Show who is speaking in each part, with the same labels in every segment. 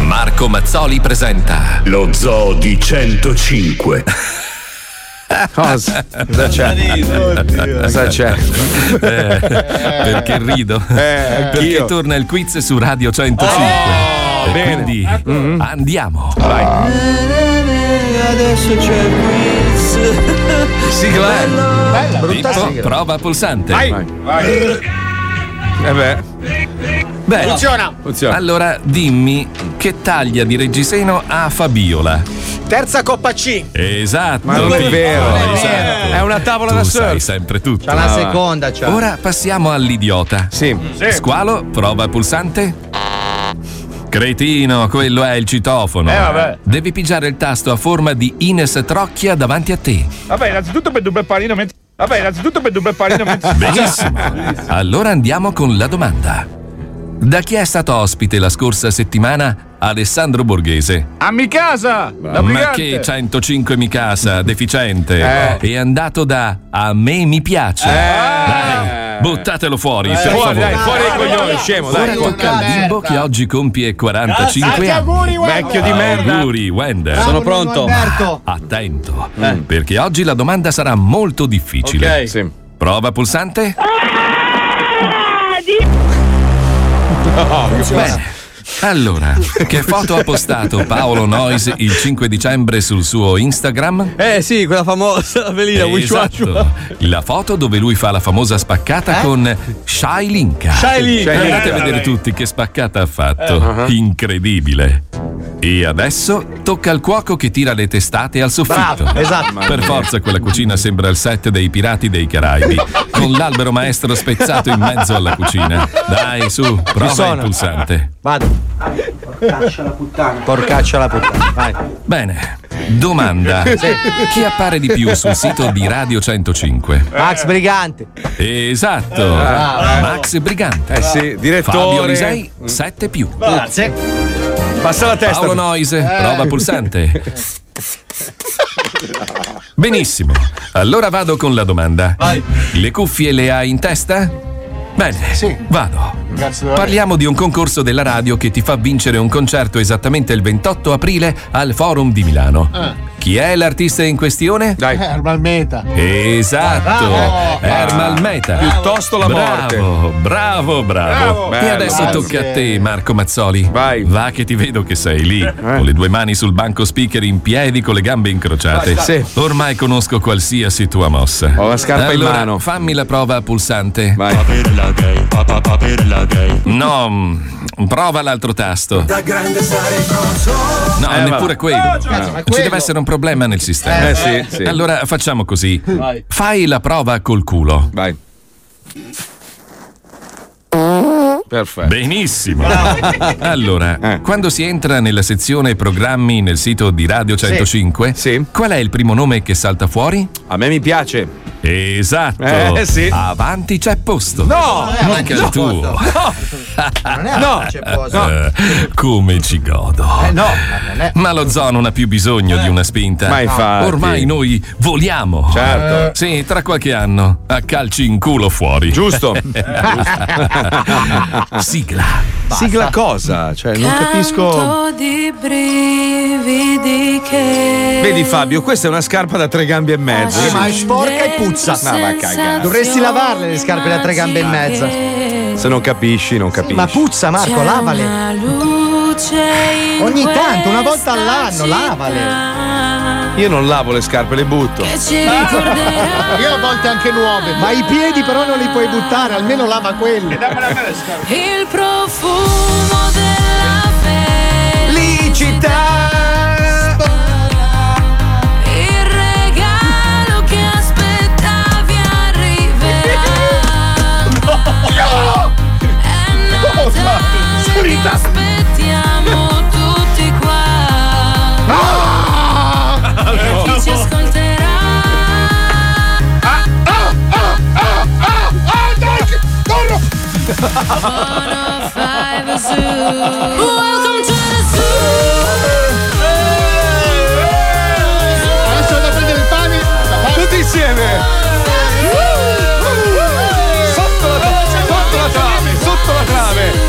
Speaker 1: Marco Mazzoli presenta
Speaker 2: Lo Zoo di 105.
Speaker 3: Cosa? Cosa
Speaker 2: c'è?
Speaker 3: Cosa c'è?
Speaker 1: Eh, perché rido? perché
Speaker 3: anch'io.
Speaker 1: torna il quiz su Radio 105. E quindi Mm-hmm. andiamo.
Speaker 4: Adesso c'è il quiz.
Speaker 1: Sigla, eh?
Speaker 4: Bella,
Speaker 1: Pippo, prova pulsante.
Speaker 4: Vai,
Speaker 1: Eh beh. Beh,
Speaker 5: Funziona. Funziona.
Speaker 1: Allora dimmi che taglia di reggiseno ha Fabiola.
Speaker 5: Terza Coppa C.
Speaker 1: Esatto.
Speaker 5: Ma non è
Speaker 1: Pippo,
Speaker 5: vero. Non è
Speaker 1: esatto.
Speaker 5: vero. È una tavola
Speaker 1: Tu
Speaker 5: da
Speaker 1: sai
Speaker 5: surf.
Speaker 1: sempre tutto.
Speaker 5: C'ha la
Speaker 1: Ah, va.
Speaker 5: seconda, c'ha.
Speaker 1: Ora passiamo all'idiota. Sì.
Speaker 5: Sì.
Speaker 1: Squalo, prova pulsante. Cretino, quello è il citofono.
Speaker 6: Eh, vabbè.
Speaker 1: Devi pigiare il tasto a forma di Ines Trocchia davanti a te.
Speaker 6: Vabbè, innanzitutto per due panino mentre. Vabbè, innanzitutto per due panino mentre.
Speaker 1: Benissimo. Allora andiamo con la domanda. Da chi è stato ospite la scorsa settimana Alessandro Borghese?
Speaker 6: A mi casa! Da
Speaker 1: Ma
Speaker 6: brigante.
Speaker 4: cioè,
Speaker 1: che 105 mi casa,
Speaker 3: Eh.
Speaker 1: deficiente. È andato da A me mi piace. Dai, buttatelo fuori, per
Speaker 3: Eh, fuori,
Speaker 1: favore.
Speaker 3: dai, fuori dai coglioni, scemo,
Speaker 1: Ora
Speaker 3: dai.
Speaker 1: tocca al bimbo che oggi compie 45
Speaker 3: Tanti
Speaker 1: anni.
Speaker 3: auguri, Wender. Vecchio di merda.
Speaker 1: Ah, Auguri, Wender.
Speaker 3: Bravo, Sono pronto. Eh. nonno Alberto.
Speaker 1: Attento, perché oggi la domanda sarà molto difficile. Prova pulsante. Bene. Allora, che foto ha postato Paolo Nois il 5 dicembre sul suo Instagram?
Speaker 7: Eh sì, quella famosa la velina
Speaker 1: Esatto. La foto dove lui fa la famosa spaccata con Shai Linka.
Speaker 7: Eh? Shai Linka.
Speaker 1: Andate a
Speaker 7: Eh,
Speaker 1: vedere
Speaker 7: dai.
Speaker 1: tutti che spaccata ha fatto.
Speaker 7: Eh.
Speaker 1: Incredibile. E adesso tocca al cuoco che tira le testate al soffitto.
Speaker 5: Bravo, esatto.
Speaker 1: Per forza quella cucina sembra il set dei pirati dei Caraibi, con l'albero maestro spezzato in mezzo alla cucina. Dai, su, prova il
Speaker 5: sono.
Speaker 1: pulsante.
Speaker 5: Vado. Porcaccia la puttana. Porcaccia la puttana. Vai.
Speaker 1: Bene, domanda. Chi appare di più sul sito di Radio 105?
Speaker 3: Eh.
Speaker 5: Max Brigante.
Speaker 1: Esatto,
Speaker 5: Bravo.
Speaker 1: Max Brigante.
Speaker 5: Eh sì, direttore.
Speaker 1: Fabio Lisei,
Speaker 3: Mm.
Speaker 1: 7 più.
Speaker 5: Grazie.
Speaker 1: Passa la testa. Paolo Noise,
Speaker 5: Eh.
Speaker 1: prova pulsante. Benissimo, allora vado con la domanda. Le cuffie le hai in testa? Bene, vado. Parliamo di un concorso della radio che ti fa vincere un concerto esattamente il 28 aprile al Forum di Milano. Chi è l'artista in questione? Dai.
Speaker 8: Eh,
Speaker 9: Ermal Meta.
Speaker 1: Esatto,
Speaker 9: Bravo.
Speaker 1: Ermal Meta.
Speaker 9: Piuttosto la morte.
Speaker 1: bravo, Bravo, bravo,
Speaker 9: Bello,
Speaker 1: e adesso
Speaker 9: grazie.
Speaker 1: tocca a te, Marco Mazzoli. Vai. Va che ti vedo che sei lì, con le due mani sul banco speaker in piedi, con le gambe incrociate.
Speaker 3: Vai, vai. Sì.
Speaker 1: Ormai conosco qualsiasi tua mossa. Ho la
Speaker 3: scarpa in
Speaker 1: allora,
Speaker 3: mano.
Speaker 1: Fammi la prova a pulsante. Vai. No, mm, prova l'altro tasto.
Speaker 4: Da grande sarei coso.
Speaker 1: No,
Speaker 4: Eh,
Speaker 1: neppure
Speaker 4: vabbè.
Speaker 1: quello.
Speaker 4: Ah, cazzo, ma
Speaker 1: Ci
Speaker 4: quello.
Speaker 1: deve essere un problema nel sistema.
Speaker 4: Eh, sì, sì.
Speaker 1: Allora facciamo così.
Speaker 4: Vai.
Speaker 1: Fai la prova col culo. Vai. Perfetto. Benissimo. allora, quando si entra nella sezione programmi nel sito di Radio 105, qual è il primo nome che salta fuori? A me mi piace. Esatto.
Speaker 3: Eh, sì.
Speaker 1: Avanti c'è posto.
Speaker 3: No,
Speaker 1: Anche il
Speaker 3: no,
Speaker 1: tuo.
Speaker 3: no. Eh,
Speaker 1: Non
Speaker 3: è avanti c'è posto.
Speaker 1: Come ci godo.
Speaker 3: Eh,
Speaker 1: Ma lo zoo non ha più bisogno di una spinta.
Speaker 3: Ma infatti.
Speaker 1: Ormai noi voliamo.
Speaker 3: Certo.
Speaker 1: Sì, tra qualche anno. A calci in culo fuori.
Speaker 3: Giusto.
Speaker 1: Sigla.
Speaker 3: Sigla cosa? Cioè, non capisco.
Speaker 10: Tanto di brividi che
Speaker 3: Vedi Fabio, questa è una scarpa da tre gambe e mezzo.
Speaker 10: Sì, ma è
Speaker 3: sporca e puzza. No, va a cagare.
Speaker 5: Dovresti lavarle le scarpe da tre gambe e mezza.
Speaker 3: Se non capisci, non capisci.
Speaker 5: Ma puzza, Marco, lavale. Ogni tanto, una volta all'anno, lavale.
Speaker 3: Io non lavo le scarpe, le butto.
Speaker 9: Io a volte anche nuove.
Speaker 5: Ma i piedi però non li puoi buttare, almeno lava quelli.
Speaker 10: il profumo della
Speaker 5: felicità
Speaker 10: il regalo che aspettavi arriverà è Natale che aspettiamo tutti qua
Speaker 4: Ah!
Speaker 10: E chi ci Five zoo. Welcome to the
Speaker 8: Adesso vado a prendere il pane.
Speaker 3: Tutti insieme. Sotto la, sotto la trave, sotto la trave.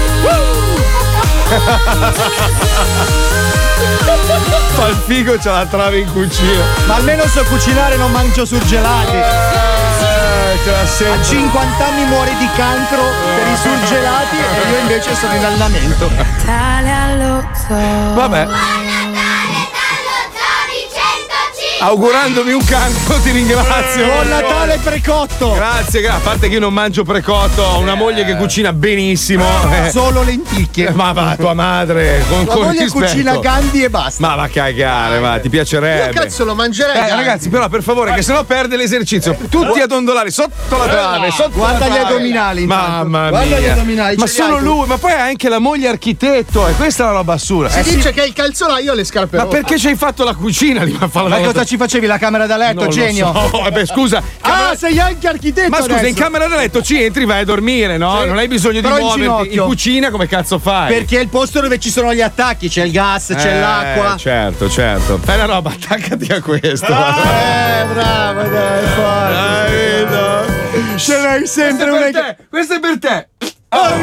Speaker 3: Fa il figo, c'ha la trave in cucina.
Speaker 11: Ma almeno so cucinare non mangio surgelati.
Speaker 3: Eh,
Speaker 11: A 50 anni muore di cancro per i surgelati e io invece sono in allenamento.
Speaker 10: Tale allo zoo.
Speaker 3: Vabbè. Augurandomi un cancro ti ringrazio.
Speaker 11: Buon Natale precotto.
Speaker 3: Grazie, gra- a parte che io non mangio precotto, ho una moglie che cucina benissimo. eh.
Speaker 11: Ah, Solo lenticchie.
Speaker 3: Ma va, tua madre. Con,
Speaker 11: La
Speaker 3: con
Speaker 11: moglie
Speaker 3: rispetto.
Speaker 11: cucina Gandhi e basta.
Speaker 3: Ma va a cagare, va, ti piacerebbe.
Speaker 11: Io cazzo
Speaker 8: lo mangerei,
Speaker 3: Eh,
Speaker 11: Gandhi.
Speaker 3: ragazzi, però per favore, che sennò perde l'esercizio. Tutti a dondolare sotto la trave, sotto
Speaker 11: Eh, Guarda
Speaker 3: la
Speaker 11: gli
Speaker 3: trave.
Speaker 11: addominali, intanto.
Speaker 3: Mamma
Speaker 11: Guarda
Speaker 3: mia.
Speaker 11: gli addominali,
Speaker 3: Ma
Speaker 11: ce li
Speaker 3: solo
Speaker 11: hai tu?
Speaker 3: lui, ma poi ha anche la moglie architetto, e questa è una roba assurda.
Speaker 8: Si
Speaker 3: Eh, sì.
Speaker 8: dice che il calzolaio ha le scarpe
Speaker 3: Ma
Speaker 8: rotte.
Speaker 3: perché ci hai fatto la cucina lì? Ma, fa la
Speaker 11: Ma
Speaker 3: volta-
Speaker 11: cosa ci facevi? La camera da letto,
Speaker 3: Non lo
Speaker 11: genio?
Speaker 3: so. Vabbè, scusa.
Speaker 11: Ah, sei anche architetto!
Speaker 3: Ma scusa,
Speaker 11: adesso.
Speaker 3: in camera da letto ci entri, vai a dormire, no?
Speaker 11: Sì.
Speaker 3: Non hai bisogno di
Speaker 11: Però in
Speaker 3: muoverti. In,
Speaker 11: ginocchio.
Speaker 3: cucina come cazzo fai?
Speaker 11: Perché è il posto dove ci sono gli attacchi, c'è il gas, c'è
Speaker 3: Eh,
Speaker 11: l'acqua.
Speaker 3: Certo, certo. Fai la roba, attaccati a questo.
Speaker 11: Eh, bravo, dai, forte. Ce l'hai sempre
Speaker 3: Questo è per
Speaker 11: una-
Speaker 3: te, questo è per te. Ah,
Speaker 8: Oh,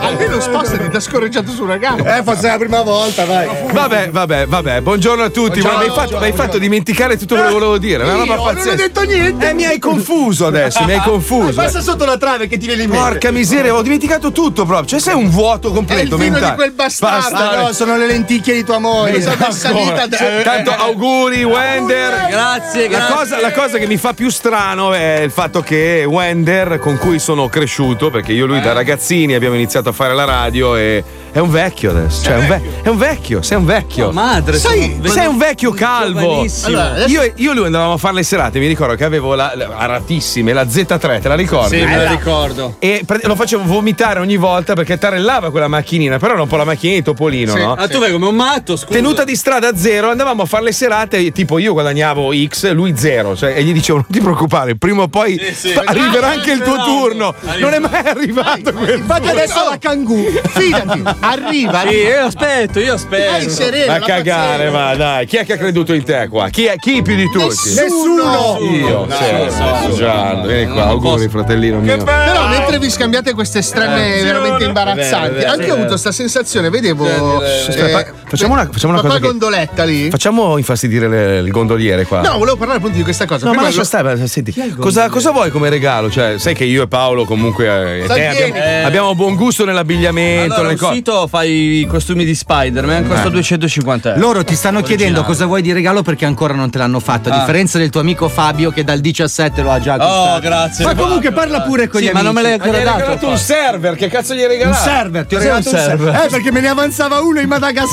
Speaker 8: Almeno spostati da scorreggiato su una gamba.
Speaker 11: Eh, forse è la prima volta, vai.
Speaker 3: Vabbè, vabbè, vabbè, buongiorno a tutti.
Speaker 8: Buongiorno,
Speaker 3: Guarda, mi hai fatto, mi hai fatto dimenticare tutto quello che
Speaker 11: Eh,
Speaker 3: volevo dire. Una roba
Speaker 8: Io non ho
Speaker 3: pazzesca.
Speaker 8: detto niente.
Speaker 3: Eh, mi hai confuso adesso, mi hai confuso.
Speaker 8: Passa sotto la trave che ti viene in mente.
Speaker 3: Porca miseria, ho dimenticato tutto proprio. Cioè, sei un vuoto completo
Speaker 8: È il vino
Speaker 3: mentale.
Speaker 8: di quel bastardo.
Speaker 3: Basta.
Speaker 11: No, sono le lenticchie di tua moglie.
Speaker 3: Esatto.
Speaker 11: salita da-
Speaker 3: Cioè, Tanto
Speaker 8: eh.
Speaker 3: auguri Wender.
Speaker 7: Grazie,
Speaker 3: La
Speaker 7: grazie.
Speaker 3: cosa, la cosa che mi fa più strano è il fatto che Wender, con cui sono cresciuto, perché io e lui
Speaker 7: Eh.
Speaker 3: da ragazzini abbiamo iniziato a fare la radio e è un vecchio adesso. Cioè, è un, ve- è un vecchio, sei un vecchio.
Speaker 7: Oh, madre,
Speaker 3: sei,
Speaker 7: sono-
Speaker 3: sei un vecchio calvo.
Speaker 7: Giovanissimo. Allora,
Speaker 8: adesso-
Speaker 3: Io, e- io e lui andavamo a fare le serate, mi ricordo che avevo la, la- a ratissime, la Z3, te la ricordi?
Speaker 7: Sì, me la
Speaker 3: Bella.
Speaker 7: ricordo.
Speaker 3: E pra- lo facevo vomitare ogni volta perché tarellava quella macchinina, però era un po' la macchinina di Topolino, no?
Speaker 7: Ah, tu vai come un matto, scusa.
Speaker 3: Tenuta di strada a zero, andavamo a fare le serate, e tipo io guadagnavo X, lui zero, cioè, e gli dicevo non ti preoccupare, prima o poi
Speaker 7: sì.
Speaker 3: fa- arriverà
Speaker 7: Ah,
Speaker 3: anche il tuo
Speaker 7: arriverà.
Speaker 3: turno, non è mai arrivato quel
Speaker 11: Infatti adesso la cangù. Fidati, arriva.
Speaker 7: Sì,
Speaker 11: arriva.
Speaker 7: io aspetto, io aspetto.
Speaker 11: Dai, sereno,
Speaker 3: Ma
Speaker 11: la
Speaker 3: cagare, ma dai, chi è che ha creduto in te qua? Chi, è, chi più di tutti?
Speaker 11: Nessuno.
Speaker 3: Io,
Speaker 7: Dai,
Speaker 3: sì,
Speaker 7: nessuno.
Speaker 3: sì, Gianni, vieni qua, auguri fratellino mio.
Speaker 8: Però mentre vi scambiate queste strane veramente imbarazzanti,
Speaker 3: Vero, vero,
Speaker 8: anche io ho
Speaker 3: vero.
Speaker 8: avuto questa sensazione, vedevo
Speaker 3: Aspetta, fa- facciamo una, facciamo una
Speaker 8: papà
Speaker 3: cosa che-
Speaker 8: Eh, gondoletta lì.
Speaker 3: Facciamo infastidire le- il gondoliere qua.
Speaker 8: No, volevo parlare appunto di questa cosa.
Speaker 3: No, ma
Speaker 8: Prima
Speaker 3: lascia
Speaker 8: lo-
Speaker 3: stare, ma senti, cosa, cosa vuoi come regalo? Cioè, sai che io e Paolo comunque eh,
Speaker 8: Salvieni.
Speaker 3: abbiamo,
Speaker 7: Eh.
Speaker 3: abbiamo buon gusto nell'abbigliamento,
Speaker 7: Allora,
Speaker 3: nelle Eh.
Speaker 7: sul
Speaker 3: cose.
Speaker 7: sito fai i costumi di Spider-Man,
Speaker 12: Eh.
Speaker 7: costa 250 euro.
Speaker 13: Loro ti stanno chiedendo
Speaker 7: eh. Originale.
Speaker 13: cosa vuoi di regalo perché ancora non te l'hanno fatto, a
Speaker 7: Ah.
Speaker 13: differenza del tuo amico Fabio che dal 17 lo ha già acquistato.
Speaker 7: Oh, grazie.
Speaker 13: Ma comunque parla pure con
Speaker 7: Sì,
Speaker 13: gli
Speaker 7: ma
Speaker 13: amici.
Speaker 7: non me l'hai ancora
Speaker 13: gli hai
Speaker 7: dato,
Speaker 13: regalato
Speaker 7: poi.
Speaker 13: un set.
Speaker 3: server, che cazzo gli hai regalato?
Speaker 13: Un server, ti ho
Speaker 3: Cos'è
Speaker 13: regalato
Speaker 3: un
Speaker 13: un server.
Speaker 11: Eh, perché me ne avanzava uno in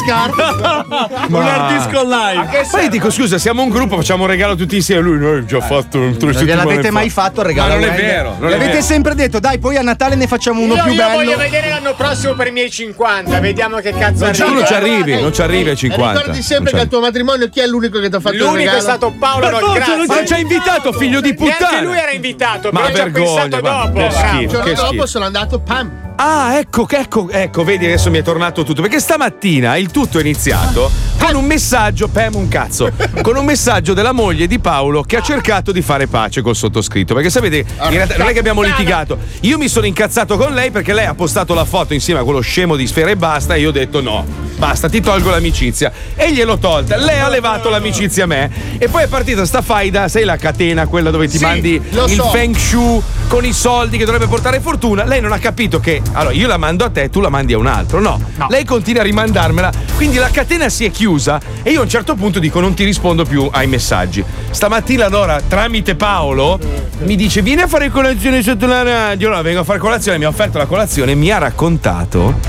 Speaker 11: Madagascar.
Speaker 3: Ma-
Speaker 7: online.
Speaker 3: Ma io dico, scusa, siamo un gruppo, facciamo un regalo tutti insieme. Lui, noi già fatto un tre
Speaker 13: Non
Speaker 3: settimane
Speaker 13: gliel'avete
Speaker 3: fa.
Speaker 13: mai fatto il regalo?
Speaker 3: Ma non è
Speaker 13: Wender?
Speaker 3: vero. Non è
Speaker 13: Gliel'avete
Speaker 3: vero.
Speaker 13: sempre detto, dai, poi a Natale ne facciamo uno
Speaker 14: io,
Speaker 13: più
Speaker 14: io
Speaker 13: bello.
Speaker 14: voglio vedere l'anno prossimo per i miei 50, vediamo che cazzo
Speaker 3: Non ci- tu non ci
Speaker 14: arriva.
Speaker 3: arrivi, non ci arrivi a 50.
Speaker 8: Ricordi sempre che
Speaker 3: Non
Speaker 8: al
Speaker 3: ci
Speaker 8: tuo matrimonio chi è l'unico che ti ha fatto il
Speaker 14: L'unico
Speaker 8: regalo?
Speaker 14: è stato Paolo
Speaker 3: arrivi.
Speaker 14: Nolgrazia.
Speaker 3: Ma non ci ha invitato, figlio di
Speaker 14: Neanche
Speaker 3: puttana!
Speaker 14: lui era invitato,
Speaker 3: Ma
Speaker 14: però ci ha
Speaker 3: vergogna,
Speaker 14: pensato
Speaker 3: ma
Speaker 14: dopo.
Speaker 3: che
Speaker 14: bravo.
Speaker 8: Il
Speaker 3: schifo.
Speaker 8: giorno
Speaker 3: Che
Speaker 8: dopo
Speaker 3: schifo.
Speaker 8: sono andato, pam.
Speaker 3: Ah, ecco, che- ecco, ecco, vedi adesso mi è tornato tutto. Perché stamattina il tutto è iniziato con un messaggio, Pem un cazzo, con un messaggio della moglie di Paolo che ha cercato di fare pace col sottoscritto. Perché sapete, in realtà non è che abbiamo litigato. Io mi sono incazzato con lei perché lei ha postato la foto insieme a quello scemo di sfera e basta e io ho detto no, basta, ti tolgo l'amicizia. E gliel'ho tolta. Lei ha levato l'amicizia a me. E poi è partita sta faida, sai la catena, quella dove ti
Speaker 8: Sì,
Speaker 3: mandi
Speaker 8: lo
Speaker 3: il
Speaker 8: so.
Speaker 3: feng shui con i soldi che dovrebbe portare fortuna. Lei non ha capito che allora io la mando a te, tu la mandi a un altro. No, lei continua a rimandarmela. Quindi la catena si è chiusa e io a un certo punto dico non ti rispondo più ai messaggi. Stamattina allora tramite Paolo mi dice vieni a fare colazione sotto la radio. Allora vengo a fare colazione, mi ha offerto la colazione e mi ha raccontato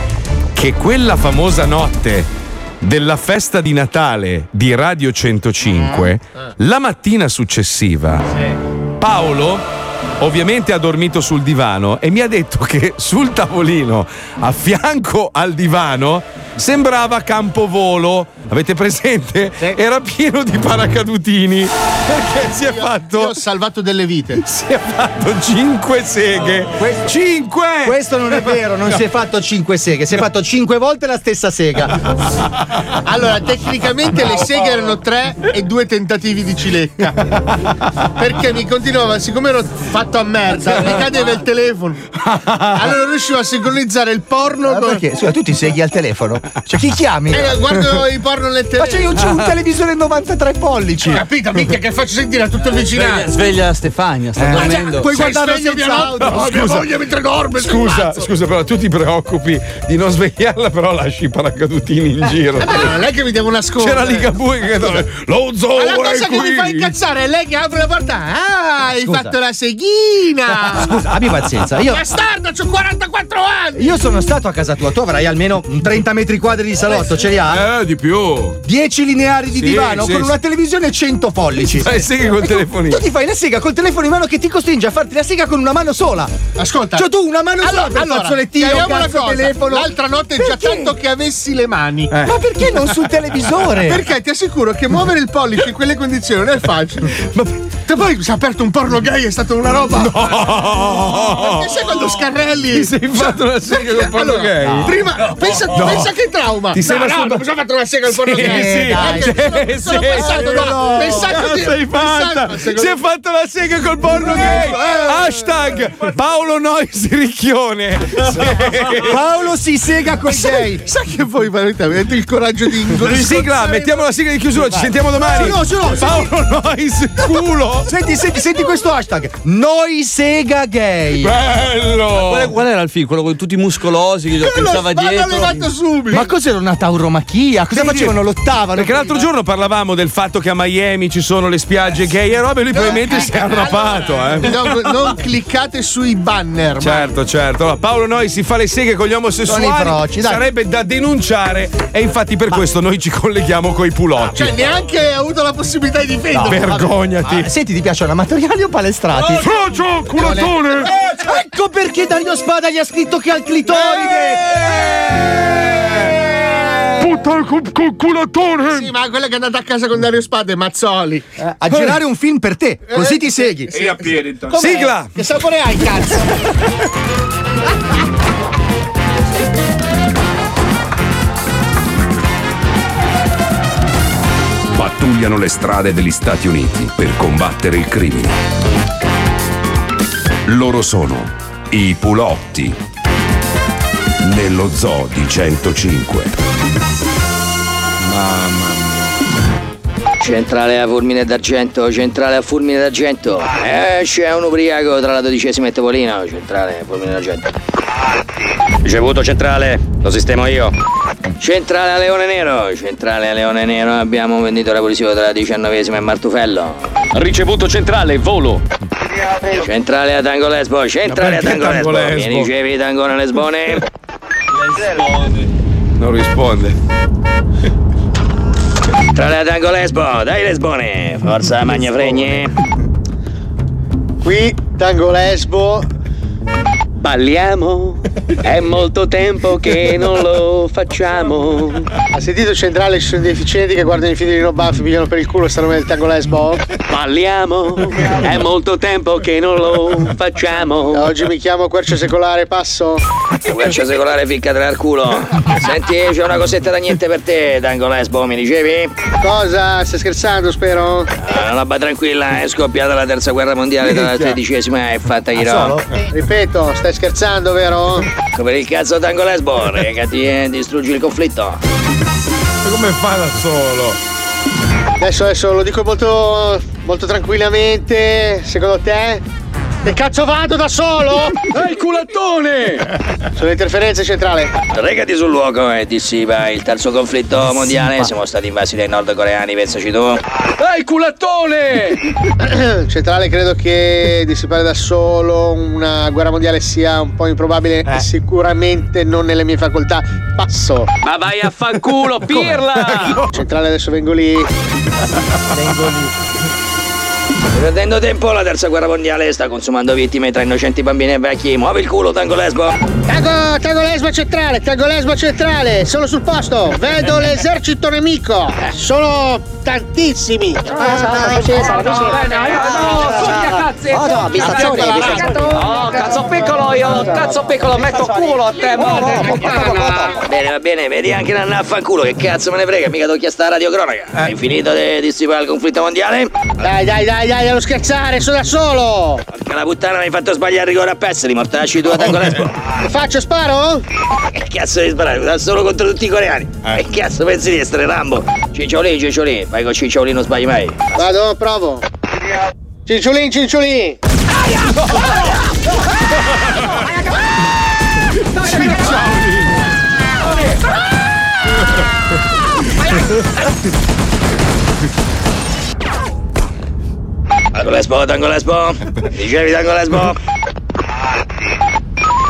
Speaker 3: che quella famosa notte della festa di Natale di
Speaker 8: Eh.
Speaker 3: Radio 105, la mattina successiva, Paolo Ovviamente ha dormito sul divano e mi ha detto che sul tavolino a fianco al divano sembrava campovolo. Avete presente? Era pieno di paracadutini perché si è fatto. ho
Speaker 8: salvato delle vite.
Speaker 3: Si è fatto 5 seghe. 5!
Speaker 13: Questo non è vero, non
Speaker 8: No.
Speaker 13: si è fatto 5 seghe, si è fatto 5 volte la stessa sega.
Speaker 8: Allora, tecnicamente le seghe erano tre e due tentativi di cilecca. Perché mi continuava, siccome ero fatto a merda, mi cadeva il telefono. Allora riuscivo a sincronizzare il porno con.
Speaker 12: Perché? Scusa, tu ti segui al telefono? Cioè, chi chiami?
Speaker 8: Eh, guardo i porno nel
Speaker 12: Ma
Speaker 8: telefono.
Speaker 12: c'è un, c'è un televisore 93 pollici.
Speaker 8: Capito, minchia, che faccio sentire a tutto il
Speaker 7: Sveglia,
Speaker 8: vicinato. Cioè,
Speaker 7: sveglia Stefania, sta
Speaker 3: Eh.
Speaker 7: dormendo.
Speaker 3: Puoi
Speaker 8: Sei
Speaker 3: guardarlo
Speaker 8: sveglio
Speaker 3: senza
Speaker 8: mia
Speaker 3: audio.
Speaker 8: no- no, mia
Speaker 3: Scusa.
Speaker 8: moglie mentre dorme. sei un
Speaker 3: Scusa,
Speaker 8: pazzo.
Speaker 3: scusa, però tu ti preoccupi di non svegliarla, però lasci i paracadutini in giro.
Speaker 8: Eh, ma non è che mi devo nascondere.
Speaker 3: C'era Ligabue che lo zoo
Speaker 8: Ma la cosa
Speaker 3: è
Speaker 8: che mi fa
Speaker 3: qui.
Speaker 8: incazzare è lei che apre la porta. Ah, hai
Speaker 12: Scusa.
Speaker 8: fatto la seghina.
Speaker 12: Scusa, abbi pazienza, io-
Speaker 8: Bastardo, c'ho 44 anni.
Speaker 12: Io sono stato a casa tua, tu avrai almeno un 30 metri quadri di salotto, ce li ha?
Speaker 3: Eh, di più.
Speaker 12: 10 lineari di
Speaker 3: Sì,
Speaker 12: divano
Speaker 3: sì,
Speaker 12: con
Speaker 3: sì.
Speaker 12: una televisione e 100 pollici.
Speaker 3: Fai seghe col
Speaker 8: Eh,
Speaker 12: E tu-
Speaker 3: telefonino.
Speaker 12: Tu ti fai la sega col telefono in mano che ti costringe a farti la sega con una mano sola.
Speaker 8: Ascolta.
Speaker 12: Cioè tu
Speaker 3: Ah,
Speaker 12: una mano sola per fazzolettino,
Speaker 8: chiariamo una
Speaker 12: cazzo,
Speaker 8: cosa.
Speaker 12: telefono.
Speaker 8: L'altra notte è già tanto che avessi le mani.
Speaker 12: Eh. Ma perché non sul televisore?
Speaker 8: perché ti assicuro che muovere il pollice in quelle condizioni non è facile. Ma te poi si è aperto un porno gay è stata una roba.
Speaker 3: No!
Speaker 8: Perché sai quando scarrelli? Cioè,
Speaker 3: Ti sei fatto una sega col porno
Speaker 8: Allora,
Speaker 3: gay? No.
Speaker 8: Prima,
Speaker 3: No.
Speaker 8: pensa,
Speaker 3: No.
Speaker 8: pensa che trauma.
Speaker 3: Ti sei
Speaker 8: no, no,
Speaker 3: masturba-
Speaker 8: non mi sono fatto una sega al porno
Speaker 3: Sì,
Speaker 8: gay.
Speaker 3: sì,
Speaker 8: Dai,
Speaker 3: sì,
Speaker 8: sono- sono
Speaker 3: sì,
Speaker 8: passato
Speaker 3: sì,
Speaker 8: da-
Speaker 3: no.
Speaker 8: pensando
Speaker 3: Cosa
Speaker 8: di-
Speaker 3: Ah, sei fatta?
Speaker 8: pensando-
Speaker 3: Si è fatta la sega col porno gay. Hashtag Paolo Nois Ricchione.
Speaker 8: Paolo si sega con sei. Sai che voi veramente avete il coraggio di inglese.
Speaker 3: Sigla, mettiamo la sigla di chiusura, ci sentiamo domani.
Speaker 12: Ce l'ho, ce l'ho,
Speaker 3: Paolo Nois, culo.
Speaker 12: Senti, senti, senti questo hashtag. Noi sega gay.
Speaker 7: Ma Qual, qual era il film? Quello con tutti i muscolosi che lo pensava dietro.
Speaker 8: eh, subito.
Speaker 12: Ma cos'era una tauromachia? Cosa facevano? Lottavano?
Speaker 3: Perché l'altro giorno parlavamo del fatto che a Miami ci sono le spiagge gay e robe, lui probabilmente si è arrapato, eh.
Speaker 8: No, non cliccate sui banner. ma-
Speaker 3: Certo, certo. Allora, Paolo Noi si fa le seghe con gli
Speaker 8: Con i
Speaker 3: omosessuali.
Speaker 8: froci, dai.
Speaker 3: sarebbe da denunciare. E infatti, per questo noi ci colleghiamo coi pulotti.
Speaker 8: Cioè, neanche hai avuto la possibilità di
Speaker 12: No,
Speaker 8: difenderti.
Speaker 3: vergognati.
Speaker 12: Ah, senti, ti piacciono amatoriali o palestrati?
Speaker 8: Oh, frocio, culatone! cioè,
Speaker 12: Eh, Ecco perché Dario Spada gli ha scritto che ha il clitoride!
Speaker 8: Puttana culatone! Eh. Sì, ma quella che è andata a casa con Dario Spade, Mazzoli.
Speaker 12: Eh,
Speaker 8: Eh.
Speaker 12: A girare un film per te, così ti segui.
Speaker 8: Sì, a piedi.
Speaker 12: Com'è? Sigla!
Speaker 8: Che sapore hai, cazzo?
Speaker 1: pattugliano le strade degli Stati Uniti per combattere il crimine.
Speaker 2: Loro sono i Pulotti. Nello zoo di 105.
Speaker 15: Mamma Centrale a fulmine d'argento, centrale a fulmine d'argento. Eh, c'è un ubriaco tra la dodicesima e Topolino, centrale a fulmine d'argento. Ricevuto centrale, lo sistemo io. Centrale a Leone Nero, centrale a Leone Nero, abbiamo un venditore abusivo tra la diciannovesima e Martufello. Ricevuto centrale, volo. Centrale a Tango Lesbo, centrale a
Speaker 3: Ma perché
Speaker 15: Tango Lesbo.
Speaker 3: Tango
Speaker 15: Mi
Speaker 3: Lesbo?
Speaker 15: ricevi Tango Lesbone?
Speaker 3: Non risponde.
Speaker 15: Centrale a Tango Lesbo, dai Lesbone, forza Magnafregni.
Speaker 14: Qui Tango Lesbo.
Speaker 15: Balliamo, è molto tempo che non lo facciamo.
Speaker 14: Ha sentito centrale ci sono dei deficienti che guardano i figli di Nobaffi, pigliano per il culo sta nome del Tango Lesbo?
Speaker 15: Balliamo, è molto tempo che non lo facciamo.
Speaker 14: Oggi mi chiamo Quercio Secolare, passo?
Speaker 15: Quercia secolare ficca tra il culo. Senti, eh, c'è una cosetta da niente per te, Tango Lesbo, mi dicevi?
Speaker 14: Cosa? Stai scherzando, spero?
Speaker 15: Ah, roba tranquilla, è scoppiata la terza guerra mondiale tra la tredicesima e fatta
Speaker 14: Ah,
Speaker 15: Ghirò.
Speaker 14: solo? Ripeto, stai scherzando, vero?
Speaker 15: Ecco per il cazzo Tango Lesbo, boh, regati e distruggi il conflitto.
Speaker 3: Come fa da solo?
Speaker 14: Adesso, adesso lo dico molto, molto tranquillamente, secondo te? Che cazzo vado da solo?
Speaker 15: Ehi, culattone!
Speaker 14: Sono interferenze centrale.
Speaker 15: Regati sul luogo e dissipa il terzo conflitto mondiale. Siamo stati invasi dai nordcoreani, pensaci tu.
Speaker 14: Ehi, culattone! Centrale, credo che dissipare da solo una guerra mondiale sia un po' improbabile e sicuramente non nelle mie facoltà. Passo.
Speaker 15: Ma vai a fanculo, pirla!
Speaker 14: Centrale, adesso vengo lì. Vengo lì.
Speaker 15: Perdendo tempo, la terza guerra mondiale sta consumando vittime tra innocenti bambini e vecchi. Muovi il culo, Tango Lesbo!
Speaker 16: Tago, Tago Lesbo centrale, Tago Lesbo centrale, sono sul posto, vedo l'esercito nemico, sono tantissimi.
Speaker 10: Oh no, bistazzone, bistazzone. Oh, cazzo piccolo io, cazzo piccolo, metto culo a te, Ah.
Speaker 15: Va bene, va bene, vedi anche la naffanculo, che cazzo me ne frega, mica t'ho chiesto la radiocronaca. Hai finito di dissipare il conflitto mondiale?
Speaker 16: Dai, dai, dai, dai, non scherzare, sono da solo.
Speaker 15: Porca la puttana, mi hai fatto sbagliare il rigore a pesseri, mortacci tu a Tango Lesbo.
Speaker 16: Faccio sparo?
Speaker 15: Che cazzo di sparare? Da solo contro tutti i coreani. Che cazzo pensi di essere Rambo? Cicciolì, Cicciolì, vai con Cicciolì, non sbagli mai.
Speaker 16: Vado, provo. Cinciolin, cinciolin.
Speaker 15: Tango Lesbo, Tango Lesbo. Dicevi Tango Lesbo.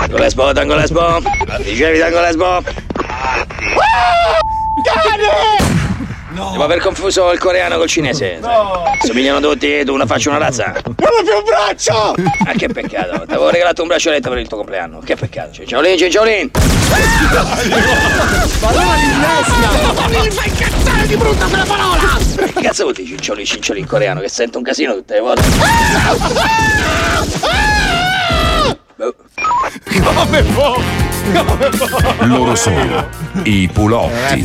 Speaker 15: Tango Lesbo, Tango Lesbo. Dicevi Tango Lesbo. Devo aver confuso il coreano col cinese. Somigliano tutti, tu una faccia una razza.
Speaker 10: Non ho più un braccio!
Speaker 15: Ah, che peccato. Ti avevo regalato un braccialetto per il tuo compleanno. Che peccato. Cinciolin, cinciolin.
Speaker 10: Madonna l'innesca! Mi fai incazzare di brutta quella parola!
Speaker 15: Che cazzo vuol dire cinciolin, cinciolin coreano? Che sento un casino tutte le volte.
Speaker 10: Come può? Come può?
Speaker 5: Loro sono i Pulotti.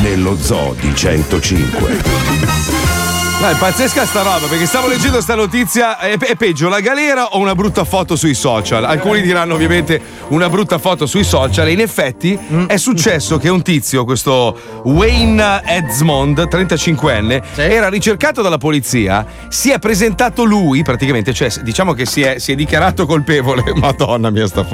Speaker 5: Nello zoo di 105.
Speaker 3: Ma è pazzesca sta roba, perché stavo leggendo sta notizia, è, pe- è peggio la galera o una brutta foto sui social? Alcuni diranno ovviamente una brutta foto sui social e in effetti è successo che un tizio, questo Wayne Edmond, 35enne, era ricercato dalla polizia, si è presentato lui praticamente, cioè diciamo che si è, si è dichiarato colpevole, madonna mia sta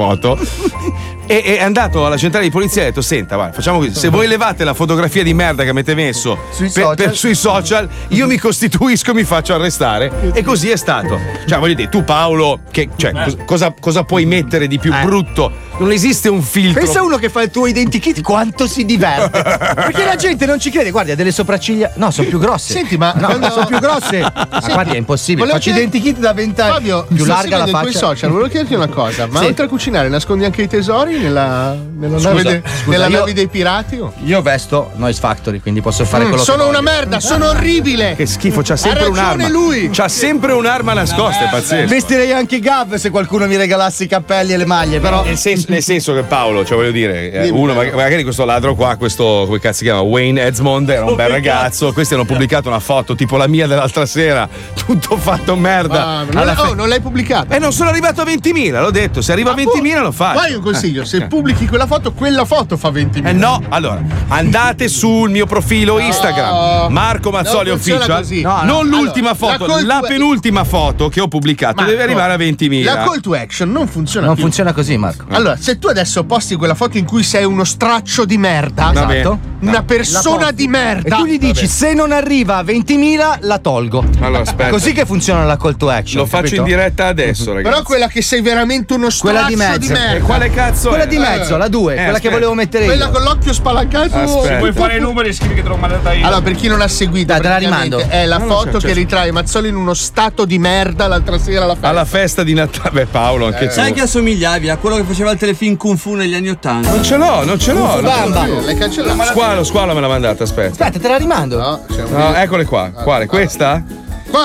Speaker 3: foto, E e è andato alla centrale di polizia e ha detto: Senta, guarda, facciamo così. Se voi levate la fotografia di merda che avete messo per- per- sui, social. io mi costituisco e mi faccio arrestare. E così è stato. Cioè, voglio dire, tu, Paolo, che, cioè, cos- cosa, cosa puoi mettere di più brutto? Non esiste un filtro.
Speaker 12: Pensa a uno che fa il tuo identikit quanto si diverte. Perché la gente non ci crede. Guarda, ha delle sopracciglia. No, sono più grosse.
Speaker 8: Senti, ma
Speaker 12: no,
Speaker 8: quando-
Speaker 12: sono più grosse. Ma
Speaker 8: Senti,
Speaker 12: guardi, è impossibile.
Speaker 8: volevo
Speaker 12: Faccio
Speaker 8: chied-
Speaker 12: identikit da vent'anni.
Speaker 8: Fabio,
Speaker 12: più
Speaker 8: sta
Speaker 12: larga la
Speaker 8: seguendo i tuoi
Speaker 12: faccia.
Speaker 8: social, volevo chiederti una cosa, ma
Speaker 12: Sì.
Speaker 8: oltre a cucinare nascondi anche i tesori nella, nella
Speaker 12: Scusa,
Speaker 8: nave, de-
Speaker 12: scusa,
Speaker 8: nella
Speaker 12: io-
Speaker 8: nave dei pirati? o?
Speaker 12: Io vesto Noise Factory, quindi posso fare
Speaker 8: Mm,
Speaker 12: quello che
Speaker 8: sono
Speaker 12: voglio.
Speaker 8: una merda, sono orribile.
Speaker 3: Che schifo, c'ha sempre
Speaker 8: Ha ragione
Speaker 3: un'arma.
Speaker 8: lui.
Speaker 3: C'ha sempre un'arma nascosta, è pazzesco.
Speaker 12: Vestirei anche i Gav se qualcuno mi regalasse i cappelli e le maglie, però.
Speaker 3: Nel senso, nel senso che Paolo, cioè voglio dire, eh, uno mag- magari questo ladro qua, questo come cazzo si chiama Wayne Edmond, era un bel ragazzo. Questi hanno pubblicato una foto tipo la mia dell'altra sera, tutto fatto merda.
Speaker 8: Ah, non,
Speaker 3: Alla
Speaker 8: l'hai- oh,
Speaker 3: fe-
Speaker 8: non l'hai pubblicata.
Speaker 3: E non sono arrivato a 20.000, l'ho detto. Se arriva a 20.000 lo fai.
Speaker 8: Poi un consiglio, se
Speaker 3: Eh.
Speaker 8: pubblichi quella foto, quella foto fa 20.000.
Speaker 3: Eh no, allora andate sul mio profilo Instagram Marco Mazzoli
Speaker 8: non funziona
Speaker 3: Official.
Speaker 8: così.
Speaker 3: No, no. non l'ultima
Speaker 8: Allora,
Speaker 3: foto,
Speaker 8: la
Speaker 3: la,
Speaker 8: call to-
Speaker 3: penultima foto che ho pubblicato deve arrivare a 20.000.
Speaker 8: La call to action non funziona
Speaker 12: Non
Speaker 8: più.
Speaker 12: funziona così, Marco.
Speaker 8: Allora, se tu adesso posti quella foto in cui sei uno straccio di merda,
Speaker 12: Vabbè. Esatto.
Speaker 8: una
Speaker 12: La
Speaker 8: persona
Speaker 12: posti.
Speaker 8: di merda,
Speaker 12: E tu gli dici: se non arriva a 20.000, la tolgo.
Speaker 3: Allora, aspetta.
Speaker 12: Così che funziona la call to action.
Speaker 3: Lo faccio
Speaker 12: capito?
Speaker 3: in diretta adesso, ragazzi.
Speaker 8: però quella che sei veramente uno straccio
Speaker 12: Quella di mezzo.
Speaker 8: merda.
Speaker 12: E quale cazzo Quella è? di mezzo, la due,
Speaker 8: Eh,
Speaker 12: quella che volevo mettere io.
Speaker 8: Quella con l'occhio spalancato.
Speaker 17: Se vuoi fare i numeri, scrivi che te l'ho mandata io.
Speaker 8: Allora, per chi non ha seguito,
Speaker 17: Dai, te la
Speaker 8: praticamente,
Speaker 17: rimando.
Speaker 8: È la
Speaker 17: Non lo so,
Speaker 8: foto
Speaker 17: cioè-
Speaker 8: che ritrae Mazzoli in uno stato di merda l'altra sera alla festa.
Speaker 3: Alla festa di Natale, beh Paolo,
Speaker 8: Eh.
Speaker 3: anche tu.
Speaker 18: Sai che assomigliavi a quello che faceva il telefilm Kung Fu negli anni Ottanta?
Speaker 3: Non ce l'ho, non ce l'ho.
Speaker 8: L'hai cancellata.
Speaker 3: Squalo, squalo me l'ha mandata, aspetta.
Speaker 12: Aspetta, te la rimando. No,
Speaker 3: No, eccole qua. Quale? Questa?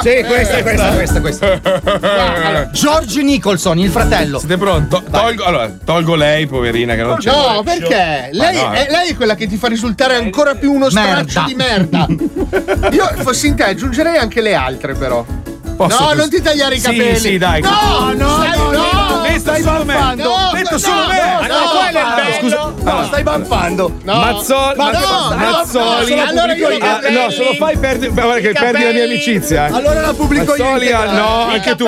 Speaker 12: Sì, questa, questa, questa, questa. Allora, George Nicholson, il fratello.
Speaker 3: Siete pronto? Tolgo, allora, tolgo lei, poverina, che non c'è.
Speaker 8: No, perché?
Speaker 3: Ma
Speaker 8: Lei,
Speaker 3: no,
Speaker 8: è,
Speaker 3: eh.
Speaker 8: lei è quella che ti fa risultare ancora più uno straccio di merda. Io fossi in te, aggiungerei anche le altre, però.
Speaker 3: Posso
Speaker 8: no,
Speaker 3: così?
Speaker 8: non ti tagliare i
Speaker 3: Sì,
Speaker 8: capelli.
Speaker 3: sì, dai.
Speaker 8: No, no,
Speaker 10: Eh, Stai-
Speaker 8: no, no.
Speaker 10: Metto
Speaker 8: stai
Speaker 10: solo me.
Speaker 8: banfando. No,
Speaker 10: Metto
Speaker 8: no,
Speaker 10: solo me.
Speaker 8: no,
Speaker 10: Ah,
Speaker 8: no,
Speaker 10: quello è
Speaker 8: no,
Speaker 10: bello.
Speaker 12: No, stai banfando.
Speaker 8: No.
Speaker 3: Mazzoli,
Speaker 8: Ma
Speaker 3: Mazz-
Speaker 8: no, no,
Speaker 3: Mazzoli,
Speaker 8: no, allora io i
Speaker 3: Ah,
Speaker 8: capelli-
Speaker 3: no, se lo fai perdi, beh, guarda che
Speaker 8: i
Speaker 3: perdi la mia
Speaker 8: capelli-
Speaker 3: amicizia. eh.
Speaker 8: Allora la pubblico io
Speaker 3: Mazzoli, ah,
Speaker 8: integrale.
Speaker 3: no,
Speaker 8: I
Speaker 3: anche tu.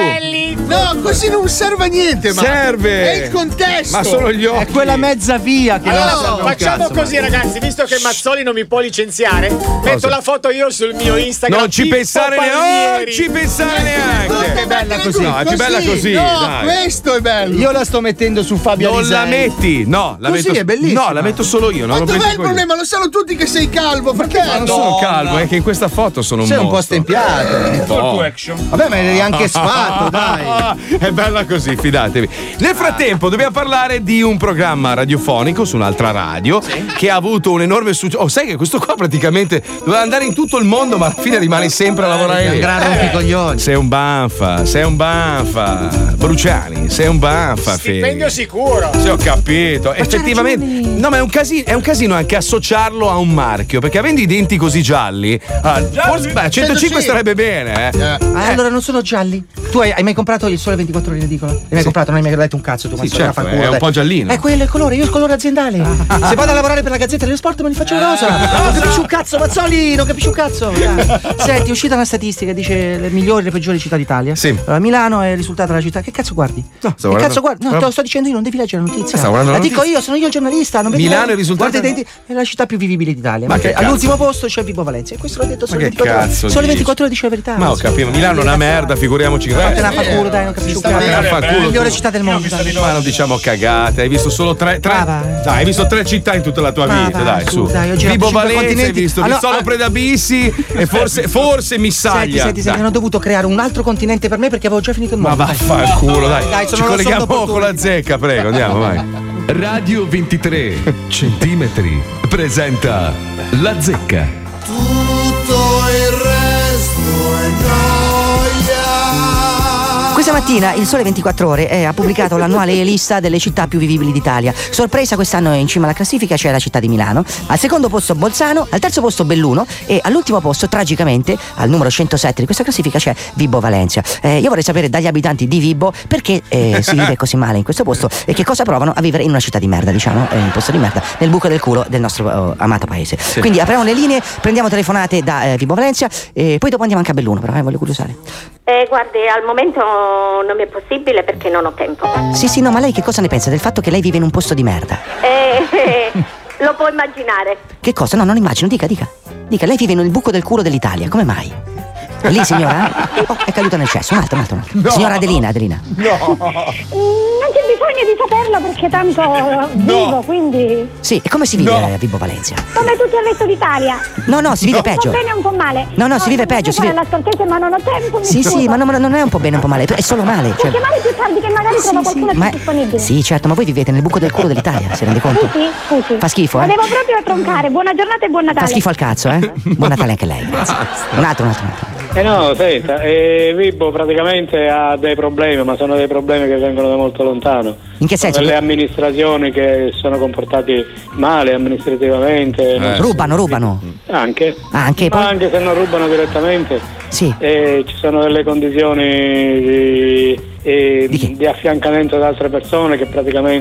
Speaker 8: No, così non serve a niente, ma
Speaker 3: Serve.
Speaker 8: È il contesto.
Speaker 3: Ma sono gli occhi.
Speaker 12: È quella mezza via che non serve
Speaker 19: Allora,
Speaker 12: un
Speaker 19: facciamo
Speaker 12: cazzo,
Speaker 19: così,
Speaker 12: Marco.
Speaker 19: ragazzi, visto che Mazzoli non mi può licenziare, metto la foto io sul mio Instagram.
Speaker 3: Non ci
Speaker 19: Pippo
Speaker 3: pensare, ne- oh,
Speaker 19: Palmieri.
Speaker 3: non ci pensare neanche.
Speaker 8: Che bella
Speaker 3: così. No, è più bella così,
Speaker 8: No,
Speaker 3: dai.
Speaker 8: questo è bello.
Speaker 12: Io la sto mettendo su Fabio
Speaker 3: Non la
Speaker 12: Alisei.
Speaker 3: metti, no, la
Speaker 12: Così
Speaker 3: metto,
Speaker 12: è bellissima.
Speaker 3: No, la metto solo io. Non lo
Speaker 8: Ma dov'è
Speaker 3: penso
Speaker 8: il
Speaker 3: quello.
Speaker 8: problema? Lo sanno tutti che sei calvo,
Speaker 3: Ma
Speaker 8: fratello.
Speaker 3: non sono calvo, è che in questa foto sono un
Speaker 8: Sei un po'
Speaker 3: mostro. Eh,
Speaker 8: stempiato.
Speaker 3: po'.
Speaker 8: Full to action. Vabbè, ma eri anche sfatto, dai.
Speaker 3: È bella così, fidatevi. Nel frattempo dobbiamo parlare di un programma radiofonico su un'altra radio che ha avuto un enorme successo. Oh, sai che questo qua praticamente doveva andare in tutto il mondo, ma alla fine rimane sempre a lavorare
Speaker 12: è un
Speaker 3: lì. Eh.
Speaker 12: gran rompicoglioni.
Speaker 3: Sei un banfa, sei un banfa. Bruciani, sei un banfa, Fede.
Speaker 6: Stipendio sicuro.
Speaker 3: Sì, ho capito. Effettivamente. No, ma è un, casino, è un casino anche associarlo a un marchio. Perché avendo i denti così gialli, ah, forse beh, 105 starebbe bene, eh.
Speaker 12: Ah, allora non sono gialli. Tu hai, hai mai comprato il sole 24 ore in edicola? L'hai mai comprato? Non hai mai letto un cazzo tu, ma
Speaker 3: Sì,
Speaker 12: stai a
Speaker 3: certo,
Speaker 12: far
Speaker 3: è
Speaker 12: culo,
Speaker 3: un
Speaker 12: dai.
Speaker 3: po' giallino.
Speaker 12: È Eh, quello il colore, io il colore aziendale.
Speaker 3: Ah.
Speaker 12: Se vado a lavorare per la Gazzetta dello Sport me li faccio in
Speaker 10: Eh,
Speaker 12: rosa. Non capisci un cazzo, Mazzoli, non capisci un cazzo. dai. Senti, è uscita una statistica, dice le migliori e le peggiori città d'Italia. Sì. Allora, Milano è il risultato della città. Che cazzo guardi? che
Speaker 3: guardando-
Speaker 12: cazzo guardi? No, te
Speaker 3: Stavo-
Speaker 12: lo sto dicendo io, non devi leggere la notizia.
Speaker 3: Stavo guardando
Speaker 12: la
Speaker 3: la
Speaker 12: dico
Speaker 3: notizia.
Speaker 12: io, sono io il giornalista. Non vedi
Speaker 3: Milano
Speaker 12: la-
Speaker 3: è il risultato-
Speaker 12: guarda i denti, è la città più vivibile d'Italia.
Speaker 3: Ma
Speaker 12: Mentre
Speaker 3: che cazzo?
Speaker 12: Eh, All'ultimo posto c'è Vivo Valencia. E questo l'ho detto solo
Speaker 3: che
Speaker 12: 24 ore.
Speaker 3: cazzo
Speaker 12: Solo
Speaker 3: dici?
Speaker 12: 24 ore dice la verità.
Speaker 3: Ma ho capito, Milano è una merda, figuriamoci.
Speaker 12: Fatela fa
Speaker 3: Eh,
Speaker 12: culo, dai, non capisco un
Speaker 3: sta bene,
Speaker 12: cazzo.
Speaker 3: fa
Speaker 12: È
Speaker 3: culo.
Speaker 12: la migliore città del mondo. dai.
Speaker 3: Ma non diciamo cagate, hai visto solo tre. tre dai, hai visto tre città in tutta la tua
Speaker 12: Ma
Speaker 3: vita,
Speaker 12: va,
Speaker 3: dai,
Speaker 12: su,
Speaker 3: su.
Speaker 12: dai, ho girato
Speaker 3: Vibo
Speaker 12: cinque
Speaker 3: Valencia hai
Speaker 12: continenti.
Speaker 3: visto,
Speaker 12: Allora,
Speaker 3: Rizzolo
Speaker 12: ah-
Speaker 3: Predabissi e forse, forse Missaglia.
Speaker 12: Senti, senti, senti,
Speaker 3: Dai.
Speaker 12: hanno dovuto creare un altro continente per me perché avevo già finito il
Speaker 3: Ma
Speaker 12: mondo.
Speaker 3: vaffanculo, dai.
Speaker 12: Dai,
Speaker 3: Ci
Speaker 12: sono una
Speaker 3: colleghiamo
Speaker 12: sorda
Speaker 3: con la zecca, prego, andiamo, vai.
Speaker 20: Radio 23 centimetri presenta La zecca.
Speaker 21: Tutto il resto è noia.
Speaker 22: Questa mattina il Sole 24 Ore eh, ha pubblicato l'annuale lista delle città più vivibili d'Italia. Sorpresa, quest'anno in cima alla classifica c'è la città di Milano, al secondo posto Bolzano, al terzo posto Belluno e all'ultimo posto, tragicamente, al numero 107 di questa classifica c'è Vibo Valencia. Eh, io vorrei sapere dagli abitanti di Vibo perché eh, si vive così male in questo posto e che cosa provano a vivere in una città di merda, diciamo, eh, in un posto di merda, nel buco del culo del nostro eh, amato paese. Quindi apriamo le linee, prendiamo telefonate da eh, Vibo Valencia e poi dopo andiamo anche a Belluno, però eh, voglio curiosare.
Speaker 10: Eh, guardi, al momento non mi è possibile perché non ho tempo.
Speaker 22: Sì, sì, no, ma lei che cosa ne pensa del fatto che lei vive in un posto di merda?
Speaker 10: Eh, eh, lo può immaginare.
Speaker 22: Che cosa? No, non immagino, dica, dica. Dica, lei vive nel buco del culo dell'Italia, come mai? Lì, signora? eh? Oh, è caduta nel cesso, un altro, un altro. un altro.
Speaker 10: No.
Speaker 22: Signora Adelina, Adelina.
Speaker 10: No. non c'è bisogno di saperlo perché tanto eh, vivo, quindi
Speaker 22: Sì, e come si vive a Vibo Valencia?
Speaker 10: come tutti il resto d'Italia.
Speaker 22: No, no, si vive peggio.
Speaker 10: Un po' bene e un po' male.
Speaker 22: No, no, si vive peggio, si
Speaker 10: Fare
Speaker 22: vive-
Speaker 10: la scortese, ma non ho tempo. mi
Speaker 22: Sì,
Speaker 10: scuso.
Speaker 22: sì, ma non, non è un po' bene, un po' male, è solo male.
Speaker 10: Può
Speaker 22: Cioè...
Speaker 10: chiamare più tardi che magari
Speaker 22: Sì,
Speaker 10: trova
Speaker 22: sì,
Speaker 10: qualcuno
Speaker 22: ma-
Speaker 10: più disponibile.
Speaker 22: Sì, certo, ma voi vivete nel buco del culo dell'Italia, si rende conto?
Speaker 10: Scusi, scusi.
Speaker 22: Fa schifo, eh?
Speaker 10: Ma devo proprio troncare. Buona giornata e buon Natale.
Speaker 22: Fa schifo al cazzo, eh? Buon Natale anche lei, grazie. Un altro, un altro. un altro.
Speaker 23: Eh no, senta, eh, Vibo praticamente ha dei problemi, ma sono dei problemi che vengono da molto lontano.
Speaker 22: In che senso?
Speaker 23: Sono le amministrazioni che si sono comportate male amministrativamente. non so-
Speaker 22: Rubano, rubano.
Speaker 23: Eh, Anche.
Speaker 22: Ah, anche
Speaker 23: Ma anche se non rubano direttamente.
Speaker 22: Sì.
Speaker 23: Eh, ci sono delle condizioni di, eh, di affiancamento ad altre persone che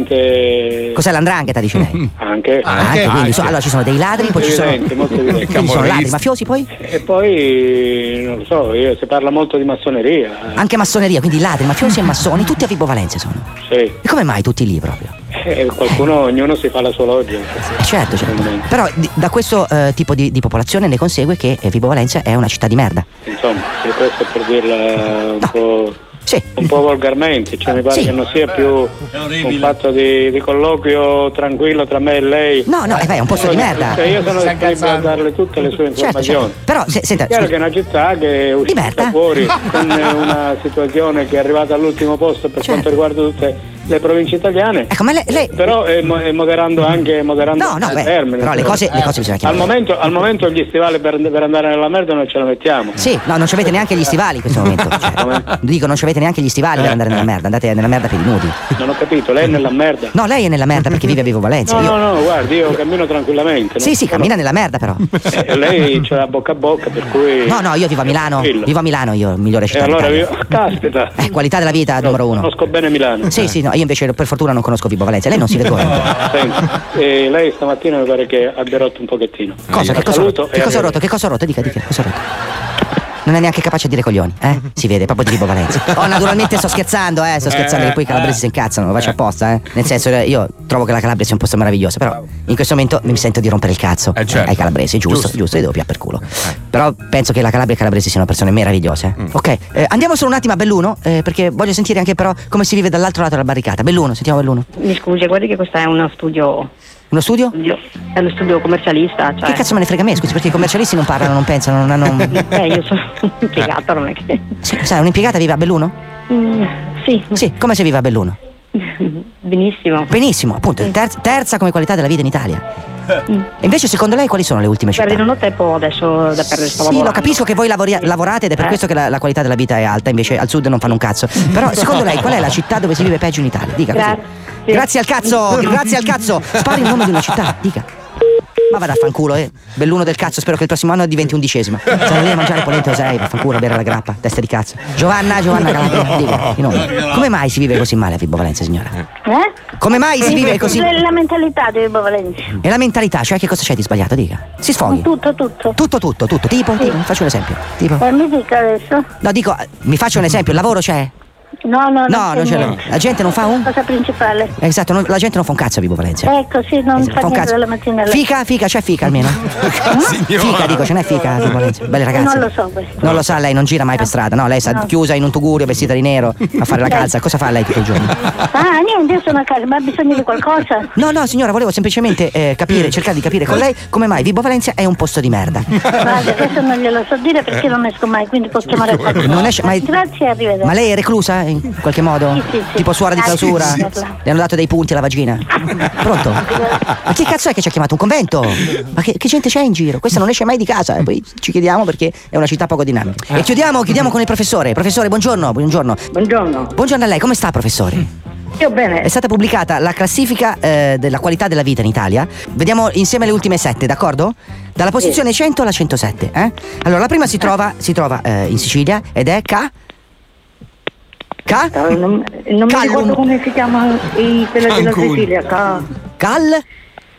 Speaker 23: praticamente...
Speaker 22: Cos'è l'andrangheta, dice lei?
Speaker 23: Ah,
Speaker 22: Ah,
Speaker 23: Anche.
Speaker 22: Anche, quindi, so- allora ci sono dei ladri, poi ci sono.
Speaker 23: Evidente, molto evidente.
Speaker 22: Quindi sono ladri, mafiosi, poi
Speaker 23: E poi, non lo so, io- si parla molto di massoneria. eh,
Speaker 22: anche massoneria, quindi ladri, mafiosi e massoni, tutti a Vibo Valencia sono.
Speaker 23: Sì.
Speaker 22: E come mai tutti lì proprio?
Speaker 23: Eh, qualcuno, ognuno si fa la sua loggia.
Speaker 22: Eh, Certo, certo. Però di- da questo eh, tipo di, di popolazione ne consegue che eh, Vibo Valencia è una città di merda.
Speaker 23: Insomma, e questo è per dirla un po'. Un po' volgarmente, cioè mi pare
Speaker 22: Ah, Sì.
Speaker 23: che non sia più un fatto di, di colloquio tranquillo tra me e lei.
Speaker 22: No, no, eh beh, è un posto di merda.
Speaker 23: Cioè, io sono disponibile a darle tutte le sue
Speaker 22: Certo,
Speaker 23: informazioni.
Speaker 22: certo. Però se, senta,
Speaker 23: Chiaro
Speaker 22: scusi,
Speaker 23: che è una città che è uscita fuori con una situazione che è arrivata all'ultimo posto per quanto riguarda tutte le province italiane.
Speaker 22: Certo. Ecco, ma lei,
Speaker 23: Però eh, mo- eh, moderando anche moderando
Speaker 22: No, no,
Speaker 23: il
Speaker 22: beh,
Speaker 23: termine. Eh,
Speaker 22: però le cose- le cose bisogna
Speaker 23: al
Speaker 22: chiamare.
Speaker 23: momento, al momento gli stivali per, per andare nella merda non ce la mettiamo.
Speaker 22: Sì, no, non ci avete neanche gli stivali in questo momento. Cioè, dico, non ci avete neanche gli stivali per andare nella merda, andate nella merda per i nudi.
Speaker 23: Non ho capito, lei è nella merda.
Speaker 22: No, lei è nella merda perché vive a Vibo Valencia.
Speaker 23: No,
Speaker 22: io-
Speaker 23: no, no, guardi, io cammino tranquillamente. no?
Speaker 22: Sì, sì, cammina nella merda però.
Speaker 23: Eh, lei c'è la bocca a bocca, per cui.
Speaker 22: No, no, io vivo a Milano.
Speaker 23: Tranquillo.
Speaker 22: Vivo a Milano, io, migliore
Speaker 23: E
Speaker 22: città
Speaker 23: allora
Speaker 22: d'Italia.
Speaker 23: io. Caspita!
Speaker 22: Eh, qualità della vita numero uno.
Speaker 23: Conosco bene Milano.
Speaker 22: Sì, sì, no, io invece per fortuna non conosco Vibo Valencia, lei non si vergogna.
Speaker 23: Senta, eh, lei stamattina mi pare che abbia rotto un pochettino.
Speaker 22: Cosa?
Speaker 23: La
Speaker 22: Che cosa ho
Speaker 23: saluto
Speaker 22: rotto? Che
Speaker 23: e
Speaker 22: cosa ho
Speaker 23: arrivo.
Speaker 22: rotto? Che cosa ho rotto? Dica, dica, cosa ho rotto? Non è neanche capace a dire coglioni, eh? Si vede, proprio di Vibo Valencia. Oh, naturalmente sto scherzando, eh, sto scherzando,
Speaker 12: Eh,
Speaker 22: che poi i calabresi si incazzano, lo faccio apposta, eh. Nel senso, eh, io trovo che la Calabria sia un posto meraviglioso, però in questo momento mi sento di rompere il cazzo
Speaker 3: certo.
Speaker 22: ai calabresi, giusto,
Speaker 3: Giusto. Eh.
Speaker 22: giusto, e devo pigliare per culo. Però penso che la Calabria e i calabresi siano persone meravigliose.
Speaker 3: Mm.
Speaker 22: Ok, eh, andiamo solo un attimo a Belluno, eh, perché voglio sentire anche però come si vive dall'altro lato della barricata. Belluno, sentiamo Belluno.
Speaker 24: Mi scusi, guardi che questo è uno studio.
Speaker 22: Uno studio?
Speaker 24: È uno studio commercialista, cioè.
Speaker 22: Che cazzo me ne frega a me, scusi, perché i commercialisti non parlano, non pensano, non hanno...
Speaker 24: Eh, io sono impiegata, non è che.
Speaker 22: Sì, sai, un'impiegata vive a Belluno?
Speaker 24: Mm, sì.
Speaker 22: Sì, come si vive a Belluno?
Speaker 24: Benissimo.
Speaker 22: Benissimo, appunto, terz- terza come qualità della vita in Italia. E invece secondo lei quali sono le ultime città?
Speaker 24: Guardi, Mm. non ho tempo adesso da perdere sto
Speaker 22: Sì,
Speaker 24: lavorando.
Speaker 22: lo capisco che voi lavori- lavorate ed è per
Speaker 24: Eh.
Speaker 22: questo che la, la qualità della vita è alta, invece al sud non fanno un cazzo. Però secondo lei qual è la città dove si vive peggio in Italia? Dica. così.
Speaker 24: Grazie.
Speaker 22: Grazie al cazzo, grazie al cazzo. Spari il nome di una città, dica. Ma vada a fanculo, eh. Belluno del cazzo, spero che il prossimo anno diventi undicesima. Sono lì a mangiare polente osei, vaffanculo, a bere la grappa, testa di cazzo. Giovanna, Giovanna Calabria, dica, di nome. Come mai si vive così male a Vibo Valencia, signora?
Speaker 25: Eh?
Speaker 22: Come mai si vive così?
Speaker 25: È la mentalità di Vibo Valencia.
Speaker 22: E la mentalità, cioè che cosa c'è di sbagliato, dica. Si sfoghi.
Speaker 25: Tutto, tutto.
Speaker 22: Tutto, tutto, tutto. Tipo, tipo, faccio un esempio. Tipo.
Speaker 25: E mi dica adesso?
Speaker 22: No, dico, eh, mi faccio un esempio, il lavoro c'è?
Speaker 25: No, no,
Speaker 22: No, non ce l'ho. La gente non fa un.
Speaker 25: Cosa principale?
Speaker 22: Esatto, non- la gente non fa un cazzo a Vibo Valencia.
Speaker 25: Ecco, sì, non
Speaker 22: Esatto,
Speaker 25: fa
Speaker 22: fa un
Speaker 25: niente
Speaker 22: cazzo.
Speaker 25: dalla mattina Mm. alla
Speaker 22: Fica, fica, c'è fica almeno. fica, dico, ce n'è fica a Vibo Valencia. Belle ragazze.
Speaker 25: Eh, Non lo so questo.
Speaker 22: Non lo sa, lei non gira mai per strada, no? Lei sta
Speaker 25: No.
Speaker 22: chiusa in un tugurio vestita di nero a fare la calza. Cosa fa lei tutto il giorno?
Speaker 25: Ah, niente, io sono a casa, ma ha bisogno di qualcosa?
Speaker 22: No, no, signora, volevo semplicemente eh,
Speaker 25: Mm.
Speaker 22: capire, cercare di capire con lei come mai Vibo Valencia è un posto di merda.
Speaker 25: Guarda, questo non glielo so dire perché non esco mai, quindi posso chiamare a qualcuno.
Speaker 22: Non esce mai-
Speaker 25: Grazie, arrivederci.
Speaker 22: Ma lei è reclusa eh, in qualche modo?
Speaker 25: Sì, sì, sì.
Speaker 22: Tipo suora di
Speaker 25: Ah, sì,
Speaker 22: clausura?
Speaker 25: sì, sì.
Speaker 22: Le hanno dato dei punti alla vagina? Pronto? Ma chi cazzo è che ci ha chiamato un convento? Ma che, che gente c'è in giro? Questa non esce mai di casa. E poi ci chiediamo perché è una città poco dinamica. E chiudiamo, chiudiamo con il professore. Professore, buongiorno. Buongiorno.
Speaker 24: Buongiorno.
Speaker 22: Buongiorno a lei, come sta, professore?
Speaker 24: Io bene.
Speaker 22: È stata pubblicata la classifica eh, della qualità della vita in Italia. Vediamo insieme le ultime sette, d'accordo? Dalla posizione 100 alla 107. eh? Allora, la prima si trova, si trova eh, in Sicilia ed è K. K?
Speaker 24: Eh, Non, non mi ricordo come si chiama i- quella della
Speaker 22: Cancun.
Speaker 24: Sicilia. Ca-
Speaker 22: Cal?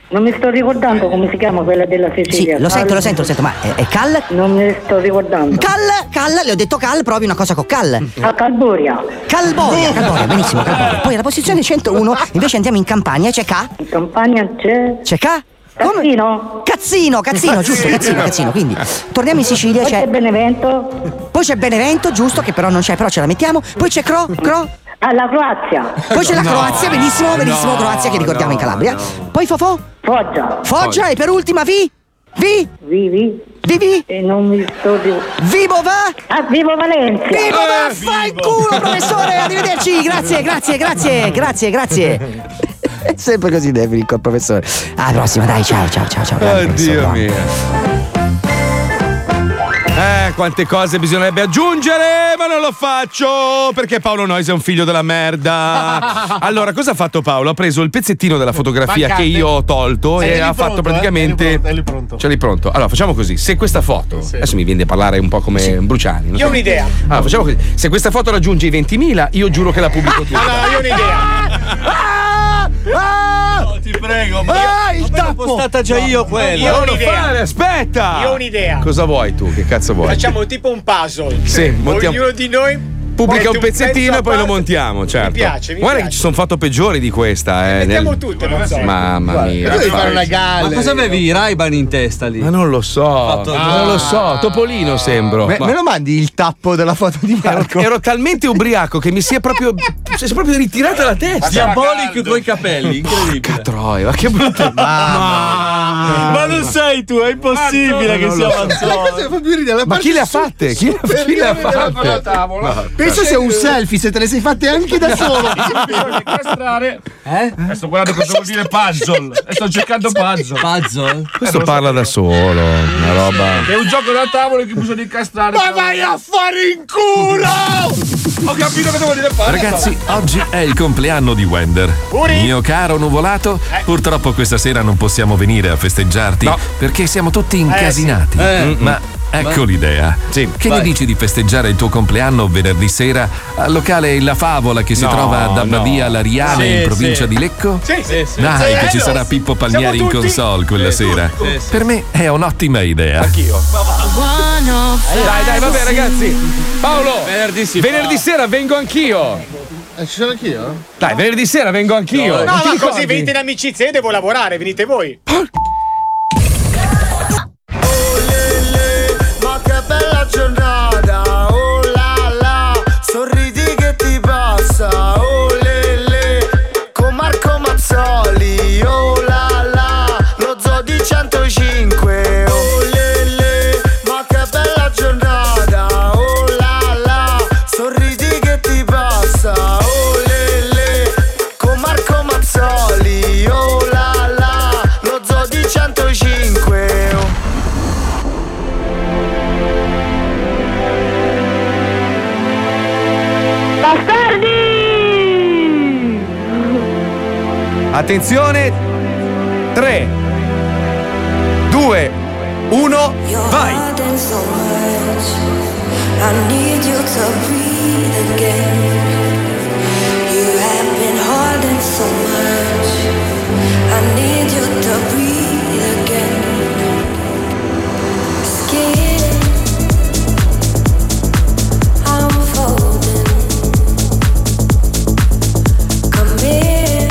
Speaker 24: Non mi sto ricordando come si chiama quella della Sicilia.
Speaker 22: Sì, lo sento, lo sento, lo sento, ma eh, è, è Cal?
Speaker 24: Non mi sto ricordando.
Speaker 22: Cal, Cal, le ho detto Cal, provi una cosa con Cal.
Speaker 24: A Calboria. Eh.
Speaker 22: Calboria, Calboria, benissimo, Calboria. Poi alla posizione 101 invece andiamo in Campania, c'è K.
Speaker 24: In Campania c'è.
Speaker 22: C'è K? Cazzino. Cazzino, Cazzino, giusto, Cazzino, Cazzino. Quindi torniamo in Sicilia, c'è... Benevento. Poi c'è Benevento, giusto, che però non c'è, però ce la mettiamo. Poi c'è Cro, Cro.
Speaker 24: Alla Ah, Croazia.
Speaker 22: Poi c'è la
Speaker 24: No,
Speaker 22: Croazia, benissimo, benissimo,
Speaker 24: no,
Speaker 22: Croazia che ricordiamo in Calabria. Poi Fofò.
Speaker 24: Foggia.
Speaker 22: Foggia e per ultima Vi. Vi.
Speaker 24: Vi, vi.
Speaker 22: Vivi?
Speaker 24: E non mi sto di...
Speaker 22: Vivo va?
Speaker 24: Ah, vivo Valencia!
Speaker 22: Vivo
Speaker 6: Eh,
Speaker 22: va,
Speaker 24: Eh.
Speaker 22: fai il culo, professore! Arrivederci, grazie, grazie, grazie, grazie, grazie. È sempre così debili col professore. Alla prossima, dai, ciao, ciao, ciao, ciao. grande professore,
Speaker 3: Oddio
Speaker 22: bravo.
Speaker 3: mio. Eh, quante cose bisognerebbe aggiungere, ma non lo faccio perché Paolo Nois è un figlio della merda. Allora, cosa ha fatto Paolo? Ha preso il pezzettino della fotografia
Speaker 8: Mancante.
Speaker 3: che io ho tolto
Speaker 8: Eri
Speaker 3: e ha
Speaker 8: pronto,
Speaker 3: fatto
Speaker 8: eh?
Speaker 3: praticamente.
Speaker 8: Eri pronto, eri pronto.
Speaker 3: Ce l'hai pronto? Allora, facciamo così: se questa foto. Adesso mi viene a parlare un po' come Bruciani. non
Speaker 6: Io
Speaker 3: so.
Speaker 6: ho un'idea.
Speaker 3: Allora, Ah, facciamo così: se questa foto raggiunge i 20.000, io giuro che la pubblico tutta.
Speaker 6: Ah, io ho un'idea.
Speaker 3: Ah!
Speaker 6: Ti prego,
Speaker 3: ma-
Speaker 6: Ah, il tappo! L'ho
Speaker 7: postata già io quella.
Speaker 6: Io ho
Speaker 3: Non lo fare,
Speaker 6: un'idea.
Speaker 3: aspetta!
Speaker 6: Io ho un'idea.
Speaker 3: Cosa vuoi tu? Che cazzo vuoi?
Speaker 6: Facciamo tipo un puzzle.
Speaker 26: Cioè,
Speaker 3: Sì, montiamo-
Speaker 6: Ognuno di noi mette
Speaker 3: Pubblica un
Speaker 6: pezzo
Speaker 3: pezzettino
Speaker 6: a
Speaker 3: e poi lo
Speaker 6: parte.
Speaker 3: montiamo, certo.
Speaker 6: piace, mi
Speaker 3: Guarda
Speaker 6: piace.
Speaker 3: che ci sono foto peggiori di questa, eh.
Speaker 6: Mettiamo
Speaker 3: nel-
Speaker 6: tutte, Mazzoli.
Speaker 3: Mamma mia.
Speaker 6: devi fare una
Speaker 7: Ma cosa avevi i Raiban in testa lì?
Speaker 3: Ma non lo so, ma non lo so, Topolino sembro.
Speaker 12: Me,
Speaker 3: Ma-
Speaker 12: me lo mandi il tappo della foto di Marco?
Speaker 3: Ero talmente ubriaco che mi si è proprio. si è proprio ritirata la testa.
Speaker 7: Diabolico coi capelli, incredibile.
Speaker 3: Porca troia, ma che brutto. Ah,
Speaker 7: Ma non sei tu, è impossibile che sia
Speaker 8: La cosa che
Speaker 7: Mazzoli.
Speaker 8: fa più ridere, la
Speaker 3: Ma
Speaker 8: parte
Speaker 3: chi le ha
Speaker 8: su-
Speaker 3: fatte? Chi le- chi le ha fatte?
Speaker 8: della tavola.
Speaker 3: Ma-
Speaker 8: Penso sia un
Speaker 12: selfie, se te le sei fatte anche da solo.
Speaker 6: Castrare. Eh? Sto guardando cosa vuol dire puzzle. E sto cercando puzzle.
Speaker 7: Puzzle?
Speaker 3: Questo parla da solo, una roba.
Speaker 6: È un gioco da tavola che bisogna incastrare.
Speaker 9: Ma vai a fare in culo!
Speaker 6: Ho capito cosa vuol dire fare.
Speaker 1: Ragazzi, oggi è il compleanno di Wender.
Speaker 6: Uri?
Speaker 1: Mio caro nuvolato,
Speaker 6: Eh.
Speaker 1: purtroppo questa sera non possiamo venire a festeggiarti perché siamo tutti incasinati.
Speaker 7: sì. Eh.
Speaker 1: Mm, Ma ecco
Speaker 7: Ma-
Speaker 1: l'idea. Che
Speaker 7: vai.
Speaker 1: ne dici di festeggiare il tuo compleanno venerdì sera al locale La Favola che si
Speaker 7: No,
Speaker 1: trova ad Abbadia
Speaker 7: no.
Speaker 1: Lariale
Speaker 7: Sì,
Speaker 1: in provincia
Speaker 7: sì.
Speaker 1: di Lecco?
Speaker 6: Sì, sì, sì.
Speaker 1: Dai,
Speaker 6: Sì,
Speaker 1: che ci
Speaker 6: bello.
Speaker 1: sarà Pippo Palmieri
Speaker 6: Siamo
Speaker 1: in
Speaker 6: tutti- Eh,
Speaker 1: console quella sera.
Speaker 6: sì, sì.
Speaker 1: Per me è un'ottima idea.
Speaker 6: Anch'io.
Speaker 3: Dai, dai, vabbè, ragazzi. Paolo, venerdì, sera vengo anch'io.
Speaker 8: Eh, ci sono anch'io?
Speaker 3: Dai, venerdì sera vengo anch'io.
Speaker 26: No,
Speaker 3: Non
Speaker 26: ma
Speaker 3: ti
Speaker 26: così
Speaker 3: ricordi?
Speaker 26: venite in amicizia, io devo lavorare, venite voi.
Speaker 9: Ma che bella giornata, oh la la, sorridi che ti passa, oh le le, con Marco Mazzoli, oh la la, lo zoo di 105, oh le le, ma che bella giornata, oh la la, sorridi che ti passa, oh le le, con Marco Mazzoli, oh la la, lo zoo di 105, oh.
Speaker 3: Bastardi! Attenzione! 3, 2, 1, vai!
Speaker 10: I need you to breathe again. You have been holding so much. I need you to breathe again. Skin, I'm folding. Come in,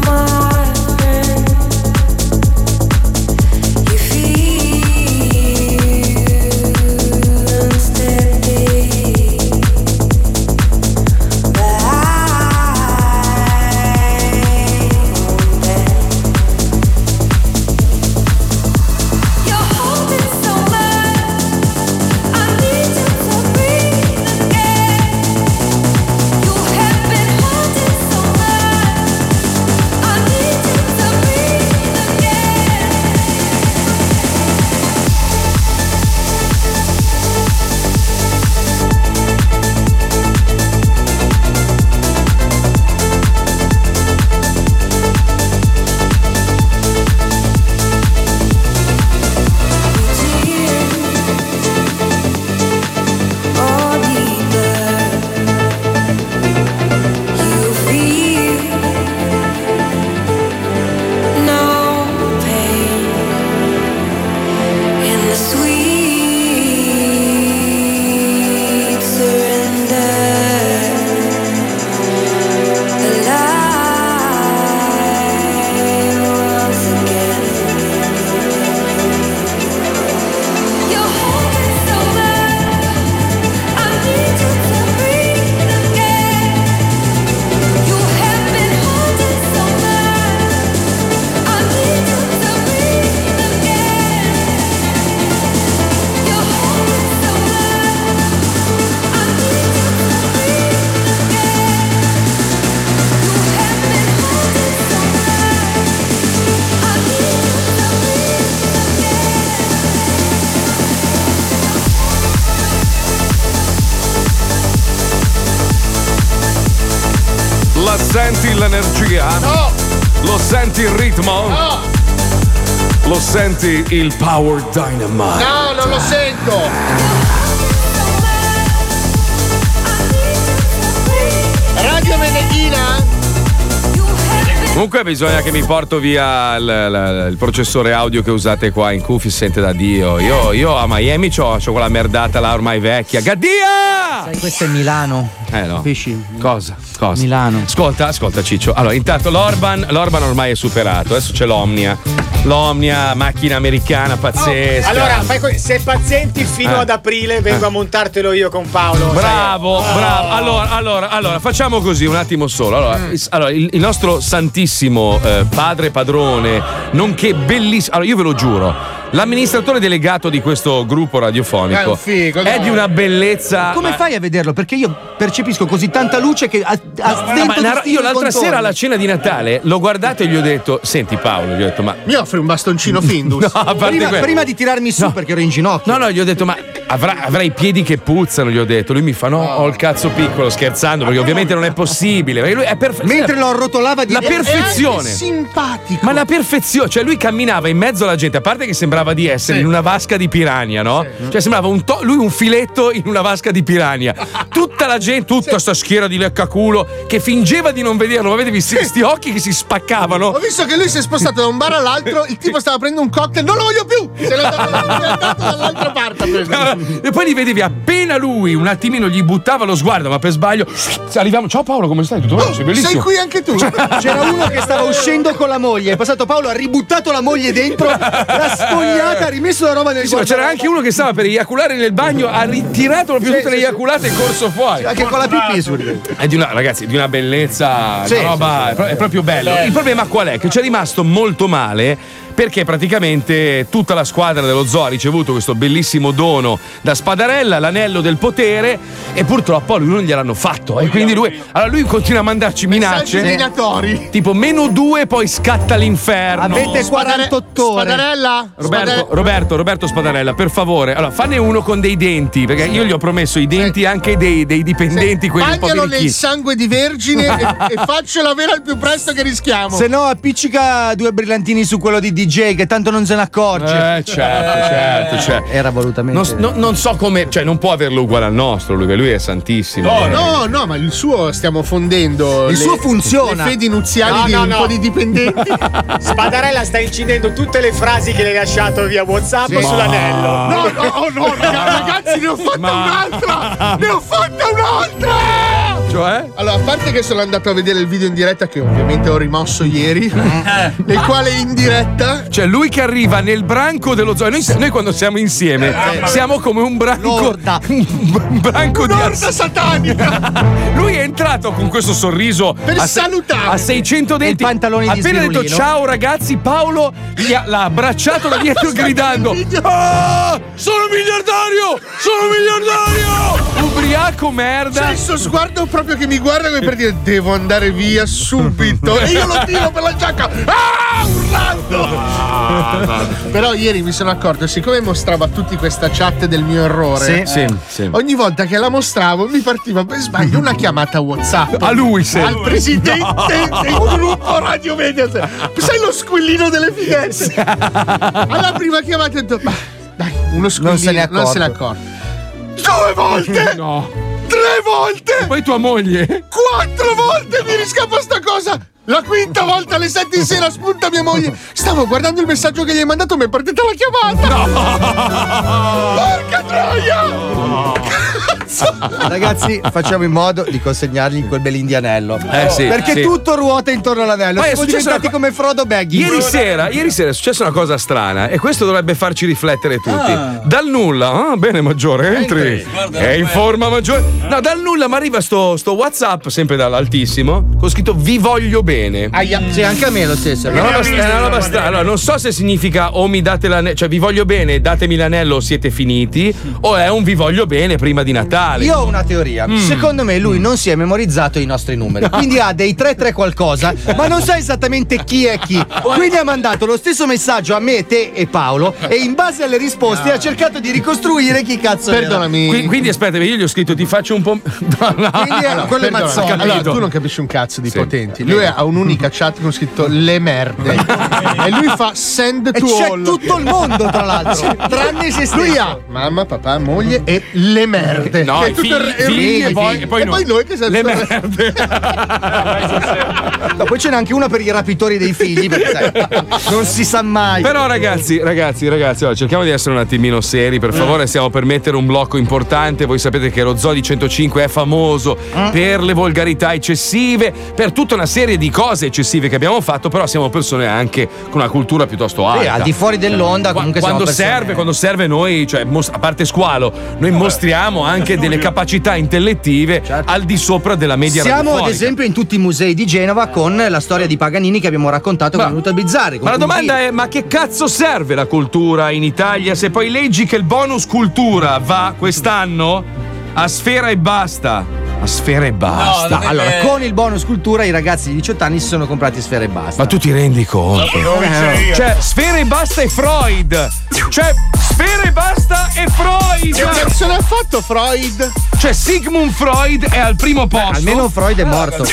Speaker 10: my friend. You feel all deeper. You feel no pain in the sweet surrender. Alive once again. You're holding so much. I need you to breathe again. You have been holding so much. I need you to breathe again. You're holding so much. I need you to breathe again. You have been holding so much. I need you to breathe again.
Speaker 27: La senti l'energia?
Speaker 9: No.
Speaker 27: Lo senti il ritmo?
Speaker 8: No.
Speaker 27: Lo senti il power dynamite?
Speaker 8: No, non lo sento. Radio Meneghina?
Speaker 3: Comunque bisogna che mi porto via il, la- il processore audio che usate qua in cuffie, sente da Dio. Io, io a Miami c'ho, c'ho quella merdata là ormai vecchia. Gaddia!
Speaker 13: Sai, questo è Milano.
Speaker 3: Eh no. Cosa? Cosa? Milano. Ascolta, ascolta Ciccio. Allora, intanto l'Orban, l'Orban ormai è superato, adesso c'è l'Omnia. L'Omnia, macchina americana pazzesca.
Speaker 26: Allora, fai co- se pazienti fino
Speaker 3: Eh.
Speaker 26: ad aprile vengo
Speaker 3: Eh.
Speaker 26: a montartelo io con Paolo. sai.
Speaker 3: Bravo,
Speaker 26: Oh.
Speaker 3: bravo. Allora, allora, allora, facciamo così un attimo solo. Allora,
Speaker 13: Mm.
Speaker 3: is- allora, il, il nostro santissimo eh, padre padrone, nonché bellissimo. Allora, io ve lo giuro, l'amministratore delegato di questo gruppo
Speaker 8: È un
Speaker 3: radiofonico
Speaker 8: figo,
Speaker 3: è
Speaker 8: no?
Speaker 3: di una bellezza.
Speaker 13: Come
Speaker 3: ma-
Speaker 13: fai a vederlo? Perché io percepisco così tanta luce che a, a
Speaker 3: ma- ma- ma- io l'altra sera alla cena di Natale l'ho guardato e gli ho detto: Senti Paolo, gli ho detto, ma
Speaker 8: Mi offri un bastoncino Findus?
Speaker 3: No, a parte
Speaker 13: prima,
Speaker 3: quello.
Speaker 13: prima di tirarmi su perché ero in ginocchio.
Speaker 3: No, no, gli ho detto, ma avrà, avrà i piedi che puzzano, gli ho detto. Lui mi fa, no, ho il cazzo piccolo, scherzando, perché ovviamente non è possibile. Perché lui è perfe-
Speaker 13: Mentre lo arrotolava di Eh,
Speaker 3: La
Speaker 8: È anche
Speaker 3: perfezione.
Speaker 8: simpatico.
Speaker 3: Ma la perfezione, cioè lui camminava in mezzo alla gente, a parte che sembrava di essere in una vasca di piragna, no? Cioè sembrava un to- lui un filetto in una vasca di piragna. Tutta la gente, tutta sta schiera di leccaculo che fingeva di non vederlo, ma vedevi sti- sti occhi che si spaccavano.
Speaker 8: Ho visto che lui si è spostato da un bar all'altro, il tipo stava prendendo un cocktail, non lo voglio più! Se l'è andato se n'è andato dall'altra parte a prendere.
Speaker 3: E poi li vedevi appena lui un attimino gli buttava lo sguardo, ma per sbaglio. Arriviamo. Ciao Paolo, come stai? Tutto bene? sei bellissimo.
Speaker 11: sei qui anche tu? C'era uno che stava uscendo con la moglie, è passato Paolo, ha ributtato la moglie dentro, l'ha sfogliata, ha rimesso la roba nel
Speaker 3: Sì, ma c'era
Speaker 11: guardaroba.
Speaker 3: anche uno che stava per eiaculare nel bagno, ha ritirato proprio tutte le eiaculate e corso fuori.
Speaker 11: Anche con la pipì sorrideva.
Speaker 3: È di una, ragazzi, di una bellezza,
Speaker 11: Sì,
Speaker 3: una roba,
Speaker 11: sì, sì,
Speaker 3: è, pro- è proprio bello. Il problema qual è? Che ci è rimasto molto male perché praticamente tutta la squadra dello zoo ha ricevuto questo bellissimo dono da Spadarella, l'anello del potere, e purtroppo a lui non gliel'hanno fatto. E quindi lui, allora lui continua a mandarci minacce.
Speaker 8: Messaggi minatori.
Speaker 3: Tipo meno due, poi scatta l'inferno.
Speaker 8: Avete 48 ore. Spadarella?
Speaker 3: Roberto, Roberto, Roberto Spadarella, per favore, allora fanne uno con dei denti, perché io gli ho promesso i denti anche dei, dei dipendenti, quelli un po'
Speaker 8: Bagnalo nel
Speaker 3: birichini.
Speaker 8: sangue di vergine e, e faccela vera il più presto che rischiamo.
Speaker 11: Se no, appiccica due brillantini su quello di DJ, che tanto non se ne accorge.
Speaker 3: Eh, certo, certo, certo.
Speaker 11: Era volutamente.
Speaker 3: Non, non- non so come, cioè, non può averlo uguale al nostro, lui, perché lui è santissimo.
Speaker 8: No,
Speaker 3: veramente.
Speaker 8: Eh, no, no, ma il suo stiamo fondendo.
Speaker 3: Il
Speaker 8: le-
Speaker 3: suo funziona.
Speaker 8: Le fedi nuziali
Speaker 26: No,
Speaker 8: di
Speaker 26: no,
Speaker 8: un
Speaker 26: no.
Speaker 8: po' di dipendenti.
Speaker 26: Spadarella sta incidendo tutte le frasi che le hai lasciato via WhatsApp
Speaker 8: Sì.
Speaker 26: sull'anello.
Speaker 8: Ma-
Speaker 26: No,
Speaker 8: no, oh, no, ragazzi, ne ho fatta un'altra! Ne ho fatta un'altra!
Speaker 3: Cioè?
Speaker 8: Allora, a parte che sono andato a vedere il video in diretta, che ovviamente ho rimosso ieri,
Speaker 3: Eh.
Speaker 8: nel quale in diretta.
Speaker 3: Cioè, lui che arriva nel branco dello zoo. e Noi, noi quando siamo insieme
Speaker 8: Eh,
Speaker 3: siamo come un branco. Un branco di ars-
Speaker 8: satanica!
Speaker 3: lui è entrato con questo sorriso.
Speaker 8: Per
Speaker 3: a se-
Speaker 8: salutare.
Speaker 3: A 600 denti.
Speaker 8: E i pantaloni di
Speaker 3: Appena detto
Speaker 8: sbirulino.
Speaker 3: ciao ragazzi, Paolo gli ha- l'ha abbracciato da dietro gridando: "Ah, Sono miliardario! Sono miliardario! Ubriaco merda!
Speaker 8: C'è il suo sguardo proprio che mi guarda come per dire devo andare via subito e io lo tiro per la giacca ah, urlando però ieri mi sono accorto siccome mostravo a tutti questa chat del mio
Speaker 3: Sì,
Speaker 8: errore
Speaker 3: sì, sì.
Speaker 8: ogni volta che la mostravo mi partiva per sbaglio una chiamata whatsapp
Speaker 3: A lui, sì.
Speaker 8: al presidente
Speaker 3: No.
Speaker 8: del gruppo Radio Mediaset sai lo squillino delle finestre alla prima chiamata ho detto "Ma dai uno squillino non se ne
Speaker 3: accorto.
Speaker 8: è accorto due volte
Speaker 3: No.
Speaker 8: Tre volte!
Speaker 3: Poi tua moglie?
Speaker 8: Quattro volte mi riscappa sta cosa! La quinta volta alle sette di sera spunta mia moglie! Stavo guardando il messaggio che gli hai mandato, mi è partita la chiamata! Porca troia!
Speaker 11: Ragazzi, facciamo in modo di consegnargli quel bell'indianello.
Speaker 3: Eh, sì,
Speaker 11: Perché
Speaker 3: sì.
Speaker 11: tutto ruota intorno all'anello.
Speaker 3: Poi è
Speaker 11: Siamo
Speaker 3: successo
Speaker 11: diventati come Frodo Baggy.
Speaker 3: Ieri sera, ieri sera è successa una cosa strana e questo dovrebbe farci riflettere tutti. Dal nulla, ah, bene maggiore, entri. È in forma maggiore. No, dal nulla mi arriva sto, sto WhatsApp, sempre dall'altissimo, con scritto vi voglio bene.
Speaker 12: Sì, anche a me lo stesso.
Speaker 3: È una roba- è una roba strana. Allora, non so se significa o mi date l'anello, cioè vi voglio bene, datemi l'anello, siete finiti, o è un vi voglio bene prima di Natale.
Speaker 12: Io ho una teoria.
Speaker 3: Mm.
Speaker 12: Secondo me lui non si è memorizzato i nostri numeri. Quindi ha dei 3-3 qualcosa, ma non sa esattamente chi è chi. Quindi ha mandato lo stesso messaggio a me, te e Paolo. E in base alle risposte ha cercato di ricostruire chi cazzo era.
Speaker 3: Qui- quindi aspetta, io gli ho scritto ti faccio un po'. No, no.
Speaker 8: Allora,
Speaker 3: Ho
Speaker 8: perdona,
Speaker 3: capito.
Speaker 8: Allora, tu non capisci un cazzo di potenti. Lui ha un'unica chat con scritto le merde. e lui fa send
Speaker 11: E
Speaker 8: to
Speaker 11: c'è
Speaker 8: all.
Speaker 11: tutto il mondo, tra l'altro.
Speaker 8: Sì, Tranne se stesso. Lui ha mamma, papà, moglie e le merde.
Speaker 3: No,
Speaker 8: Che è
Speaker 3: i
Speaker 8: tutto
Speaker 3: figli,
Speaker 8: il-
Speaker 3: figli,
Speaker 8: il-
Speaker 3: e poi- e poi noi.
Speaker 8: noi che siamo
Speaker 3: Le
Speaker 12: No, poi ce n'è anche una per i rapitori dei figli, perché sai, non si sa mai.
Speaker 3: Però ragazzi, ragazzi, ragazzi, allora, cerchiamo di essere un attimino seri,
Speaker 12: Mm.
Speaker 3: per favore, stiamo per mettere un blocco importante. Voi sapete che lo Zoo di 105 è famoso
Speaker 12: Mm.
Speaker 3: per le volgarità eccessive, per tutta una serie di cose eccessive che abbiamo fatto, però siamo persone anche con una cultura piuttosto alta.
Speaker 12: Sì, al di fuori dell'onda
Speaker 3: Qua-
Speaker 12: comunque siamo
Speaker 3: quando
Speaker 12: persone-
Speaker 3: serve, quando serve noi, cioè mos- a parte squalo, noi mostriamo anche
Speaker 12: Certo.
Speaker 3: delle capacità intellettive al di sopra della media
Speaker 12: Siamo ad
Speaker 3: radiofonica.
Speaker 12: esempio in tutti i musei di Genova con la storia di Paganini che abbiamo raccontato con Venuto Bizzarri. con
Speaker 3: Ma la
Speaker 12: Pugliese.
Speaker 3: domanda è: ma che cazzo serve la cultura in Italia se poi leggi che il bonus cultura va quest'anno a sfera e basta? A sfera e basta.
Speaker 12: allora, con il bonus cultura i ragazzi di 18 anni si sono comprati sfere e basta.
Speaker 3: Ma tu ti rendi conto?
Speaker 12: Eh,
Speaker 3: Cioè, sfera e basta e Freud. Cioè, sfera e basta e Freud.
Speaker 8: Che persone ha fatto Freud?
Speaker 3: Cioè, Sigmund Freud è al primo posto. Ah,
Speaker 12: almeno Freud è morto.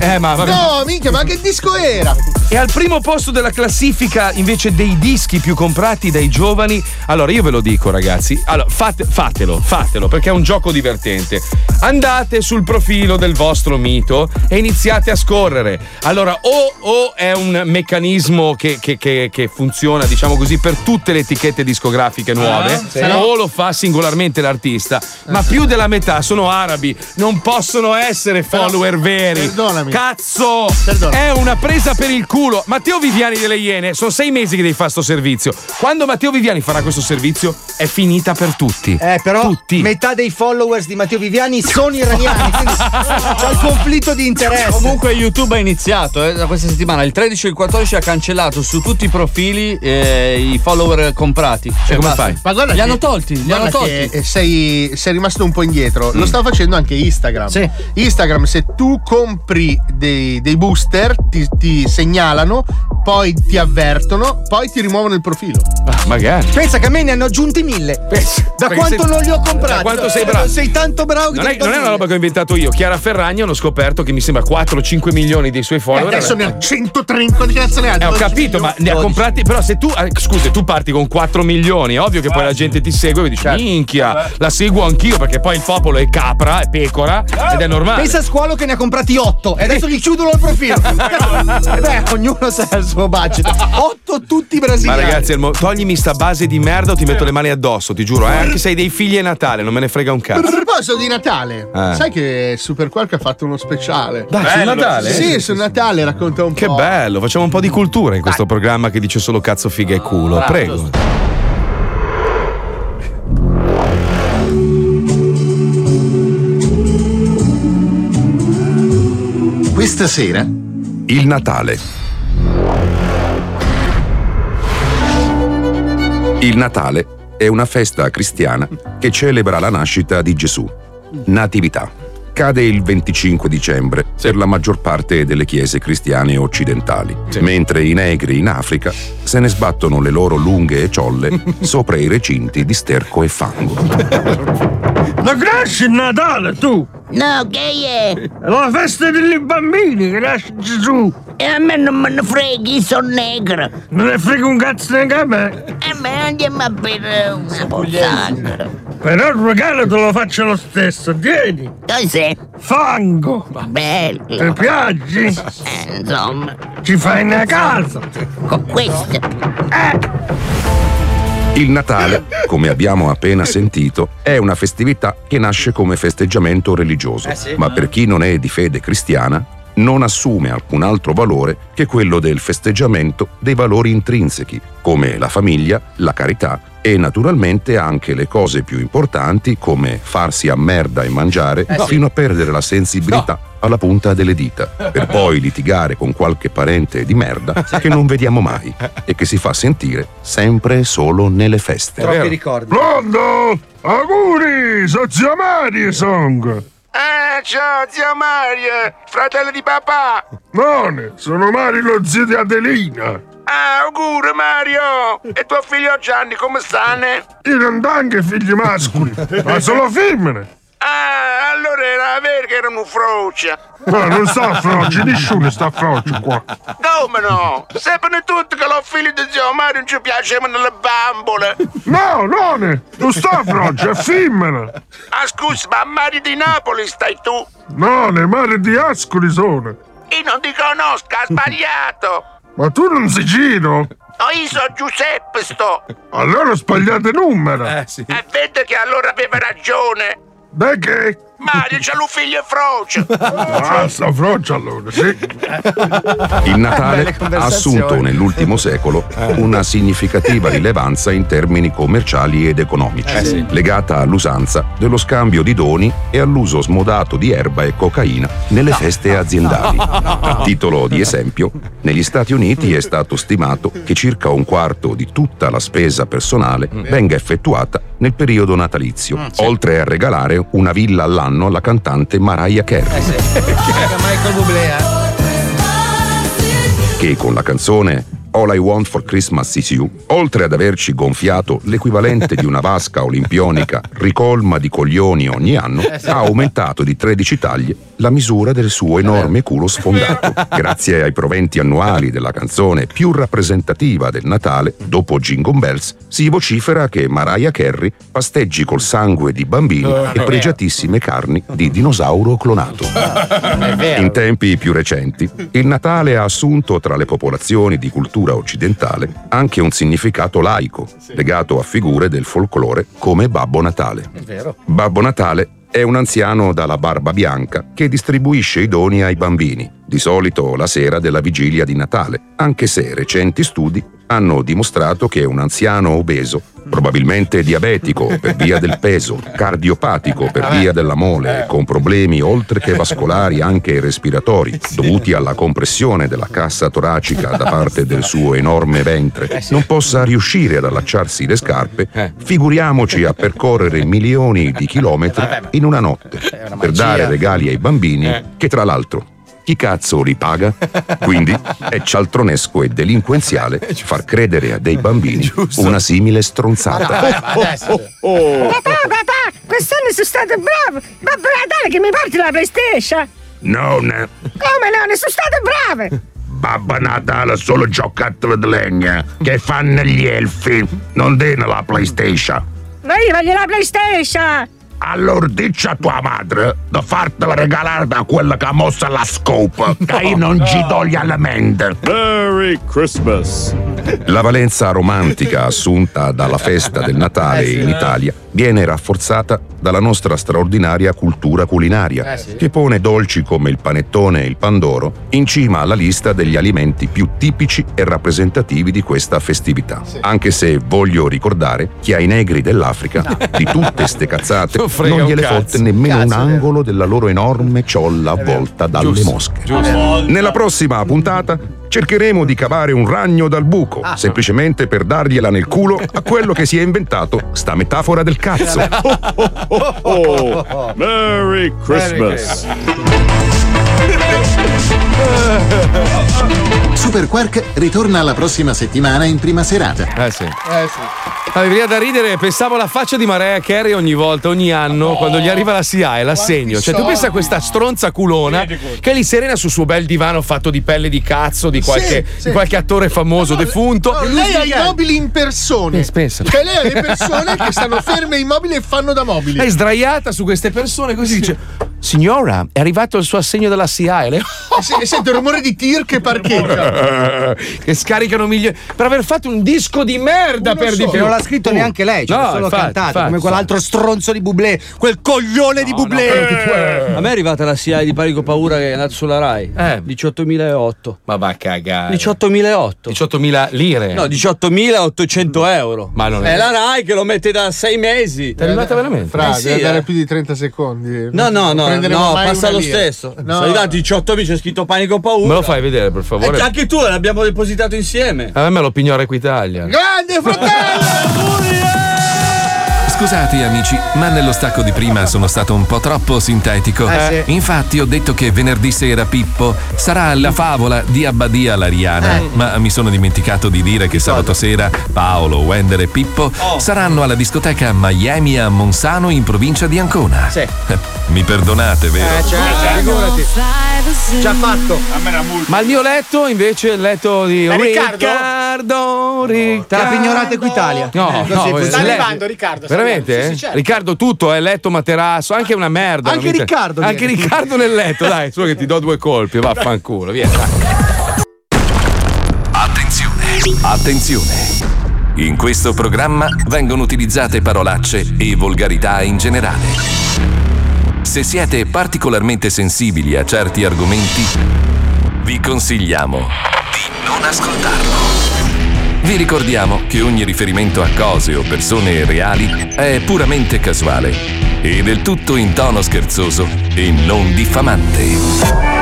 Speaker 3: eh, ma vabbè.
Speaker 8: No, minchia, ma che disco era?
Speaker 3: E al primo posto della classifica invece dei dischi più comprati dai giovani. Allora io ve lo dico ragazzi, allora, fate- fatelo, fatelo perché è un gioco divertente. Andate sul profilo del vostro mito e iniziate a scorrere. Allora o, o è un meccanismo che, che- che- che funziona diciamo così per tutte le etichette discografiche discografiche nuove,
Speaker 28: sì.
Speaker 3: o lo fa singolarmente l'artista, ma più della metà sono arabi, non possono essere follower veri.
Speaker 8: perdonami.
Speaker 3: Cazzo! È una presa per il culo. Matteo Viviani delle Iene, sono sei mesi che devi fare sto servizio. Quando Matteo Viviani farà questo servizio, è finita per tutti.
Speaker 12: Eh, però metà dei followers di Matteo Viviani sono iraniani, quindi c'è il conflitto di interesse.
Speaker 28: Comunque YouTube ha iniziato eh, da questa settimana, il 13 e il 14 ha cancellato su tutti i profili eh, i follower comprati. Cioè, basta.
Speaker 8: Ma guarda
Speaker 28: li
Speaker 8: che-
Speaker 28: hanno tolti, li
Speaker 8: guarda
Speaker 28: hanno
Speaker 8: che,
Speaker 28: tolti.
Speaker 8: eh, sei, sei rimasto un po' indietro.
Speaker 28: Mm.
Speaker 8: Lo sta facendo anche Instagram. Instagram, se tu compri dei, dei booster, ti, ti segnalano, poi ti avvertono, poi ti rimuovono il profilo.
Speaker 3: magari.
Speaker 12: Pensa che a me ne hanno aggiunti mille. da
Speaker 3: perché
Speaker 12: quanto
Speaker 3: sei-
Speaker 12: non li ho comprati?
Speaker 3: da quanto sei bravo.
Speaker 12: Sei tanto bravo che
Speaker 3: Non
Speaker 12: te
Speaker 3: è,
Speaker 12: li do
Speaker 3: non è una
Speaker 12: mille.
Speaker 3: roba che ho inventato io. Chiara Ferragni hanno scoperto che mi sembra 4-5 milioni dei suoi follower.
Speaker 8: Eh, adesso ne ha 130. Quanti cazzo ne ha?
Speaker 3: Eh, ho capito, ma ne ha comprati. Però se tu. eh, scusa, tu parti con 4 milioni, è ovvio che poi la gente ti segue e dici: Minchia, la seguo anch'io, perché poi il popolo è capra, è pecora ed è normale.
Speaker 12: Pensa a squalo che ne ha comprati 8 e adesso gli chiudono il profilo. Eh Beh, ognuno sa il suo budget. 8 tutti
Speaker 3: Ma
Speaker 12: brasiliani.
Speaker 3: ragazzi, è il mo- toglimi sta base di merda o ti metto le mani addosso, ti giuro, eh. Anche se hai dei figli è Natale, non me ne frega un
Speaker 8: A
Speaker 3: cazzo.
Speaker 8: proposito di Natale,
Speaker 3: Eh.
Speaker 8: sai che Super Quark ha fatto uno speciale?
Speaker 3: Dai, sul Bello. Natale?
Speaker 8: Sì, su Natale racconta un
Speaker 3: Che
Speaker 8: po'.
Speaker 3: bello, facciamo un po' di cultura in questo programma che dice solo cazzo, figa e culo.
Speaker 8: bravo,
Speaker 3: Prego.
Speaker 5: Questa sera il Natale. Il Natale è una festa cristiana che celebra la nascita di Gesù. Natività. Cade il 25 dicembre per la maggior parte delle chiese cristiane occidentali, mentre i negri in Africa se ne sbattono le loro lunghe e ciolle sopra i recinti di sterco e fango.
Speaker 10: Ma grazie il Natale, tu! No, che è? La festa dei bambini, grazie Gesù! E a me non me ne freghi, io sono negro! Non ne frega un cazzo neanche a me! E me andiamo a bere una pozzanghera! Però il regalo te lo faccio lo stesso, tieni! Cos'è? Fango! Bello! Ti piace? Eh, insomma... Ci fai una casa! Con questo! Eh.
Speaker 5: Il Natale, come abbiamo appena sentito, è una festività che nasce come festeggiamento religioso,
Speaker 1: Eh sì.
Speaker 5: ma per chi non è di fede cristiana non assume alcun altro valore che quello del festeggiamento dei valori intrinsechi, come la famiglia, la carità e naturalmente anche le cose più importanti come farsi a merda e mangiare
Speaker 1: Eh sì.
Speaker 5: fino a perdere la sensibilità alla punta delle dita, per poi litigare con qualche parente di merda che non vediamo mai e che si fa sentire sempre e solo nelle feste.
Speaker 10: Troppi ricordi. Pronto? Auguri! Sono zio Mario, song!
Speaker 7: Eh, ciao zia Maria, fratello di papà.
Speaker 10: Buone, sono Mario lo zio di Adelina.
Speaker 7: Ah, auguri Mario. E tuo figlio Gianni, come stanno?
Speaker 10: Io non ho anche figli mascoli, ma solo femmine.
Speaker 7: Ah, allora era vero che era un frocia.
Speaker 10: No, Eh, non sta a frocio, nessuno sta a frocio qua.
Speaker 7: Come no? Sappiano tutti che lo figlio di zio Mario non ci piacevano le bambole.
Speaker 10: No, non non sta a frocio, è femmina.
Speaker 7: Ah, scusa, ma a Mario di Napoli stai tu?
Speaker 10: No, le mare di Ascoli sono.
Speaker 7: Io non ti conosco, ha sbagliato.
Speaker 10: Ma tu non sei giro?
Speaker 7: No, io sono Giuseppe sto.
Speaker 10: Allora sbagliate numero. Eh, sì.
Speaker 7: E vede che allora aveva ragione.
Speaker 10: Beh, che?
Speaker 7: Mario c'ha un figlio frocio.
Speaker 10: Ah, sta a frocio allora, sì.
Speaker 5: Il
Speaker 10: Eh.
Speaker 5: Natale
Speaker 10: Belle
Speaker 5: ha
Speaker 10: conversazioni.
Speaker 5: assunto nell'ultimo secolo una significativa rilevanza in termini commerciali ed economici,
Speaker 1: Eh sì.
Speaker 5: legata all'usanza dello scambio di doni e all'uso smodato di erba e cocaina nelle feste aziendali. A titolo di esempio, negli Stati Uniti è stato stimato che circa un quarto di tutta la spesa personale venga effettuata nel periodo natalizio, oltre a regalare una villa all'anno alla cantante Mariah Carey.
Speaker 12: Michael Bublé, eh.
Speaker 5: che con la canzone All I Want for Christmas Is You, oltre ad averci gonfiato l'equivalente di una vasca olimpionica ricolma di coglioni ogni anno, ha aumentato di 13 taglie la misura del suo enorme culo sfondato. Grazie ai proventi annuali della canzone più rappresentativa del Natale, dopo Jingle Bells, si vocifera che Mariah Carey pasteggi col sangue di bambini e pregiatissime carni di dinosauro clonato. In tempi più recenti, il Natale ha assunto tra le popolazioni di cultura occidentale anche un significato laico, legato a figure del folklore come Babbo Natale.
Speaker 10: vero.
Speaker 5: Babbo Natale è un anziano dalla barba bianca che distribuisce i doni ai bambini, di solito la sera della vigilia di Natale, anche se recenti studi hanno dimostrato che un anziano obeso, probabilmente diabetico per via del peso, cardiopatico per via della mole, con problemi oltre che vascolari anche respiratori, dovuti alla compressione della cassa toracica da parte del suo enorme ventre, non possa riuscire ad allacciarsi le scarpe, figuriamoci a percorrere milioni di chilometri in una notte per dare regali ai bambini che tra l'altro chi cazzo li paga? Quindi è cialtronesco e delinquenziale far credere a dei bambini una simile stronzata. Oh,
Speaker 10: Papà, papà, quest'anno sono stato bravo. Babbo Natale che mi porti la PlayStation.
Speaker 5: Non
Speaker 10: Come no, ne sono stato bravo.
Speaker 5: Babba Natale solo giocattolo di legna che fanno gli elfi, non dena la PlayStation.
Speaker 10: Ma io voglio la PlayStation.
Speaker 5: Allora dici a tua madre di fartela regalare da quella che ha mossa la scope, che io non ci do gli elementi. Merry Christmas! La valenza romantica assunta dalla festa del Natale
Speaker 27: Eh
Speaker 5: in Italia viene rafforzata dalla nostra straordinaria cultura culinaria,
Speaker 27: Eh
Speaker 5: che pone dolci come il panettone e il pandoro in cima alla lista degli alimenti più tipici e rappresentativi di questa festività. Anche se voglio ricordare che ai negri dell'Africa di tutte ste cazzate
Speaker 27: Non
Speaker 5: non,
Speaker 27: frega un
Speaker 5: gliele
Speaker 27: cazzo.
Speaker 5: fotte nemmeno
Speaker 27: Cazzo, eh.
Speaker 5: un
Speaker 27: è vero.
Speaker 5: angolo della loro enorme ciolla avvolta dalle
Speaker 27: Giusto,
Speaker 5: mosche.
Speaker 27: giusto.
Speaker 5: Nella prossima puntata cercheremo di cavare un ragno dal buco,
Speaker 27: Ah.
Speaker 5: semplicemente per dargliela nel culo a quello che si è inventato sta metafora del cazzo.
Speaker 27: Merry Christmas.
Speaker 14: Super Quark ritorna la prossima settimana in prima serata.
Speaker 3: Eh sì. Ah, mi veniva da ridere, pensavo alla faccia di Mariah Carey ogni volta, ogni anno, quando gli arriva la SIA e l'assegno. Cioè, tu
Speaker 27: soldi.
Speaker 3: pensa a questa stronza culona che è lì serena sul suo bel divano fatto di pelle di cazzo di qualche,
Speaker 8: Sì, sì.
Speaker 3: di qualche attore famoso defunto.
Speaker 8: No, lei ha i mobili in persone.
Speaker 3: Pensa, pensa.
Speaker 8: Cioè, lei ha le persone che stanno ferme e immobili e fanno da mobili.
Speaker 3: È sdraiata su queste persone così dice: Signora, è arrivato il suo assegno della SIA e lei.
Speaker 8: E se- e sento il rumore di tir che parcheggia.
Speaker 7: Eh,
Speaker 3: che scaricano milioni per aver fatto un disco di merda per di
Speaker 12: Che
Speaker 3: più Uh.
Speaker 12: non l'ha scritto neanche lei, ce
Speaker 3: No,
Speaker 12: l'ha solo
Speaker 3: infatti,
Speaker 12: cantata,
Speaker 3: infatti,
Speaker 12: come quell'altro stronzo di Bublé, quel coglione di Bublé.
Speaker 3: Eh.
Speaker 7: A me è arrivata la CIA di pari con paura che è nata sulla Rai.
Speaker 12: Eh,
Speaker 7: 18.008.
Speaker 3: Ma va a cagare.
Speaker 7: 18.008.
Speaker 3: 18.000 lire. Mm.
Speaker 7: No, 18.800 euro.
Speaker 3: Ma non
Speaker 7: è.
Speaker 3: è-
Speaker 7: la Rai che lo mette da sei mesi.
Speaker 8: È arrivata
Speaker 3: veramente?
Speaker 8: Fra,
Speaker 7: Eh sì,
Speaker 8: deve andare
Speaker 7: eh.
Speaker 8: più di 30 secondi.
Speaker 7: No, no, no,
Speaker 8: Non prenderemo
Speaker 7: no,
Speaker 8: mai
Speaker 7: passa
Speaker 8: una
Speaker 7: lo
Speaker 8: lira.
Speaker 7: stesso.
Speaker 8: No.
Speaker 7: Sono arrivati 18.000, c'è scritto panico paura.
Speaker 3: me lo fai vedere per favore Eh,
Speaker 7: Eh, anche tu l'abbiamo depositato insieme.
Speaker 3: a me lo pignora Equitalia
Speaker 8: Grande
Speaker 1: Scusate amici, ma nello stacco di prima sono stato un po' troppo sintetico.
Speaker 10: Eh, sì.
Speaker 1: Infatti ho detto che venerdì sera Pippo sarà alla favola di Abbadia l'Ariana,
Speaker 10: Eh.
Speaker 1: ma mi sono dimenticato di dire che sabato sera Paolo, Wender e Pippo
Speaker 10: Oh.
Speaker 1: saranno alla discoteca Miami a Monsano in provincia di Ancona. Eh, Mi perdonate,
Speaker 10: Eh,
Speaker 1: vero?
Speaker 12: "Eh,
Speaker 10: certo.
Speaker 12: cioè,
Speaker 26: figurati. Già fatto. A me la
Speaker 7: Eh.
Speaker 26: multa.
Speaker 3: ma il mio letto invece è il letto di
Speaker 26: Ma Riccardo?
Speaker 3: Riccardo Riccardo
Speaker 26: Te l'ha pignorata
Speaker 3: Equitalia no,
Speaker 26: Eh,
Speaker 3: no
Speaker 26: così, sta
Speaker 3: eh,
Speaker 26: arrivando,
Speaker 3: le-
Speaker 26: Riccardo, sta
Speaker 3: veramente?
Speaker 26: arrivando, sì, sì,
Speaker 3: eh?
Speaker 26: certo.
Speaker 3: Riccardo tutto è letto materasso anche una merda
Speaker 26: Anche
Speaker 3: non mi interessa.
Speaker 26: Riccardo
Speaker 3: anche
Speaker 26: viene.
Speaker 3: Riccardo nel letto dai solo che ti do due colpi vaffanculo via dai.
Speaker 1: Attenzione! Attenzione! In questo programma vengono utilizzate parolacce e volgarità in generale. Se siete particolarmente sensibili a certi argomenti, vi consigliamo di non ascoltarlo. Vi ricordiamo che ogni riferimento a cose o persone reali è puramente casuale e del tutto in tono scherzoso e non diffamante.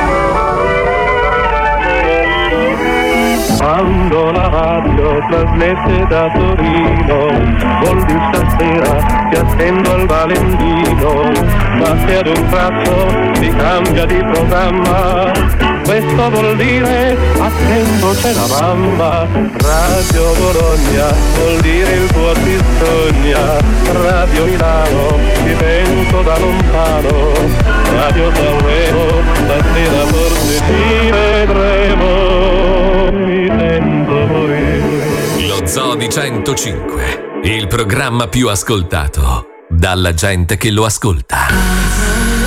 Speaker 10: Quando la radio trasmette da Torino, vuol dire stasera ti attendo al Valentino, ma se ad un tratto si cambia di programma, questo vuol dire attento c'è la mamma, Radio Bologna vuol dire il tuo ti sogna, Radio Milano ti vento da lontano,
Speaker 29: Radio Sanremo, stasera forse ci vedremo, mi sento morire.
Speaker 1: Lo Zoo di 105, il programma più ascoltato dalla gente che lo ascolta.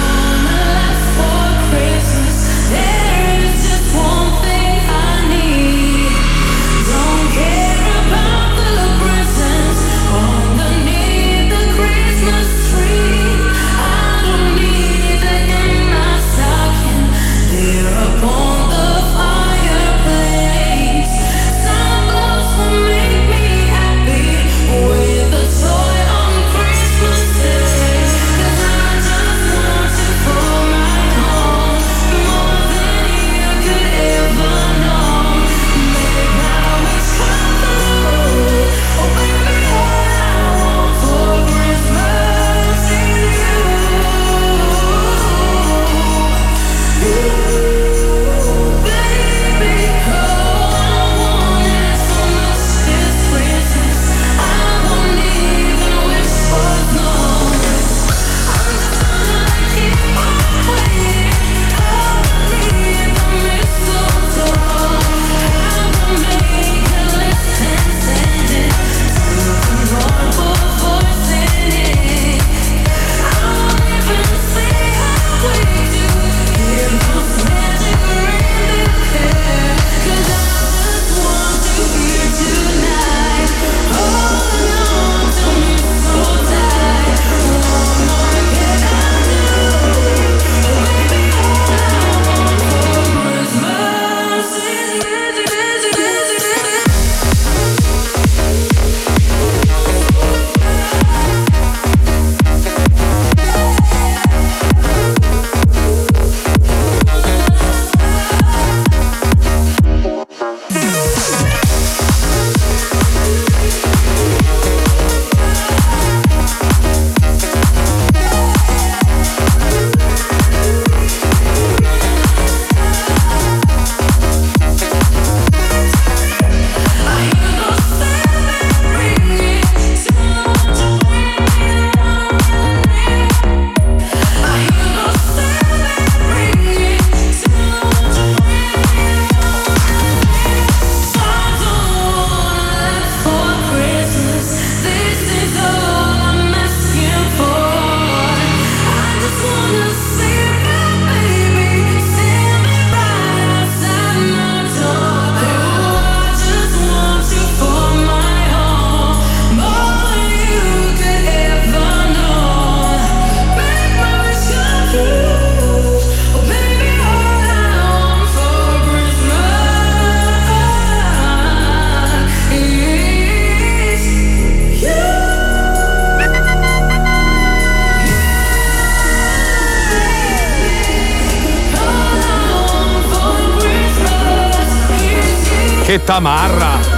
Speaker 3: Che tamarra!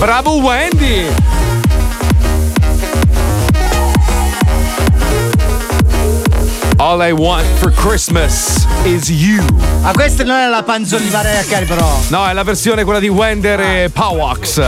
Speaker 3: Bravo Wendy! All I want for Christmas is you.
Speaker 12: Ma questa non è Eh, la panzone di Mariah Carey, però.
Speaker 3: No, è la versione quella di Wender
Speaker 12: Ah.
Speaker 3: e Powax,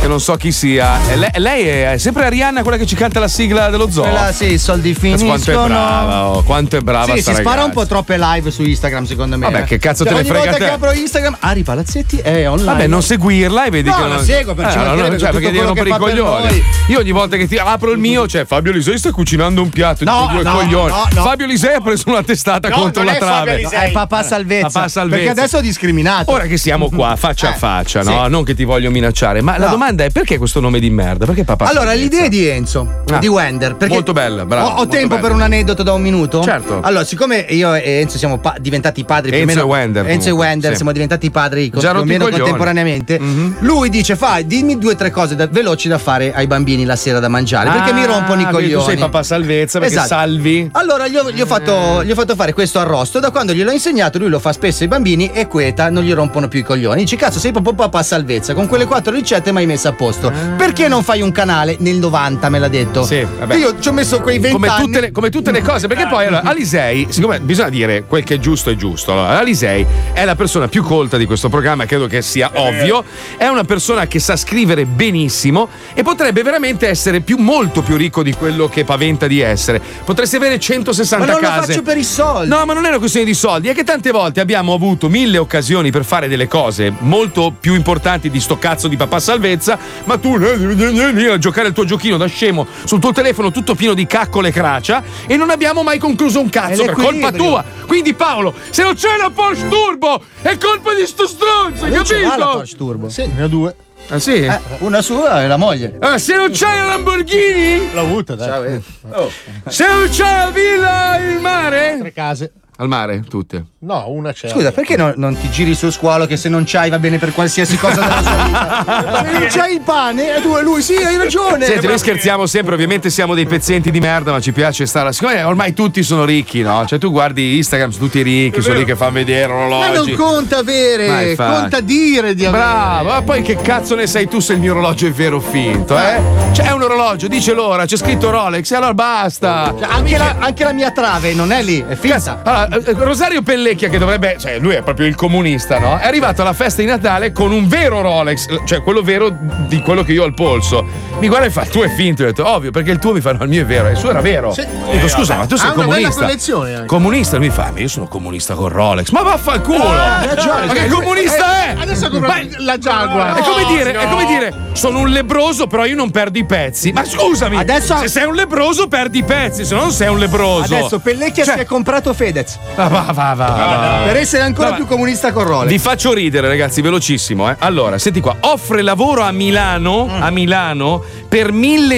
Speaker 3: che non so chi sia. E le- lei è, è sempre Arianna quella che ci canta la sigla dello zoo.
Speaker 12: Quella sì, i soldi
Speaker 3: Ma Quanto è
Speaker 12: finiscono.
Speaker 3: brava, oh, quanto è brava
Speaker 12: sì, si
Speaker 3: sta
Speaker 12: spara
Speaker 3: ragazza.
Speaker 12: un po' troppe live su Instagram, secondo me.
Speaker 3: Vabbè,
Speaker 12: eh.
Speaker 3: che cazzo
Speaker 12: Cioè,
Speaker 3: te ne
Speaker 12: ogni
Speaker 3: frega
Speaker 12: volta
Speaker 3: te?
Speaker 12: che apro Instagram, Ari Palazzetti è online.
Speaker 3: Vabbè, non seguirla e vedi
Speaker 12: No,
Speaker 3: che.
Speaker 12: la
Speaker 3: non-
Speaker 12: seguo, per- ci
Speaker 3: no,
Speaker 12: mancherebbe,
Speaker 3: cioè,
Speaker 12: tutto
Speaker 3: perché devi
Speaker 12: quello
Speaker 3: rompere
Speaker 12: che
Speaker 3: i
Speaker 12: fa per
Speaker 3: coglioni.
Speaker 12: noi.
Speaker 3: Io ogni volta che ti apro il mio, cioè Fabio Lisei sta cucinando un piatto
Speaker 12: No,
Speaker 3: di due
Speaker 12: no,
Speaker 3: coglioni.
Speaker 12: no, no.
Speaker 3: Fabio Lisei ha preso una testata
Speaker 12: No,
Speaker 3: contro
Speaker 12: non
Speaker 3: Ah, la
Speaker 12: è Fabio
Speaker 3: trave.
Speaker 12: Lisei. No, è papà salvezza.
Speaker 3: Papà salvezza.
Speaker 12: Perché adesso è discriminato. Eh,
Speaker 3: Ora che siamo qua, faccia a faccia, no?
Speaker 12: sì.
Speaker 3: Non che ti voglio minacciare, ma la
Speaker 12: No.
Speaker 3: domanda è perché questo nome di merda? Perché papà
Speaker 12: Allora,
Speaker 3: salvezza?
Speaker 12: l'idea di Enzo,
Speaker 3: Ah.
Speaker 12: di Wender. Perché
Speaker 3: Molto bella, brava,
Speaker 12: Ho, ho
Speaker 3: molto
Speaker 12: tempo
Speaker 3: bella.
Speaker 12: per un aneddoto da un minuto?
Speaker 3: Certo.
Speaker 12: Allora, siccome io e Enzo siamo pa- diventati padri più o
Speaker 3: Enzo
Speaker 12: meno-
Speaker 3: e Wender,
Speaker 12: Enzo e
Speaker 3: comunque,
Speaker 12: Wender
Speaker 3: sì.
Speaker 12: siamo diventati padri con,
Speaker 3: Già
Speaker 12: più o
Speaker 3: rotti i
Speaker 12: meno
Speaker 3: coglioni. Mhm.
Speaker 12: contemporaneamente. Lui dice: Fa, dimmi due o tre cose da- veloci da fare ai bambini la sera da mangiare. perché
Speaker 3: Ah,
Speaker 12: mi rompono i
Speaker 3: vedi, tu
Speaker 12: coglioni.
Speaker 3: sei papà salvezza perché
Speaker 12: Esatto.
Speaker 3: salvi.
Speaker 12: Allora, gli ho, gli ho ho, fatto, gli ho fatto fare questo arrosto. Da quando gliel'ho insegnato, lui lo fa spesso ai bambini e queta, non gli rompono più i coglioni. Dice, cazzo, sei proprio papà salvezza. Con quelle quattro ricette mi hai messo a posto. Perché non fai un canale nel 90? Me l'ha detto. Sì,
Speaker 3: vabbè.
Speaker 12: Io ci ho messo quei 20
Speaker 3: come
Speaker 12: anni.
Speaker 3: tutte, le, come tutte le cose, perché poi allora, Alisei, siccome bisogna dire quel che è giusto è giusto, allora, Alisei è la persona più colta di questo programma, credo che sia ovvio, è una persona che sa scrivere benissimo e potrebbe veramente essere più, molto più ricco di quello che paventa di essere. Potresti avere 160
Speaker 12: Ma non lo
Speaker 3: case.
Speaker 12: faccio per i soldi.
Speaker 3: No, ma non è una questione di soldi, è che tante volte abbiamo avuto mille occasioni per fare delle cose molto più importanti di sto cazzo di papà salvezza, ma tu eh, eh, eh, a giocare il tuo giochino da scemo sul tuo telefono tutto pieno di caccole e cracia e non abbiamo mai concluso un cazzo per colpa tua. Quindi Paolo, se non c'è la Porsche Turbo è colpa di sto stronzo, hai
Speaker 12: Lui ce l'ha la
Speaker 3: capito?
Speaker 12: Porsche Turbo.
Speaker 8: Sì, ne ho due.
Speaker 3: Ah sì?
Speaker 7: Eh,
Speaker 12: una sua e la moglie.
Speaker 3: Ah, se non c'è la Lamborghini?
Speaker 8: L'ho avuta,
Speaker 7: eh.
Speaker 8: dai.
Speaker 3: oh. Se non c'è la villa il mare? Tre
Speaker 8: case.
Speaker 3: Al mare, tutte.
Speaker 8: No, una c'è.
Speaker 12: Scusa, perché non, non ti giri sul squalo che se non c'hai va bene per qualsiasi cosa della sua vita? Se non c'hai il pane, e tu e lui, sì, hai ragione.
Speaker 3: Senti, noi scherziamo sempre, ovviamente siamo dei pezzenti di merda, ma ci piace stare. Siccome ormai tutti sono ricchi, no? Cioè, tu guardi Instagram, sono tutti ricchi, sono lì che fanno vedere
Speaker 8: Ma
Speaker 3: orologi.
Speaker 8: non conta
Speaker 3: Ma
Speaker 8: avere,
Speaker 3: infatti.
Speaker 8: conta dire di avere. Ah,
Speaker 3: Bravo, ma poi che cazzo ne sai tu se il mio orologio è vero o finto, eh? C'è un orologio, dice l'ora, c'è scritto Rolex, e allora basta.
Speaker 12: Cioè, anche, la, anche la mia trave non è lì, è finta.
Speaker 3: Allora, eh, Rosario Pellecchia, che dovrebbe. Cioè, lui è proprio il comunista, no? È arrivato alla festa di Natale con un vero Rolex, l- cioè quello vero di quello che io ho al polso. Mi guarda e fa: Tu è finto. Io ho detto: Ovvio, perché il tuo mi fa: No, il mio è vero. e Il suo era vero.
Speaker 8: Sì.
Speaker 3: Dico:
Speaker 12: Eh,
Speaker 3: Scusa, ma tu sei
Speaker 8: Ha una bella
Speaker 3: comunista.
Speaker 8: collezione anche.
Speaker 3: Comunista? Lui mi fa: Ma io sono comunista con Rolex. Ma vaffanculo!
Speaker 12: Ah,
Speaker 8: Eh, ragione,
Speaker 3: ma che
Speaker 8: sì.
Speaker 3: comunista
Speaker 8: Eh,
Speaker 3: è?
Speaker 8: adesso compra
Speaker 3: Ma-
Speaker 8: la Jaguar.
Speaker 3: Ah, è come, dire, è come dire, sono un lebroso, però io non perdo i pezzi. Ma scusami, se sei un lebroso, perdi i pezzi, se no non sei un lebroso.
Speaker 12: Adesso Pellecchia si è comprato Fedez.
Speaker 3: Cioè Va, va, va, va, va.
Speaker 12: Per essere ancora
Speaker 3: Va,
Speaker 12: più comunista con Rolex.
Speaker 3: Vi faccio ridere, ragazzi, velocissimo. eh. Allora, senti qua: offre lavoro a Milano,
Speaker 12: Mm.
Speaker 3: a Milano per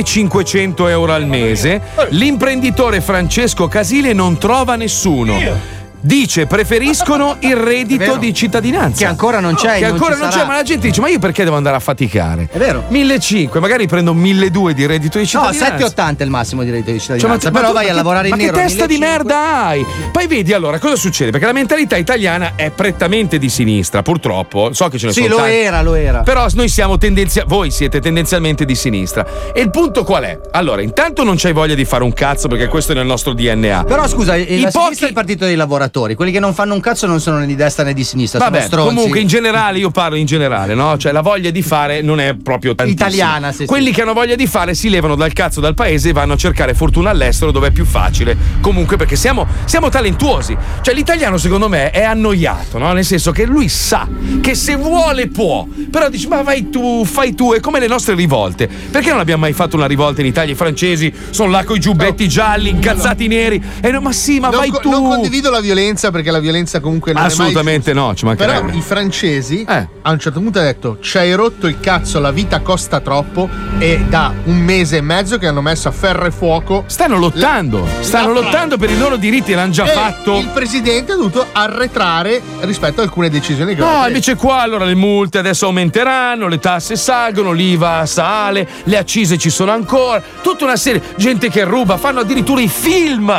Speaker 3: 1500 euro al mese. L'imprenditore Francesco Casile non trova nessuno. Dice preferiscono il reddito di cittadinanza. Che
Speaker 12: ancora non c'è,
Speaker 3: Che
Speaker 12: non
Speaker 3: ancora
Speaker 12: ci
Speaker 3: non
Speaker 12: sarà.
Speaker 3: c'è, ma la gente dice: Ma io perché devo andare a faticare?
Speaker 12: È vero.
Speaker 3: 1500, magari prendo 1200 di reddito di
Speaker 12: No,
Speaker 3: cittadinanza.
Speaker 12: 7,80 è il massimo di reddito di
Speaker 3: Cioè,
Speaker 12: cittadinanza.
Speaker 3: tu-
Speaker 12: però
Speaker 3: tu-
Speaker 12: vai a
Speaker 3: che-
Speaker 12: lavorare in
Speaker 3: ma
Speaker 12: nero.
Speaker 3: che testa di merda hai? Poi vedi allora cosa succede? Perché la mentalità italiana è prettamente di sinistra, purtroppo. So che ce ne
Speaker 12: Sì,
Speaker 3: sono
Speaker 12: lo
Speaker 3: tanti.
Speaker 12: era, lo era.
Speaker 3: Però noi siamo tendenzia- voi siete tendenzialmente di sinistra. E il punto qual è? Allora, intanto non c'hai voglia di fare un cazzo perché questo è nel nostro DNA.
Speaker 12: Però scusa, eh,
Speaker 3: I
Speaker 12: la
Speaker 3: pochi-
Speaker 12: sinistra è il partito dei lavoratori. Quelli che non fanno un cazzo non sono né di destra né di sinistra,
Speaker 3: Vabbè,
Speaker 12: Cioè, sono stronzi.
Speaker 3: comunque in generale io parlo in generale, no? Cioè la voglia di fare non è proprio tantissima.
Speaker 12: Italiana, sì, sì.
Speaker 3: Quelli che hanno voglia di fare si levano dal cazzo dal paese e vanno a cercare fortuna all'estero dove è più facile. Comunque perché siamo, siamo talentuosi. Cioè l'italiano secondo me è annoiato, no? Nel senso che lui sa che se vuole può, però dice ma vai tu, fai tu, è come le nostre rivolte. Perché non abbiamo mai fatto una rivolta in Italia? I francesi sono là con i giubbetti gialli, incazzati neri. E no, ma sì, ma
Speaker 8: non,
Speaker 3: vai
Speaker 8: co-
Speaker 3: tu.
Speaker 8: non condivido la violenza perché la violenza comunque non
Speaker 3: Assolutamente
Speaker 8: è mai
Speaker 3: no, ci
Speaker 8: giusta.
Speaker 3: mancherebbe. Eh.
Speaker 8: Però i francesi a un certo punto hanno detto ci hai rotto il cazzo, la vita costa troppo e da un mese e mezzo che hanno messo a ferro e fuoco
Speaker 3: stanno lottando, stanno lottando per i loro diritti e l'hanno già
Speaker 8: E
Speaker 3: fatto.
Speaker 8: Il presidente ha dovuto arretrare rispetto a alcune decisioni che
Speaker 3: No,
Speaker 8: aveva preso.
Speaker 3: invece qua allora le multe adesso aumenteranno, le tasse salgono, l'IVA sale, le accise ci sono ancora, tutta una serie, gente che ruba, fanno addirittura i film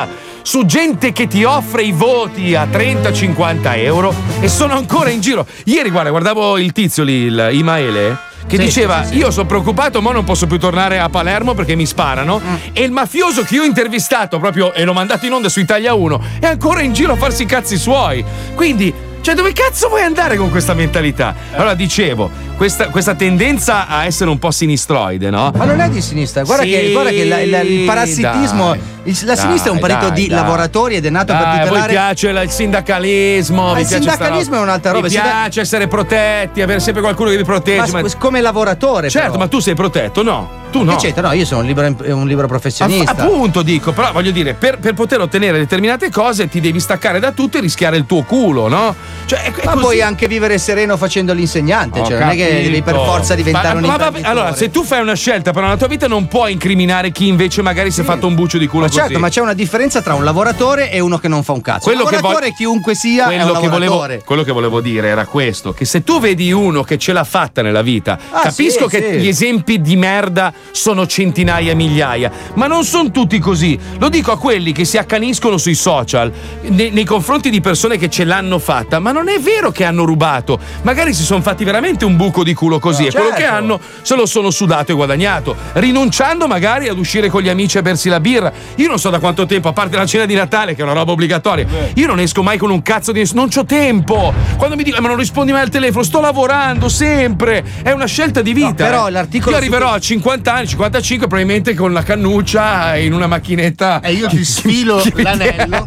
Speaker 3: su gente che ti offre i voti a 30-50 euro e sono ancora in giro. Ieri guarda, guardavo il tizio lì, il Imaele. Che
Speaker 2: Sì,
Speaker 3: diceva:
Speaker 2: sì, sì, sì.
Speaker 3: Io sono preoccupato, ma non posso più tornare a Palermo perché mi sparano. E il mafioso che io ho intervistato proprio e l'ho mandato in onda su Italia 1 è ancora in giro a farsi i cazzi suoi. Quindi. Cioè, dove cazzo vuoi andare con questa mentalità? Allora, dicevo, questa, questa tendenza a essere un po' sinistroide, no?
Speaker 12: Ma non è di sinistra, guarda
Speaker 3: Sì,
Speaker 12: che, guarda che la- la- il parassitismo.
Speaker 3: dai.
Speaker 12: il- la
Speaker 3: Dai,
Speaker 12: sinistra è un partito
Speaker 3: dai,
Speaker 12: di
Speaker 3: dai.
Speaker 12: lavoratori ed è nato per
Speaker 3: Dai, a voi
Speaker 12: tutelare.
Speaker 3: piace la- il sindacalismo.
Speaker 12: Ma
Speaker 3: vi
Speaker 12: il
Speaker 3: piace sta
Speaker 12: sindacalismo
Speaker 3: roba.
Speaker 12: è un'altra roba,
Speaker 3: Vi
Speaker 12: il sindac-
Speaker 3: piace essere protetti, avere sempre qualcuno che vi protegge.
Speaker 12: Ma
Speaker 3: ma-
Speaker 12: s- come lavoratore,
Speaker 3: Certo,
Speaker 12: però.
Speaker 3: ma tu sei protetto, no? Tu no.
Speaker 12: Che c'entra? No, io sono un libero, imp- un libero professionista.
Speaker 3: Aff- appunto dico, però voglio dire, per, per poter ottenere determinate cose ti devi staccare da tutto e rischiare il tuo culo, no? Cioè, è, è
Speaker 12: ma
Speaker 3: così.
Speaker 12: puoi anche vivere sereno facendo l'insegnante,
Speaker 3: Ho
Speaker 12: cioè non è che che devi per forza diventare un
Speaker 3: ma- ma-
Speaker 12: imprenditore.
Speaker 3: Allora, se tu fai una scelta per la tua vita, non puoi incriminare chi invece magari si è fatto un buccio di culo
Speaker 12: Ma
Speaker 3: così.
Speaker 12: certo, ma c'è una differenza tra un lavoratore e uno che non fa un cazzo.
Speaker 3: Quello
Speaker 12: un
Speaker 3: che
Speaker 12: lavoratore,
Speaker 3: voglio-
Speaker 12: chiunque sia, è un
Speaker 3: quello che, volevo,
Speaker 12: lavoratore.
Speaker 3: quello che volevo dire era questo: che se tu vedi uno che ce l'ha fatta nella vita,
Speaker 12: Ah,
Speaker 3: capisco
Speaker 12: sì,
Speaker 3: che
Speaker 12: sì.
Speaker 3: gli esempi di merda sono centinaia, migliaia, ma non sono tutti così. Lo dico a quelli che si accaniscono sui social ne- nei confronti di persone che ce l'hanno fatta, ma non è vero che hanno rubato. Magari si sono fatti veramente un buco di culo così e quello che
Speaker 2: certo.
Speaker 3: hanno se lo sono sudato e guadagnato, rinunciando magari ad uscire con gli amici a bersi la birra. Io non so da quanto tempo, a parte la cena di Natale, che è una roba obbligatoria, io non esco mai con un cazzo di. Non c'ho tempo. Quando mi dico, "Eh, ma non rispondi mai al telefono, sto lavorando sempre. È una scelta di vita.
Speaker 12: però
Speaker 3: eh.
Speaker 12: l'articolo
Speaker 3: Io
Speaker 12: su-
Speaker 3: arriverò a 50 anni, 55, probabilmente con la cannuccia in una macchinetta. E
Speaker 8: Eh, io ti sfilo l'anello.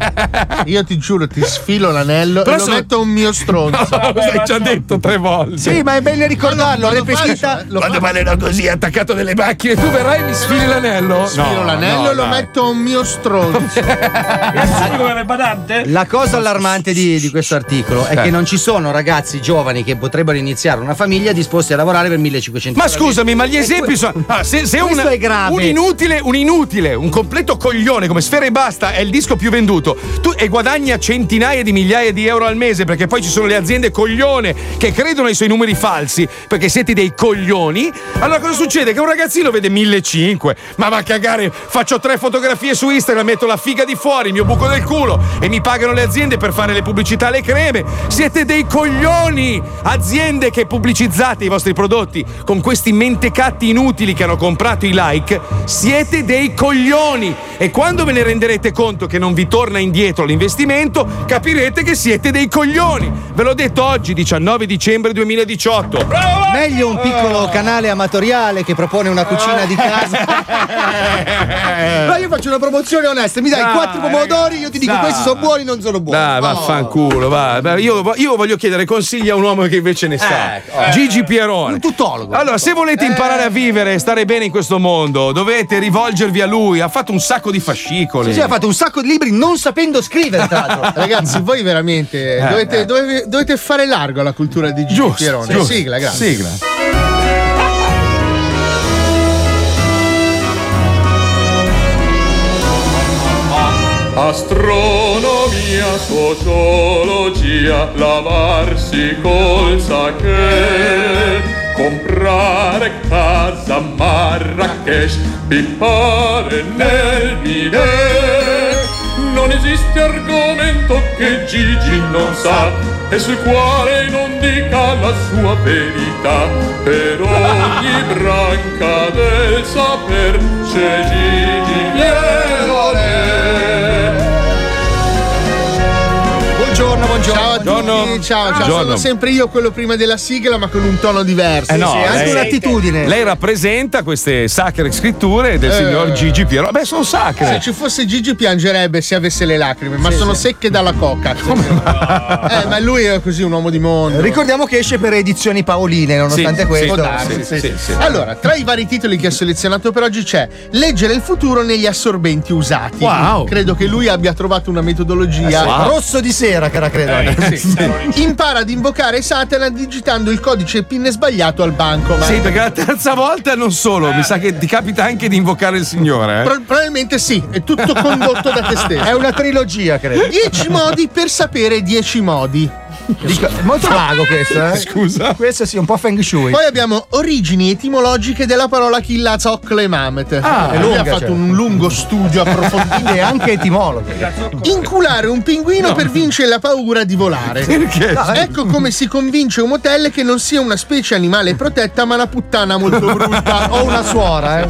Speaker 3: Io ti giuro, ti sfilo l'anello.
Speaker 8: Però lo metto un mio stronzo.
Speaker 3: No, lo hai già detto tre volte.
Speaker 12: Sì, ma è bene ricordarlo.
Speaker 8: Ma lo- ma lo
Speaker 12: repescita-
Speaker 8: faccio, eh, lo
Speaker 3: Quando
Speaker 8: faccio.
Speaker 3: parlerò così, attaccato delle macchine, tu verrai e mi sfili l'anello?
Speaker 8: Sfilo
Speaker 3: No,
Speaker 8: l'anello
Speaker 3: no,
Speaker 8: e lo
Speaker 3: dai.
Speaker 8: metto un mio stronzo.
Speaker 12: La cosa allarmante di, di questo articolo è
Speaker 8: Eh.
Speaker 12: che non ci sono ragazzi giovani che potrebbero iniziare una famiglia disposti a lavorare per 1500
Speaker 3: Ma
Speaker 12: euro.
Speaker 3: scusami, ma gli
Speaker 12: E
Speaker 3: esempi
Speaker 12: que-
Speaker 3: sono. ah, se, se
Speaker 12: questo
Speaker 3: un,
Speaker 12: è grave.
Speaker 3: un inutile, un inutile, un completo coglione come Sfera e Basta è il disco più venduto tu, e guadagna centinaia di migliaia di euro al mese perché poi ci sono le aziende coglione che credono ai suoi numeri falsi perché siete dei coglioni. Allora cosa succede? Che un ragazzino vede 1500, ma va a cagare, faccio tre fotografie su Instagram, metto la figa di fuori, il mio buco del culo e mi pagano le aziende per fare le pubblicità alle creme. Siete dei coglioni! Aziende che pubblicizzate i vostri prodotti con questi mentecatti inutili che hanno comprato i like, siete dei coglioni! E quando ve ne renderete conto che non vi torna indietro l'investimento, capirete che siete dei coglioni! Ve l'ho detto oggi, 19 dicembre 2018.
Speaker 12: Meglio un
Speaker 3: Eh.
Speaker 12: piccolo canale amatoriale che propone una cucina di casa. Ma io faccio una promozione onesta, mi dai
Speaker 3: Dai,
Speaker 12: quattro pomodori, io ti dico
Speaker 3: dai.
Speaker 12: questi sono buoni, non sono buoni.
Speaker 3: Dai, vaffanculo, va. Beh, Io, vo- io voglio chiedere consigli a un uomo che invece ne
Speaker 8: Eh,
Speaker 3: sa.
Speaker 8: ecco,
Speaker 3: Gigi Pierone. Un
Speaker 12: tutologo.
Speaker 3: Allora, se volete imparare a vivere e stare bene in questo mondo, dovete rivolgervi a lui. Ha fatto un sacco di fascicoli.
Speaker 12: Sì, sì, ha fatto un sacco di libri non sapendo scrivere, tra l'altro.
Speaker 8: Ragazzi, voi veramente
Speaker 3: Eh,
Speaker 8: dovete,
Speaker 3: eh.
Speaker 8: dove- dovete fare largo alla cultura di Gigi
Speaker 3: Giusto,
Speaker 8: Pierone.
Speaker 3: giusto.
Speaker 8: Sigla, grazie.
Speaker 3: Sigla.
Speaker 27: Astronomia, sociologia, lavarsi col sake, comprare casa a Marrakesh, pippare nel bidet. Non esiste argomento che Gigi non sa e sul quale non dica la sua verità. Per ogni branca del saper c'è Gigi Pierone.
Speaker 8: Buongiorno, buongiorno. Ciao a tutti. Ciao, ciao. Sono
Speaker 3: Buongiorno.
Speaker 8: sempre io quello prima della sigla, ma con un tono diverso.
Speaker 3: Eh no,
Speaker 8: Sì, anche
Speaker 3: lei-
Speaker 8: un'attitudine.
Speaker 3: Lei rappresenta queste sacre scritture del
Speaker 8: Eh.
Speaker 3: signor Gigi Pierone. Beh, sono sacre.
Speaker 8: Se ci fosse Gigi piangerebbe se avesse le lacrime, ma sono secche dalla coca. Eh, ma lui è così un uomo di mondo.
Speaker 12: Ricordiamo che esce per edizioni paoline, nonostante
Speaker 8: Sì,
Speaker 12: questo.
Speaker 8: sì, sì, sì, sì. Allora, tra i vari titoli che ho selezionato per oggi c'è Leggere il futuro negli assorbenti usati.
Speaker 12: Wow.
Speaker 8: Credo che lui abbia trovato una
Speaker 12: Eh,
Speaker 8: metodologia.
Speaker 12: sì. Rosso di sera, cara credo.
Speaker 8: Eh, sì. Impara ad invocare Satana digitando il codice PIN sbagliato al banco.
Speaker 3: Sì, perché la terza volta non solo,
Speaker 8: Eh.
Speaker 3: mi sa che ti capita anche di invocare il Signore. eh.
Speaker 8: probabilmente sì, è tutto condotto da te stesso.
Speaker 12: È una trilogia, credo.
Speaker 8: 10 modi per sapere 10 modi.
Speaker 12: molto vago questo, eh?
Speaker 3: Scusa.
Speaker 12: Questo sì, un po' feng shui.
Speaker 8: Poi abbiamo origini etimologiche della parola Killa Zocle Mamet.
Speaker 12: Ah, è
Speaker 8: lui
Speaker 12: lunga,
Speaker 8: ha fatto
Speaker 12: cioè.
Speaker 8: un lungo studio approfondito.
Speaker 12: Quindi è anche etimologo.
Speaker 8: Inculare un pinguino per vincere la paura di volare.
Speaker 12: Perché?
Speaker 8: No, ecco come si convince un motel che non sia una specie animale protetta, ma una puttana molto brutta o una suora. eh.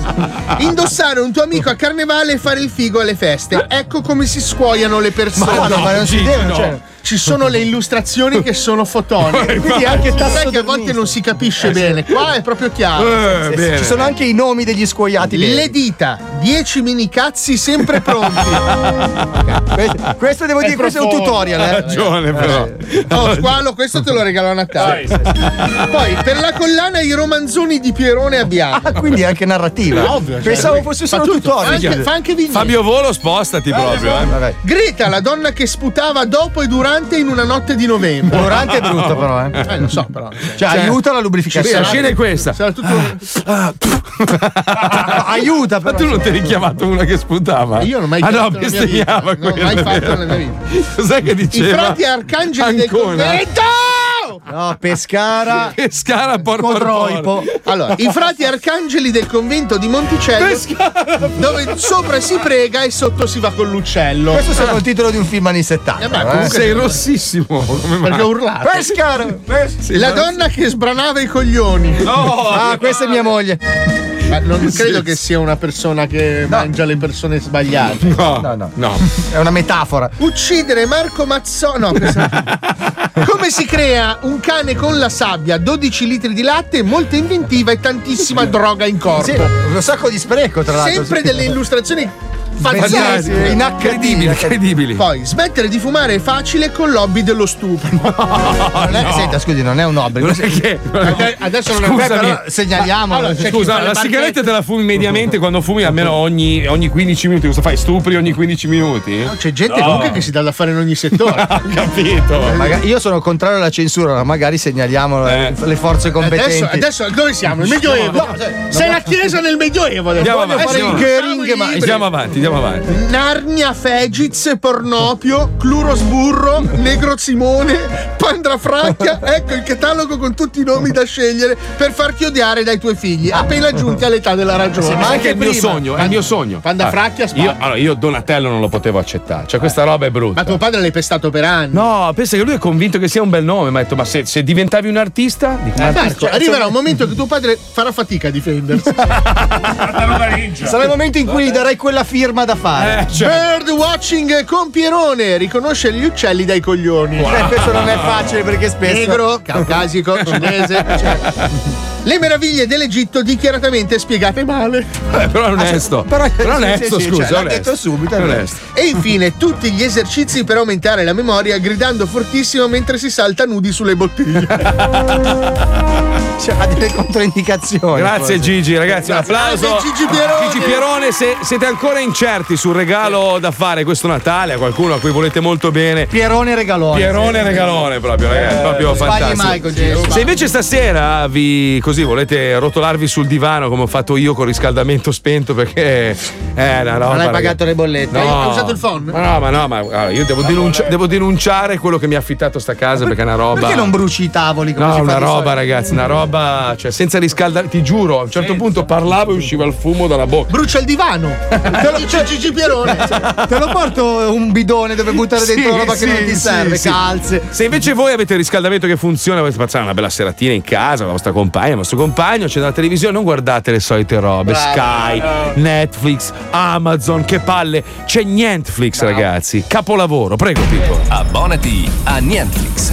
Speaker 8: Indossare un tuo amico a carnevale e fare il figo alle feste. Ecco come si scuoiano le persone.
Speaker 12: Ma no, ma non si Gigi, deve, no. cioè-
Speaker 8: Ci sono le illustrazioni che sono fotoniche.
Speaker 12: Quindi anche
Speaker 8: Sai che a volte non si capisce Eh, bene. Qua è proprio chiaro.
Speaker 12: Ci sono anche i nomi degli scuoiati.
Speaker 8: Le dita, 10 minicazzi sempre pronti.
Speaker 12: questo, questo devo dire, questo è un tutorial.
Speaker 3: Ha
Speaker 12: Eh.
Speaker 3: ragione, però.
Speaker 8: Oh, squalo, questo te lo regalo a Natale. Poi per la collana i romanzoni di Pierone abbiamo. Ah,
Speaker 12: quindi anche narrativa.
Speaker 8: Ovvio. cioè,
Speaker 12: Pensavo
Speaker 8: lui
Speaker 12: fosse
Speaker 8: fa
Speaker 12: solo
Speaker 8: tutto,
Speaker 12: tutorial.
Speaker 8: Fa anche, fa anche vignette.
Speaker 3: Fabio Volo, spostati proprio. Eh.
Speaker 8: Greta, la donna che sputava dopo e durante in una notte di novembre.
Speaker 12: Durante è brutto, però, eh.
Speaker 8: Eh, lo so, però.
Speaker 12: Cioè, aiuta la lubrificazione.
Speaker 3: Sì, la scena è questa.
Speaker 12: Ah, Aiuta,
Speaker 3: Ma tu non ti eri chiamato una che sputava?
Speaker 8: Io non ho mai
Speaker 3: ah,
Speaker 8: fatto
Speaker 3: no,
Speaker 8: nella mia vita.
Speaker 3: bestemmiava
Speaker 8: Non ho
Speaker 3: quello,
Speaker 8: mai
Speaker 3: è
Speaker 8: fatto
Speaker 3: vero.
Speaker 8: nella mia
Speaker 3: Cos'è che
Speaker 8: I
Speaker 3: diceva?
Speaker 8: frati arcangeli
Speaker 3: Ancona.
Speaker 8: del convento!
Speaker 12: No, Pescara.
Speaker 3: Pescara Porto
Speaker 8: Troipo. Allora, i frati arcangeli del convento di Monticello, dove sopra si prega e sotto si va con l'uccello.
Speaker 12: Questo sembra il titolo di un film anni 70.
Speaker 8: Eh, ma comunque-
Speaker 3: Sei rossissimo. Come mai?
Speaker 8: Perché ho urlato.
Speaker 12: Pescara!
Speaker 3: Sì,
Speaker 8: la
Speaker 3: ma-
Speaker 8: donna che sbranava i coglioni.
Speaker 3: No,
Speaker 12: ah, questa è mia moglie.
Speaker 8: Ma non
Speaker 12: Sì.
Speaker 8: credo che sia una persona che mangia le persone sbagliate.
Speaker 3: No,
Speaker 12: no, no. È una metafora.
Speaker 8: Uccidere Marco Mazzoni. No, questa- Come si crea un cane con la sabbia, 12 litri di latte, molta inventiva e tantissima droga in corpo.
Speaker 12: Sì, un sacco di spreco, tra l'altro.
Speaker 8: Sempre
Speaker 12: Sì.
Speaker 8: delle illustrazioni
Speaker 12: Fantastiche,
Speaker 8: fantastiche.
Speaker 12: in HD, Incredibili, incredibili.
Speaker 8: Poi, smettere di fumare è facile con l'hobby dello stupro.
Speaker 12: Non è- Senta, scusi, non è un obbligo.
Speaker 3: Non è che-
Speaker 8: Ade- adesso non è-
Speaker 3: Scusami.
Speaker 8: Beh, però Cioè,
Speaker 12: segnaliamolo.
Speaker 8: Allora, c'è chi
Speaker 3: Scusa,
Speaker 8: fa le
Speaker 3: la
Speaker 8: barchette.
Speaker 3: sigaretta te la fumi mediamente quando fumi almeno ogni, ogni 15 minuti. Cosa fai? Stupri ogni 15 minuti?
Speaker 8: C'è gente
Speaker 3: No.
Speaker 8: comunque che si dà da fare in ogni settore.
Speaker 3: Capito. Eh.
Speaker 12: Maga- io sono contrario alla censura, ma magari segnaliamo le- le forze competenti.
Speaker 8: Adesso, adesso dove siamo? Il Medioevo.
Speaker 12: No,
Speaker 8: Sei la chiesa nel Medioevo. adesso. Eh,
Speaker 3: Andiamo avanti, andiamo
Speaker 8: Adesso facciamo
Speaker 3: avanti.
Speaker 8: i libri.
Speaker 3: Andiamo avanti, andiamo avanti.
Speaker 8: Narnia, Fegiz, Pornopio, Clurosburro, Negro Simone, Pandra Franca. Ecco il catalogo con tutti i nomi da scegliere per farti odiare dai tuoi figli, appena giunti all'età della ragione.
Speaker 3: ma anche il mio sogno, è il mio sogno.
Speaker 8: Panda
Speaker 3: Allora,
Speaker 8: Fracchia, spa-
Speaker 3: io, allora, io Donatello non lo potevo accettare. Cioè, questa roba è brutta.
Speaker 8: Ma tuo padre l'hai pestato per anni.
Speaker 3: No, pensa che lui è convinto che sia un bel nome. Ma ha detto, ma se, se diventavi un artista, cioè, dico, un
Speaker 8: Eh, Marco,
Speaker 3: artista-
Speaker 8: arriverà un momento che tuo padre farà fatica a difendersi.
Speaker 12: Sarà il momento in cui gli darai quella firma da fare.
Speaker 3: Eh, cioè.
Speaker 8: Bird watching con Pierone, riconosce gli uccelli dai coglioni.
Speaker 12: Eh, questo non è facile perché spesso-
Speaker 8: Negro, caucasico, cinese. cioè. Le meraviglie dell'Egitto dichiaratamente spiegate male. Ah,
Speaker 3: Eh, però è onesto. però, è onesto, scusa.
Speaker 8: cioè, l'ha
Speaker 3: è onesto. È onesto.
Speaker 8: E infine tutti gli esercizi per aumentare la memoria gridando fortissimo mentre si salta nudi sulle bottiglie.
Speaker 12: Cioè, ha delle controindicazioni.
Speaker 3: Grazie Gigi, ragazzi, un applauso.
Speaker 8: Grazie, Gigi Pierone.
Speaker 3: Gigi Pierone, se siete ancora incerti sul regalo da fare questo Natale a qualcuno a cui volete molto bene.
Speaker 12: Pierone regalone. Eh,
Speaker 3: Pierone regalone proprio, ragazzi, proprio
Speaker 12: non sbagli
Speaker 3: fantastico.
Speaker 12: mai con Gigi, non
Speaker 3: se
Speaker 12: sbagli.
Speaker 3: invece stasera vi così volete rotolarvi sul divano come ho fatto io con riscaldamento spento perché eh, no, no,
Speaker 12: Non hai
Speaker 3: guarda
Speaker 12: pagato
Speaker 3: che-
Speaker 12: le bollette.
Speaker 3: No.
Speaker 12: Hai usato il
Speaker 8: phone?
Speaker 3: Ma no, ma no, ma allora, io devo, denuncia- devo denunciare quello che mi ha affittato sta casa perché è una roba.
Speaker 12: Perché non bruci i tavoli come
Speaker 3: No,
Speaker 12: si fa
Speaker 3: una
Speaker 12: di solito?
Speaker 3: roba, ragazzi, una roba. Cioè, senza riscaldare, ti giuro, a un certo punto parlavo e usciva il fumo dalla bocca.
Speaker 8: Brucia il divano. Te lo dice Gigi Pierone.
Speaker 12: Te lo porto un bidone dove buttare
Speaker 3: Sì,
Speaker 12: dentro roba
Speaker 3: sì,
Speaker 12: che non ti
Speaker 3: sì,
Speaker 12: serve,
Speaker 3: sì.
Speaker 12: calze.
Speaker 3: Se invece voi avete il riscaldamento che funziona, volete passare una bella seratina in casa, la vostra compagna, il vostro compagno, c'è la televisione, non guardate le solite robe.
Speaker 12: Bravo.
Speaker 3: Sky, Netflix, Amazon, che palle. C'è Nientflix, ragazzi. Capolavoro, prego, Pippo.
Speaker 1: Abbonati a Nientflix,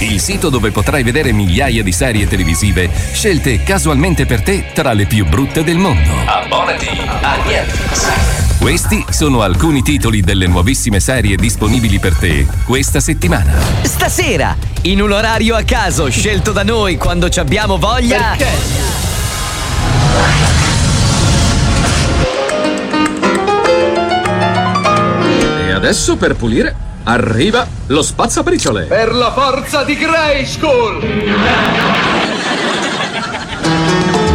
Speaker 1: il sito dove potrai vedere migliaia di serie televisive scelte casualmente per te tra le più brutte del mondo. Abbonati a Nientflix. Questi sono alcuni titoli delle nuovissime serie disponibili per te questa settimana.
Speaker 2: Stasera, in un orario a caso scelto da noi quando ci abbiamo voglia.
Speaker 15: E adesso per pulire arriva lo spazzabriciole.
Speaker 4: Per la forza di Grey School!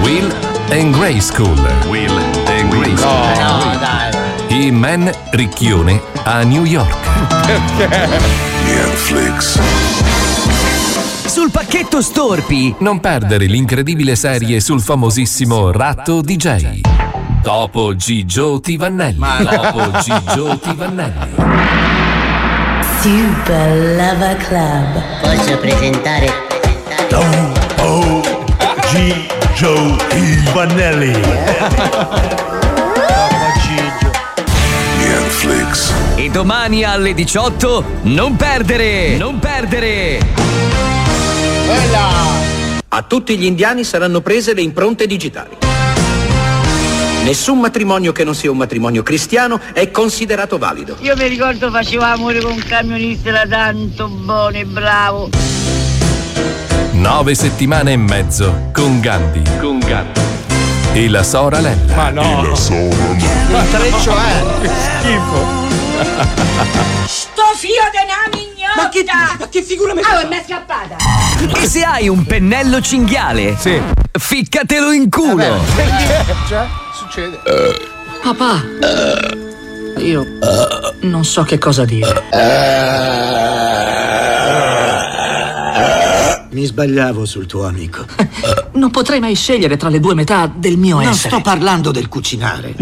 Speaker 1: Will and Grey School. Will and Grey School.
Speaker 10: No,
Speaker 1: I Man Ricchione a New York. Netflix.
Speaker 2: Sul pacchetto Storpi.
Speaker 1: Non perdere l'incredibile serie sul famosissimo Ratto DJ. Dopo Gigio Tivannelli. Dopo Gigio Tivannelli.
Speaker 30: Super Lava Club. Posso presentare
Speaker 31: Don O G Joe Vanelli.
Speaker 2: Netflix. E domani alle 18 non perdere! Non perdere!
Speaker 32: A tutti gli indiani saranno prese le impronte digitali.
Speaker 33: Nessun matrimonio che non sia un matrimonio cristiano è considerato valido.
Speaker 10: Io mi ricordo facevo amore con un camionista era tanto buono e bravo.
Speaker 1: Nove settimane e mezzo con Gandhi. Con Gandhi. E la Sora Lella. Ma no. E la Sora
Speaker 24: Ma treccio
Speaker 1: è?
Speaker 24: Sto fio di una mignotta! Ma che, ma che figura mi Ah, mi è scappata!
Speaker 34: E se hai un pennello cinghiale? Sì. Ficcatelo in culo.
Speaker 24: Eh
Speaker 8: Cioè, succede.
Speaker 10: Papà, io non so che cosa dire.
Speaker 24: Eh.
Speaker 6: Mi sbagliavo sul tuo amico.
Speaker 10: Non potrei mai scegliere tra le due metà del mio
Speaker 6: Non
Speaker 10: essere.
Speaker 6: sto parlando del cucinare.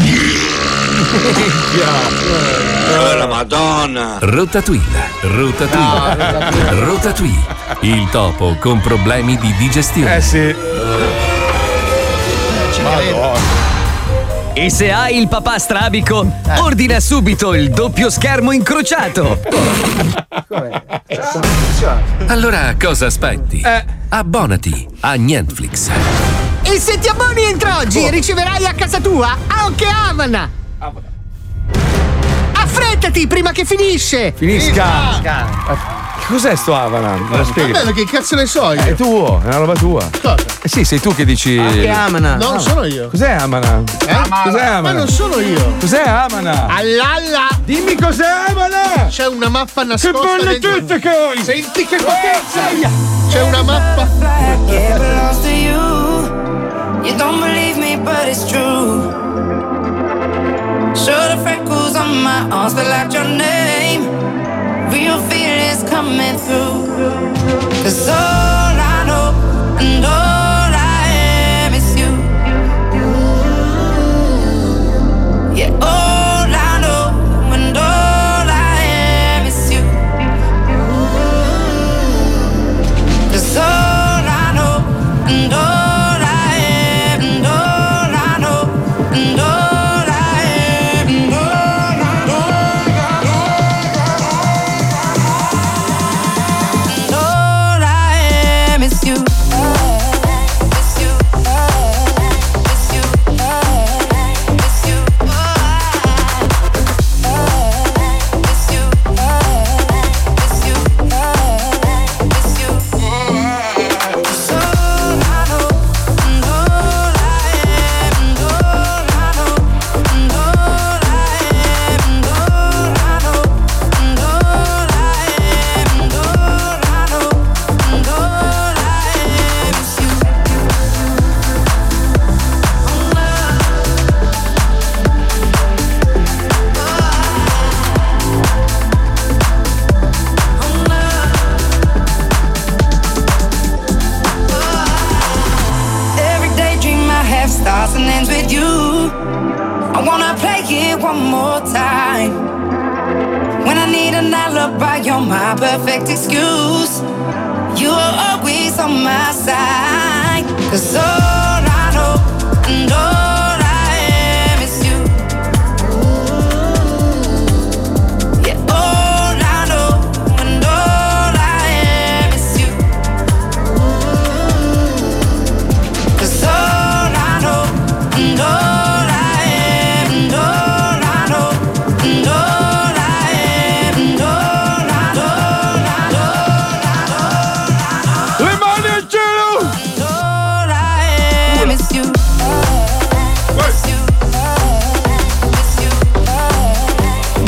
Speaker 1: Oh, la Madonna. Rotatouille. Rotatouille. Rotatouille. Il topo con problemi di digestione. Eh sì.
Speaker 34: E se hai il papà strabico,
Speaker 12: Eh.
Speaker 34: ordina subito il doppio schermo incrociato.
Speaker 1: Allora cosa aspetti?
Speaker 3: Eh.
Speaker 1: Abbonati a Netflix.
Speaker 35: E se ti abboni entro
Speaker 3: Oh.
Speaker 35: oggi, riceverai a casa tua Aoke Havana. Affrettati prima che finisce.
Speaker 3: Finisca. Che Cos'è sto Havana? Me lo spieghi?
Speaker 8: Vabbè, che cazzo ne so io?
Speaker 3: È tuo, è una roba tua.
Speaker 8: Cosa?
Speaker 3: Eh sì, sei tu che dici.
Speaker 8: Anche Amana. Non
Speaker 3: Ah.
Speaker 8: sono io.
Speaker 3: Cos'è Amana?
Speaker 8: Eh?
Speaker 3: Cos'è Amana?
Speaker 8: Ma non sono io.
Speaker 3: Cos'è Amana?
Speaker 8: Allalla!
Speaker 3: Dimmi cos'è Amana!
Speaker 8: C'è una mappa nascosta.
Speaker 24: Che bolle
Speaker 8: dentro.
Speaker 24: tutte che hai!
Speaker 8: Senti che potenza! C'è una mappa.
Speaker 24: It belongs to you. You don't believe me, but it's true. Sure, the freckles on my arms feel like your name. Real feelings coming through. Cause all I know and all I am is you. Yeah, all I know and all I am is you. Cause all I know and all I am and all I know and all I am and all I know. And all I am is you. It's you. It's you. It's you. Every daydream I have starts and ends with you. I wanna play it one more time. When I need an alibi, you're my perfect excuse. You are always on my side. Cause all I know and all I am is you. Yeah, all I know and all I am is you. Cause all I know, and all I am, and all I know, and all I am, and all I know. Le mani al cielo!
Speaker 33: All
Speaker 24: I am is you. It's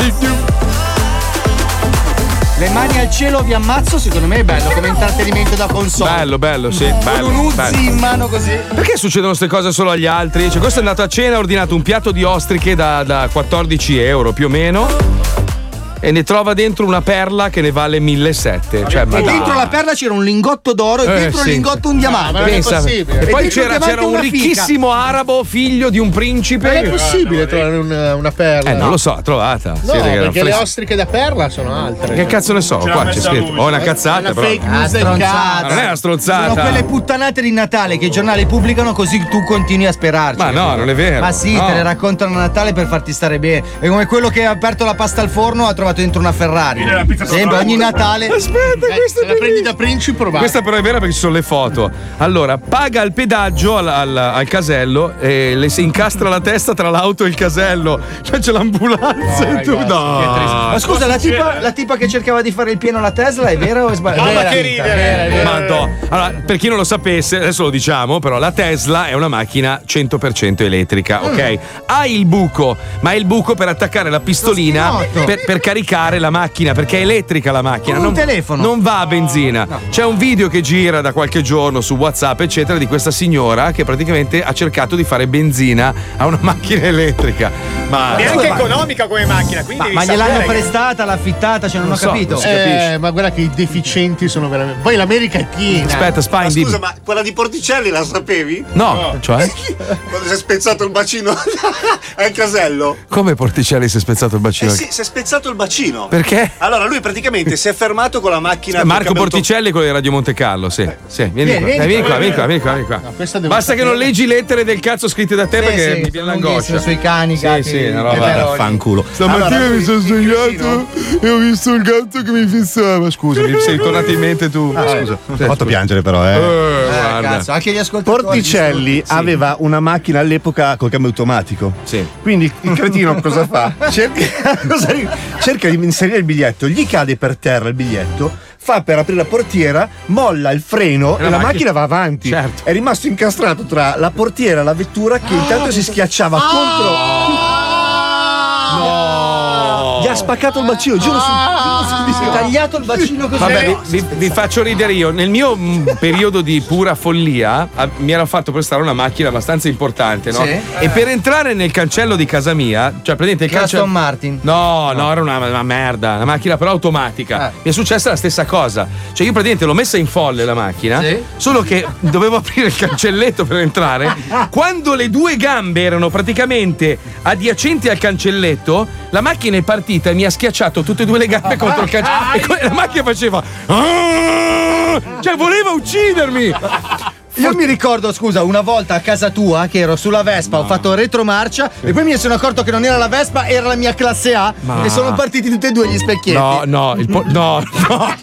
Speaker 24: you. It's you.
Speaker 36: Le mani al cielo vi ammazzo, secondo me è bello come intrattenimento da console.
Speaker 3: Bello, bello, sì.
Speaker 8: Oh,
Speaker 3: Bello,
Speaker 36: Con un Uzi
Speaker 3: bello.
Speaker 36: in mano così.
Speaker 3: Perché succedono queste cose solo agli altri? Cioè, questo è andato a cena, ha ordinato un piatto di ostriche da, da 14 euro più o meno. E ne trova dentro una perla che ne vale 1.700. Cioè, ma
Speaker 12: e
Speaker 3: dai.
Speaker 12: dentro la perla c'era un lingotto d'oro e
Speaker 3: Eh,
Speaker 12: dentro
Speaker 3: sì.
Speaker 12: un lingotto un diamante.
Speaker 3: Ma non è Pensa- possibile. e poi
Speaker 12: dentro
Speaker 3: c'era-
Speaker 12: diamante
Speaker 3: c'era un
Speaker 12: una fica.
Speaker 3: ricchissimo arabo figlio di un principe.
Speaker 8: Non è possibile trovare una, una perla.
Speaker 3: Eh, non lo so, trovata.
Speaker 8: No,
Speaker 3: Sì, raga, era un
Speaker 8: perché le
Speaker 3: fles-
Speaker 8: ostriche da perla sono altre.
Speaker 3: Che cazzo ne so?
Speaker 8: Ce l'ha
Speaker 3: Qua c'è
Speaker 8: messa
Speaker 3: scritto.
Speaker 8: lui.
Speaker 3: Ho una
Speaker 8: È una
Speaker 3: cazzata, però.
Speaker 8: fake news del
Speaker 3: Ma
Speaker 8: cazzo.
Speaker 3: non è una stronzata.
Speaker 12: Ah, Sono quelle puttanate di Natale che i giornali pubblicano così tu continui a sperarci.
Speaker 3: Ma no, non è vero,
Speaker 12: Ma sì,
Speaker 3: no.
Speaker 12: te le raccontano a Natale per farti stare bene. È come quello che ha aperto la pasta al forno, ha trovato buttato dentro una Ferrari.
Speaker 8: Viene la pizza
Speaker 12: Sembra
Speaker 8: sotto
Speaker 12: ogni
Speaker 8: la mucca.
Speaker 12: Natale.
Speaker 8: Aspetta, questa Eh, la prendi da principe, vai.
Speaker 3: Questa però è vera perché ci sono le foto. Allora, paga il pedaggio al, al- al casello e le si incastra la testa tra l'auto e il casello. Cioè c'è l'ambulanza e tu no.
Speaker 12: Ma scusa, la
Speaker 8: eh.
Speaker 12: tipa, la tipa che cercava di fare il pieno alla Tesla è vera o è
Speaker 8: Ah,
Speaker 12: sbagliata? Vera, vita,
Speaker 8: eh.
Speaker 12: vera, vera.
Speaker 3: Madò. Allora, per chi non lo sapesse, adesso lo diciamo, però la Tesla è una macchina 100% elettrica, ok? Ha il buco, ma è il buco per attaccare la pistolina per, per caricare la macchina, perché è elettrica la macchina.
Speaker 12: Come un
Speaker 3: non,
Speaker 12: telefono.
Speaker 3: Non va a benzina. C'è un video che gira da qualche giorno su WhatsApp, eccetera, di questa signora che praticamente ha cercato di fare benzina a una macchina elettrica. Ma
Speaker 26: è anche
Speaker 3: Scusa, ma-
Speaker 26: economica come macchina, quindi devi
Speaker 12: Ma
Speaker 26: sapere
Speaker 12: gliel'hanno
Speaker 26: che-
Speaker 12: prestata, l'affittata, cioè non,
Speaker 26: Non
Speaker 12: ho
Speaker 26: so,
Speaker 12: capito.
Speaker 26: non si capisce.
Speaker 8: Eh, ma guarda che i deficienti sono veramente. Poi l'America è piena.
Speaker 3: Aspetta, Spine,
Speaker 6: Ma
Speaker 3: dimmi.
Speaker 6: scusa, ma quella di Porticelli la sapevi?
Speaker 3: No, cioè?
Speaker 6: Quando si è spezzato il bacino al casello?
Speaker 3: Come Porticelli si è spezzato il
Speaker 6: Eh
Speaker 3: bacino?
Speaker 6: sì, si è spezzato il bacino.
Speaker 3: Perché?
Speaker 6: Allora lui praticamente si è fermato con la macchina.
Speaker 3: Eh, Marco
Speaker 6: perché abbiamo to-
Speaker 3: Porticelli è quello di Radio Monte Carlo, sì.
Speaker 12: Eh,
Speaker 3: Sì, vieni,
Speaker 6: Vieni,
Speaker 3: qua.
Speaker 6: vieni
Speaker 3: dai, vieni
Speaker 6: qua,
Speaker 3: qua, vieni
Speaker 6: vieni
Speaker 3: qua, vieni qua, vieni qua. Basta che non leggi lettere del cazzo scritte da te
Speaker 12: Sì,
Speaker 3: perché
Speaker 12: sì,
Speaker 3: mi viene
Speaker 12: sono
Speaker 3: l'angoscia.
Speaker 12: lunghissimo sui cani,
Speaker 3: sì,
Speaker 12: gatti,
Speaker 3: sì, una
Speaker 12: che
Speaker 3: roba
Speaker 12: verogni.
Speaker 3: fanculo.
Speaker 12: Allora,
Speaker 9: mi sono svegliato e ho visto il gatto che mi fissava. Scusa,
Speaker 3: mi sei tornato in mente tu.
Speaker 12: Ah,
Speaker 9: Ah, scusa, mi hai fatto piangere però, eh.
Speaker 3: Eh,
Speaker 12: Eh, guarda. cazzo, anche gli ascoltatori
Speaker 9: Porticelli
Speaker 12: distrutto. Sì.
Speaker 9: aveva una macchina all'epoca col cambio automatico.
Speaker 3: Sì.
Speaker 9: Quindi il cretino cosa fa? Cerca, cosa ri- cerca di inserire il biglietto, gli cade per terra il biglietto, fa per aprire la portiera, molla il freno
Speaker 3: E
Speaker 9: e
Speaker 3: la
Speaker 9: la,
Speaker 3: macchina-
Speaker 9: macchina, va avanti. È rimasto incastrato tra la portiera e la vettura che intanto si
Speaker 12: Ah!
Speaker 9: schiacciava contro. Gli ha spaccato il bacino, giuro su. "Oh,
Speaker 12: Mi
Speaker 6: Ah.
Speaker 12: si è tagliato il bacino così.
Speaker 3: Vabbè, vi, vi- vi faccio ridere io. Nel mio mm, periodo di pura follia a- mi era fatto prestare una macchina abbastanza importante, no?
Speaker 12: Sì.
Speaker 3: E per entrare nel cancello di casa mia, cioè praticamente il
Speaker 12: Che
Speaker 3: cancello.
Speaker 12: Aston Martin.
Speaker 3: No, no, era una, una merda, una macchina però
Speaker 12: Eh.
Speaker 3: automatica. Mi è successa la stessa cosa. Cioè, io praticamente l'ho messa in folle la macchina, solo che dovevo aprire il cancelletto per entrare. Quando le due gambe erano praticamente adiacenti al cancelletto, la macchina è partita e mi ha schiacciato tutte e due le gambe contro il cancelletto. E co- la macchina faceva. "Ah!" Cioè, voleva uccidermi!
Speaker 12: Io mi ricordo, scusa, una volta a casa tua che ero sulla Vespa, ho fatto retromarcia e poi mi sono accorto che non era la Vespa, era la mia classe A
Speaker 3: Ma-
Speaker 12: e sono partiti tutti e due gli specchietti.
Speaker 3: No, no, il po- no, no.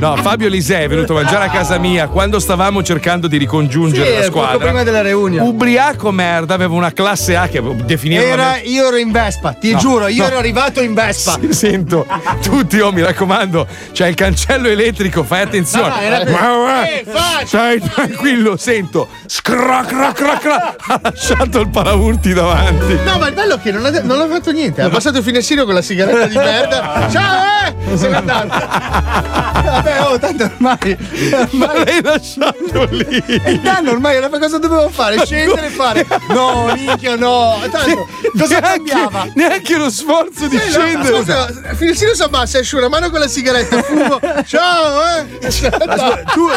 Speaker 3: No, Fabio Lisè è venuto a mangiare a casa mia quando stavamo cercando di ricongiungere
Speaker 12: Sì,
Speaker 3: la
Speaker 12: poco
Speaker 3: squadra.
Speaker 12: prima della reunion.
Speaker 3: Ubriaco merda, aveva una classe A che definiva
Speaker 12: Era, io ero in Vespa, ti
Speaker 3: No,
Speaker 12: giuro, io
Speaker 3: no.
Speaker 12: ero arrivato in Vespa.
Speaker 3: Sento tutti, oh, mi raccomando, c'è il cancello elettrico, fai attenzione.
Speaker 12: No, no, era per-
Speaker 3: Ma, ma,
Speaker 12: Eh, facile.
Speaker 3: stai tranquillo, sento. Scra, cra, cra, cra. Ha lasciato il paraurti davanti.
Speaker 8: No, ma il bello è che non, ha, non l'ha fatto niente. Ha passato il finestrino con la sigaretta di merda. Ciao, eh! Se n'è andato.
Speaker 12: Vabbè, oh, tanto ormai. ormai...
Speaker 3: l'hai lasciato lì.
Speaker 12: E tanto ormai era cosa dovevo fare? Scendere e fare. No, minchia, no. E Tanto, cosa cambiava?
Speaker 3: Neanche lo sforzo di
Speaker 8: Eh, no, Scusa, finestrino si abbassa, esce una mano con la sigaretta, fumo. Ciao, eh!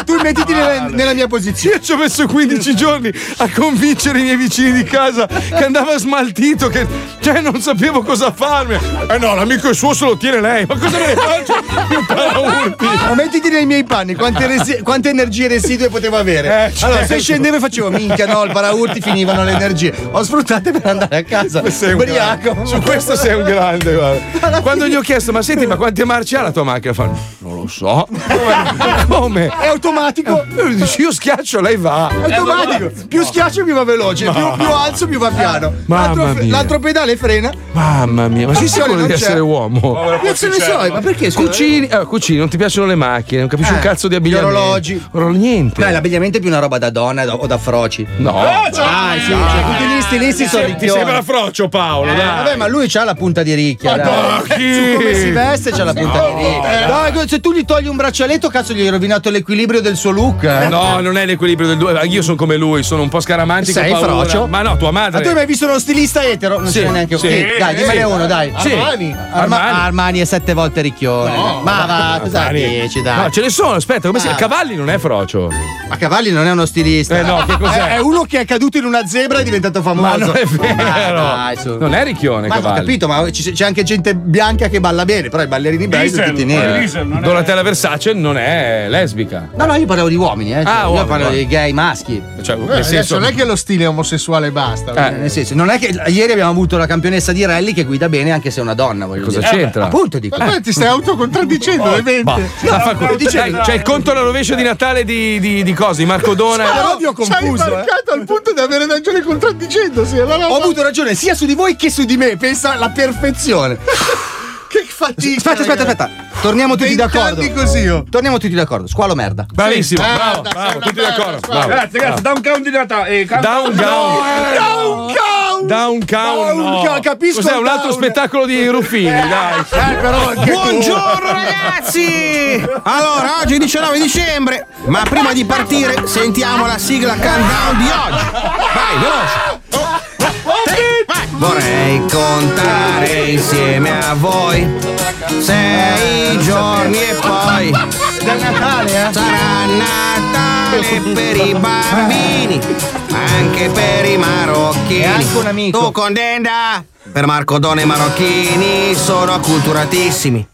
Speaker 12: tu, mettiti nella, mia posizione.
Speaker 3: Io ci ho messo 15 giorni a convincere i miei vicini di casa che andava smaltito, che cioè non sapevo cosa farmi. Eh no, l'amico è suo se lo tiene lei, ma cosa me ne faccio? Io paraurti.
Speaker 12: Ma mettiti nei miei panni, quante, resi- quante energie residue potevo avere?
Speaker 3: Eh, certo.
Speaker 12: Allora, se scendevo e facevo minchia, no, il paraurti finivano le energie. Ho sfruttate per andare a casa.
Speaker 3: Sei un grande.
Speaker 12: Ubriaco.
Speaker 3: Su questo sei un grande, guarda. Quando gli ho chiesto, ma senti, ma quante marce ha la tua macchina? Fa, non lo so. Come? Ah, Come?
Speaker 12: È automatico.
Speaker 3: Io dici, Io schiaccio, lei va. Eh,
Speaker 12: È automatico. Più schiaccio più va veloce,
Speaker 3: Ma- Eh,
Speaker 12: più, più alzo più va piano.
Speaker 3: Mamma
Speaker 12: L'altro, fe-
Speaker 3: mia.
Speaker 12: l'altro pedale frena.
Speaker 3: Mamma mia, ma sei sicuro
Speaker 12: Non
Speaker 3: di
Speaker 12: c'è.
Speaker 3: essere uomo?
Speaker 12: Io ce ne so, ma perché scusa?
Speaker 3: Cucini, eh, cucini, non ti piacciono le macchine, non capisci un cazzo di
Speaker 12: Eh, Gli
Speaker 3: abbigliamento.
Speaker 12: orologi.
Speaker 3: niente.
Speaker 12: Beh, l'abbigliamento è più una roba da donna o da froci.
Speaker 3: No.
Speaker 12: Ah, sì, cioè, tutti gli stilisti sono
Speaker 3: Ti
Speaker 12: ricchioni.
Speaker 3: sembra frocio Paolo, dai.
Speaker 12: Eh, Vabbè, ma lui c'ha la punta di
Speaker 3: Ma
Speaker 12: ricchia. dai.
Speaker 3: dai,
Speaker 12: Su come
Speaker 3: chi?
Speaker 12: si veste c'ha la punta
Speaker 3: No.
Speaker 12: di ricchia. Eh, Dai, se tu gli togli un braccialetto, cazzo, gli hai rovinato l'equilibrio del suo look. eh.
Speaker 3: No, non è l'equilibrio del due. Io sono come lui, sono un po' scaramantico.
Speaker 12: Sei
Speaker 3: ho paura.
Speaker 12: frocio?
Speaker 3: Ma no, tua madre.
Speaker 12: Ma tu hai mai visto uno stilista etero? Non
Speaker 3: Sì,
Speaker 12: c'è neanche
Speaker 3: sì.
Speaker 12: Chi? Dai, dimmene
Speaker 3: Sì.
Speaker 12: uno, dai.
Speaker 3: Sì.
Speaker 12: Armani. Arma-
Speaker 3: Armani.
Speaker 12: Armani. è sette volte ricchione. ma va, cosa dici, dai?
Speaker 3: No, ce ne sono, aspetta, come si
Speaker 12: Ah.
Speaker 3: Cavalli non è frocio.
Speaker 12: Ma Cavalli non è uno stilista.
Speaker 3: Eh no, che cos'è?
Speaker 12: È, è
Speaker 8: Ah.
Speaker 12: uno che è caduto in una zebra e è diventato famoso.
Speaker 3: Ma non è vero.
Speaker 12: Ma dai, su.
Speaker 3: Non è ricchione,
Speaker 12: Ma ho
Speaker 3: Cavalli.
Speaker 12: capito, ma ci- c'è anche gente bianca che balla bene, però i ballerini belli sono tutti neri.
Speaker 3: non Donatella Versace non è lesbica.
Speaker 12: No, no, io parlavo di uomini, eh. Cioè,
Speaker 3: Ah,
Speaker 12: io
Speaker 3: uomini,
Speaker 12: parlo
Speaker 3: uomini.
Speaker 12: di gay maschi.
Speaker 3: Cioè,
Speaker 8: Eh, adesso non è che lo stile è omosessuale e basta.
Speaker 12: Eh, nel senso, non è che ieri abbiamo avuto la campionessa di rally che guida bene anche se è una donna. Voglio
Speaker 3: Cosa
Speaker 12: dire.
Speaker 3: c'entra?
Speaker 12: Eh, appunto, dico. Oh.
Speaker 8: Ma poi ti stai autocontradicendo, le venti.
Speaker 3: Bah. La fa- Dai, c'è il conto alla rovescia di Natale di, di, di cosi, Marco Dona.
Speaker 8: Sei marcato al punto di avere ragione contraddicendosi.
Speaker 12: eh. Ho avuto ragione sia su di voi che su di me. Pensa alla perfezione.
Speaker 8: che fatica.
Speaker 12: Aspetta, aspetta, aspetta. Torniamo tutti d'accordo.
Speaker 8: così oh. io.
Speaker 12: Torniamo tutti d'accordo. Squalo merda.
Speaker 3: Bravissimo,
Speaker 12: Sì.
Speaker 3: bravo,
Speaker 12: Merda,
Speaker 3: bravo,
Speaker 12: sei una
Speaker 3: tutti d'accordo.
Speaker 12: merda,
Speaker 3: bravo.
Speaker 5: Grazie, grazie.
Speaker 3: Bravo.
Speaker 5: Da un count di Natale. eh, count-
Speaker 3: Down,
Speaker 5: No,
Speaker 3: down.
Speaker 5: eh,
Speaker 8: Down,
Speaker 3: down, down.
Speaker 5: Down,
Speaker 3: no.
Speaker 5: ca- capisco
Speaker 3: Cos'è
Speaker 5: il
Speaker 3: un altro
Speaker 5: down.
Speaker 3: spettacolo di Ruffini?
Speaker 12: Eh.
Speaker 3: Dai.
Speaker 13: Eh, Buongiorno ragazzi! Allora, oggi è 19 dicembre, ma prima di partire sentiamo la sigla countdown di oggi. Vai, veloce! Vai. Vorrei contare insieme a voi sei giorni e poi da Natale eh? sarà Natale per i bambini, anche per i marocchini.
Speaker 12: E anche un amico.
Speaker 13: Tu con Denda per Marco Dona i marocchini sono acculturatissimi.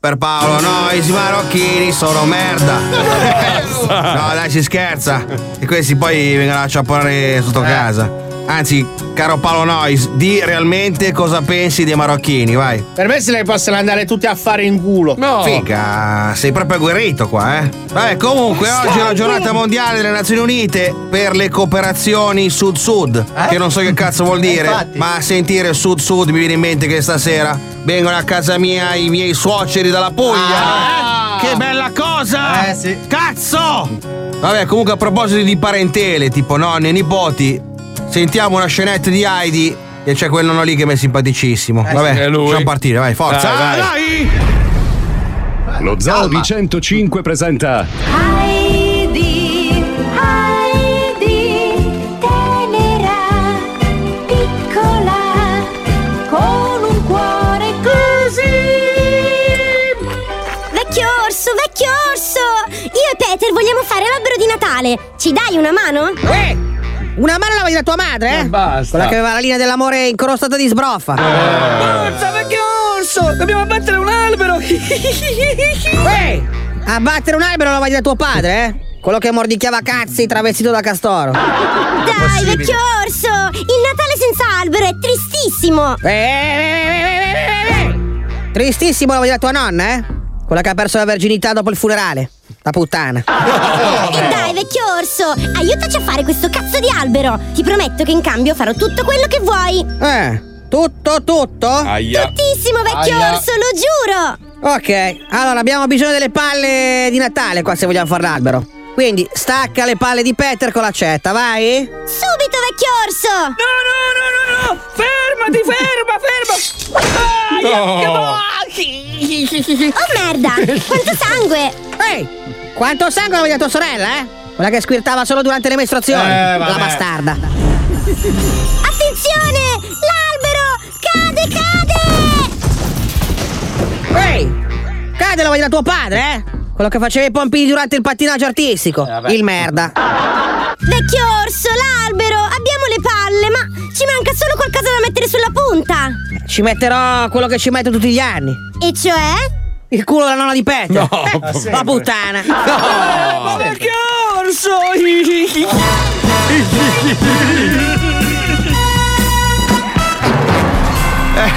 Speaker 13: Per Paolo Nois i marocchini sono merda. No, dai, si scherza. E questi poi vengono a ciapponare sotto
Speaker 12: Eh.
Speaker 13: casa. Anzi, caro Paolo Nois, di realmente cosa pensi dei marocchini, vai.
Speaker 26: Per me se le possono andare tutti a fare in culo.
Speaker 13: No. Figa, sei proprio agguerrito qua, eh. Vabbè, comunque, oggi è la giornata mondiale delle Nazioni Unite per le cooperazioni sud-sud. Che non so che cazzo vuol dire, ma a sentire sud-sud mi viene in mente che stasera vengono a casa mia i miei suoceri dalla Puglia. Che bella cosa! Ah. Eh sì. Cazzo! Vabbè, comunque, a proposito di parentele, tipo nonni e nipoti, sentiamo una scenetta di Heidi. E c'è quello lì che mi è simpaticissimo.
Speaker 23: sì, è
Speaker 13: Vabbè,
Speaker 23: lui.
Speaker 13: facciamo partire, vai, forza.
Speaker 23: Dai, vai. Lo Zalbi 105 presenta
Speaker 10: Heidi, Heidi, tenera, piccola, con un cuore così.
Speaker 37: Vecchio orso, vecchio orso! Io e Peter vogliamo fare l'albero di Natale. Ci dai una mano?
Speaker 32: Eh! Una mano la vai da tua madre, eh?
Speaker 37: basta.
Speaker 32: Quella che aveva la linea dell'amore incrostata di sbroffa.
Speaker 10: Eh.
Speaker 3: Eh.
Speaker 37: Forza,
Speaker 32: vecchio orso! Dobbiamo abbattere un albero!
Speaker 3: Eh.
Speaker 32: Ehi! Abbattere un albero la vai da tuo padre, eh? Quello che mordicchiava cazzi travestito da castoro.
Speaker 37: Dai, vecchio orso! Il Natale senza albero è tristissimo!
Speaker 32: Eh, Tristissimo la vai da tua nonna, eh? Quella che ha perso la verginità dopo il funerale. La puttana.
Speaker 37: E dai, vecchio orso, aiutaci a fare questo cazzo di albero! Ti prometto che in cambio farò tutto quello che vuoi!
Speaker 32: Eh, tutto, tutto?
Speaker 37: Aia. Tuttissimo, vecchio
Speaker 32: Aia.
Speaker 37: orso, lo giuro!
Speaker 32: Ok, allora abbiamo bisogno delle palle di Natale qua se vogliamo fare l'albero. Quindi stacca le palle di Peter con l'accetta, vai?
Speaker 37: Subito, vecchio orso!
Speaker 32: No, no, no, no, no! Fermati, ferma,
Speaker 37: Oh merda! Quanto sangue!
Speaker 32: Ehi! Quanto sangue aveva tua sorella, eh? Quella che squirtava solo durante le mestruazioni. la
Speaker 37: Eh, vabbè.
Speaker 32: bastarda.
Speaker 37: Attenzione! L'albero! Cade, cade!
Speaker 32: Ehi! Cade la voglia da tuo padre, eh? Quello che faceva i pompini durante il pattinaggio artistico. il merda.
Speaker 37: Vecchio orso, l'albero! Abbiamo le palle, ma ci manca solo qualcosa da mettere sulla punta!
Speaker 32: Ci metterò quello che ci metto tutti gli anni.
Speaker 37: E cioè?
Speaker 32: Il culo della nonna di Peter.
Speaker 37: No,
Speaker 32: Eh,
Speaker 37: ma sempre.
Speaker 32: la puttana. Eh,
Speaker 10: No.
Speaker 32: Ma perché orso?
Speaker 13: Eh,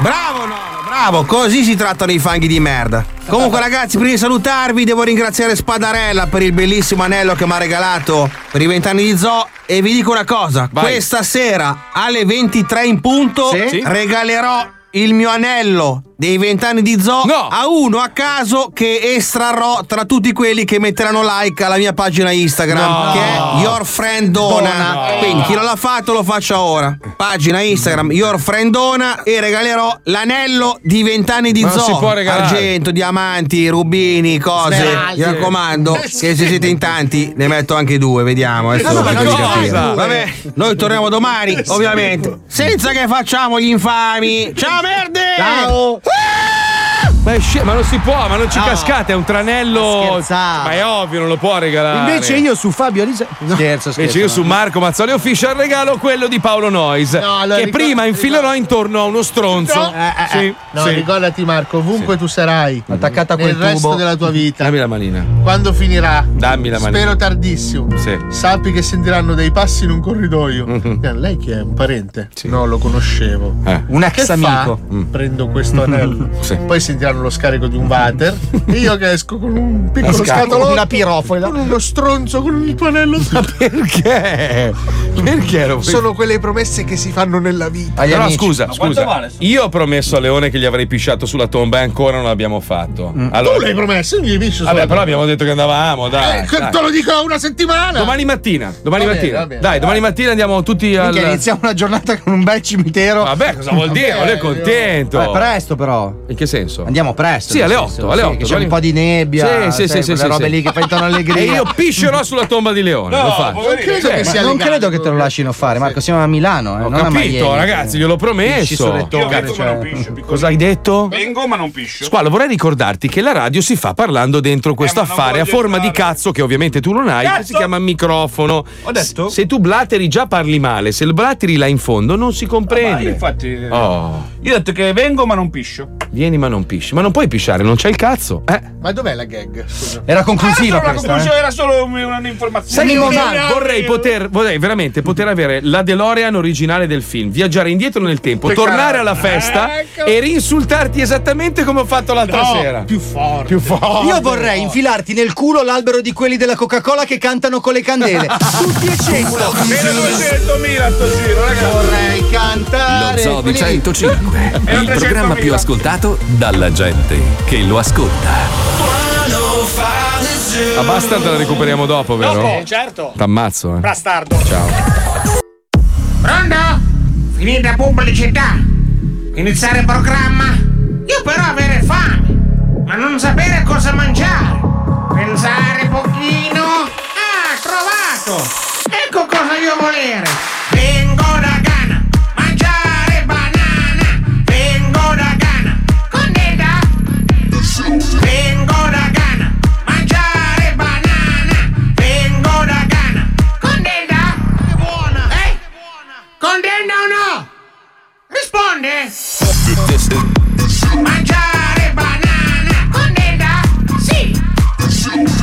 Speaker 13: Bravo Nolo, bravo, così si trattano i fanghi di merda. Comunque ragazzi, prima di salutarvi devo ringraziare Spadarella per il bellissimo anello che mi ha regalato per i vent'anni di zoo e vi dico una cosa, questa sera alle 23 in punto
Speaker 10: Sì.
Speaker 13: regalerò il mio anello dei vent'anni di zoo a uno a caso che estrarrò tra tutti quelli che metteranno like alla mia pagina Instagram
Speaker 10: No.
Speaker 13: che è Your Friend Dona.
Speaker 10: Dona.
Speaker 13: Quindi chi non l'ha fatto lo faccia ora. Pagina Instagram Your Friend Dona e regalerò l'anello di vent'anni di
Speaker 3: Ma non si
Speaker 13: zoo.
Speaker 3: può regalare.
Speaker 13: Argento, diamanti, rubini, cose.
Speaker 3: Smeraldi.
Speaker 13: Mi raccomando,
Speaker 3: Eh,
Speaker 13: che se siete in tanti ne metto anche due,
Speaker 8: Eh,
Speaker 13: vediamo. Adesso
Speaker 10: No,
Speaker 13: lo
Speaker 10: ma
Speaker 13: faccio
Speaker 10: non ci
Speaker 13: capire.
Speaker 10: sono due.
Speaker 13: Vabbè, noi torniamo domani,
Speaker 10: Sì.
Speaker 13: ovviamente. Senza che facciamo gli infami. Ciao merde! Ciao!
Speaker 3: Ah! Ma, è sce- ma non si può, ma non ci cascate, è un tranello. Ma è ovvio, non lo può regalare.
Speaker 12: Invece io su Fabio Alise. Scherzo, scherzo.
Speaker 3: Ah, Invece io su Marco Mazzoli Official regalo quello di Paolo Nois. che prima infilerò intorno a uno stronzo.
Speaker 8: No, eh, eh, eh. No,
Speaker 3: sì.
Speaker 8: ricordati Marco, ovunque tu sarai, attaccata
Speaker 3: a quel
Speaker 8: nel resto
Speaker 3: tubo.
Speaker 8: della tua vita,
Speaker 3: Dammi la manina.
Speaker 8: quando finirà,
Speaker 3: Dammi la manina.
Speaker 8: spero tardissimo,
Speaker 3: Sì.
Speaker 8: sappi che sentiranno dei passi in un corridoio.
Speaker 3: Mhm.
Speaker 8: Eh, Lei che è un parente? No, lo conoscevo.
Speaker 3: Eh.
Speaker 12: Un ex
Speaker 8: Che
Speaker 12: amico.
Speaker 8: fa?
Speaker 3: Mm.
Speaker 8: Prendo
Speaker 3: Mhm.
Speaker 8: questo anello. Poi sentiranno lo scarico di un water. e io che esco con un piccolo
Speaker 12: Una sca-
Speaker 8: scatolotto.
Speaker 12: una pirofila.
Speaker 8: Con uno stronzo, con il tuo anello. Ma
Speaker 3: perché? Perché lo fai?
Speaker 8: Sono quelle promesse che si fanno nella vita.
Speaker 3: Però scusa, scusa. Io ho promesso a Leone che gli avrei pisciato sulla tomba e ancora non l'abbiamo fatto. Allora-
Speaker 8: Tu l'hai promesso, io gli piscio
Speaker 3: Vabbè,
Speaker 8: sulla
Speaker 3: però abbiamo detto che andavamo, dai.
Speaker 8: Eh, che
Speaker 3: dai.
Speaker 8: te lo dico una settimana.
Speaker 3: Domani mattina, domani
Speaker 8: Va bene,
Speaker 3: mattina.
Speaker 8: va bene,
Speaker 3: dai, domani mattina andiamo tutti al
Speaker 12: Minchia, iniziamo una giornata con un bel cimitero.
Speaker 8: Ah.
Speaker 3: Vabbè, cosa vuol dire? Lui è contento.
Speaker 12: Beh, presto, però.
Speaker 3: In che senso?
Speaker 12: Andiamo presto.
Speaker 3: Sì,
Speaker 12: nel
Speaker 3: alle
Speaker 12: senso,
Speaker 3: 8, alle
Speaker 12: sì,
Speaker 3: 8,
Speaker 12: che c'è
Speaker 3: domani-
Speaker 12: un po' di nebbia.
Speaker 3: Sì, sì, sì, sì,
Speaker 12: Le
Speaker 3: sì,
Speaker 12: robe
Speaker 3: sì.
Speaker 12: lì che fai intorno alle griglie.
Speaker 3: E io piscerò sulla tomba di Leone. lo fa.
Speaker 12: Sì, ma Cioè, non credo che te lo lasciano fare, Marco. Siamo a Milano, eh,
Speaker 3: Ho
Speaker 12: non a
Speaker 3: capito,
Speaker 12: Miami.
Speaker 3: ragazzi, gliel'ho
Speaker 12: Pisci
Speaker 3: promesso.
Speaker 12: sulle toghe, Io vengo, ma cioè. non
Speaker 3: Cosa hai detto?
Speaker 6: Vengo ma non
Speaker 5: Esatto.
Speaker 6: piscio.
Speaker 3: Squalo, vorrei ricordarti che la radio si fa parlando
Speaker 5: Eh,
Speaker 3: dentro questo affare a forma di cazzo che ovviamente tu non hai, che
Speaker 5: Certo.
Speaker 3: si chiama microfono. Ho detto? Se tu blateri già parli male, se blateri là in fondo non si
Speaker 5: Ah, io
Speaker 3: comprende.
Speaker 5: infatti.
Speaker 3: Oh,
Speaker 5: Io ho detto che vengo ma non piscio.
Speaker 3: vieni ma non pisci, ma non puoi pisciare, non c'è il cazzo. Eh.
Speaker 8: Ma dov'è la gag? Scusa.
Speaker 3: Era conclusiva
Speaker 5: Era solo una
Speaker 3: questa,
Speaker 5: conclusione,
Speaker 3: eh?
Speaker 5: era solo un- un'informazione.
Speaker 3: Sai che
Speaker 5: Non
Speaker 3: vorrei,
Speaker 5: era-
Speaker 3: vorrei poter, vorrei veramente poter avere la DeLorean originale del film, viaggiare indietro nel tempo,
Speaker 5: Peccato.
Speaker 3: tornare alla festa
Speaker 5: Ecco.
Speaker 3: e rinsultarti esattamente come ho fatto l'altra
Speaker 12: No,
Speaker 3: sera.
Speaker 8: Più forte.
Speaker 3: Più forte.
Speaker 12: Io vorrei infilarti nel culo l'albero di quelli della Coca-Cola che cantano con le candele. Tutti e cento.
Speaker 5: 1200.000 sto giro, ragazzi.
Speaker 12: Vorrei
Speaker 1: Lo
Speaker 12: cantare.
Speaker 1: Zoo di 105, il programma più ascoltato dalla gente che lo ascolta. Ah,
Speaker 3: La bastard Ah, la recuperiamo dopo, vero?
Speaker 26: Dopo, certo.
Speaker 3: T'ammazzo, eh.
Speaker 26: Bastardo.
Speaker 3: Ciao.
Speaker 7: Pronto? Finita pubblicità. Iniziare programma. Io però avere fame, ma non sapere cosa mangiare. Pensare pochino. Ah, trovato! Ecco cosa io volere. Vengo da Ghana, mangiare banana. Vengo da Ghana, connetta. Vengo da Ghana, mangiare banana. Vengo da Ghana, connetta. È buona. Eh? Condanna o no? Risponde! Mangiare banana! Condanna? Sì!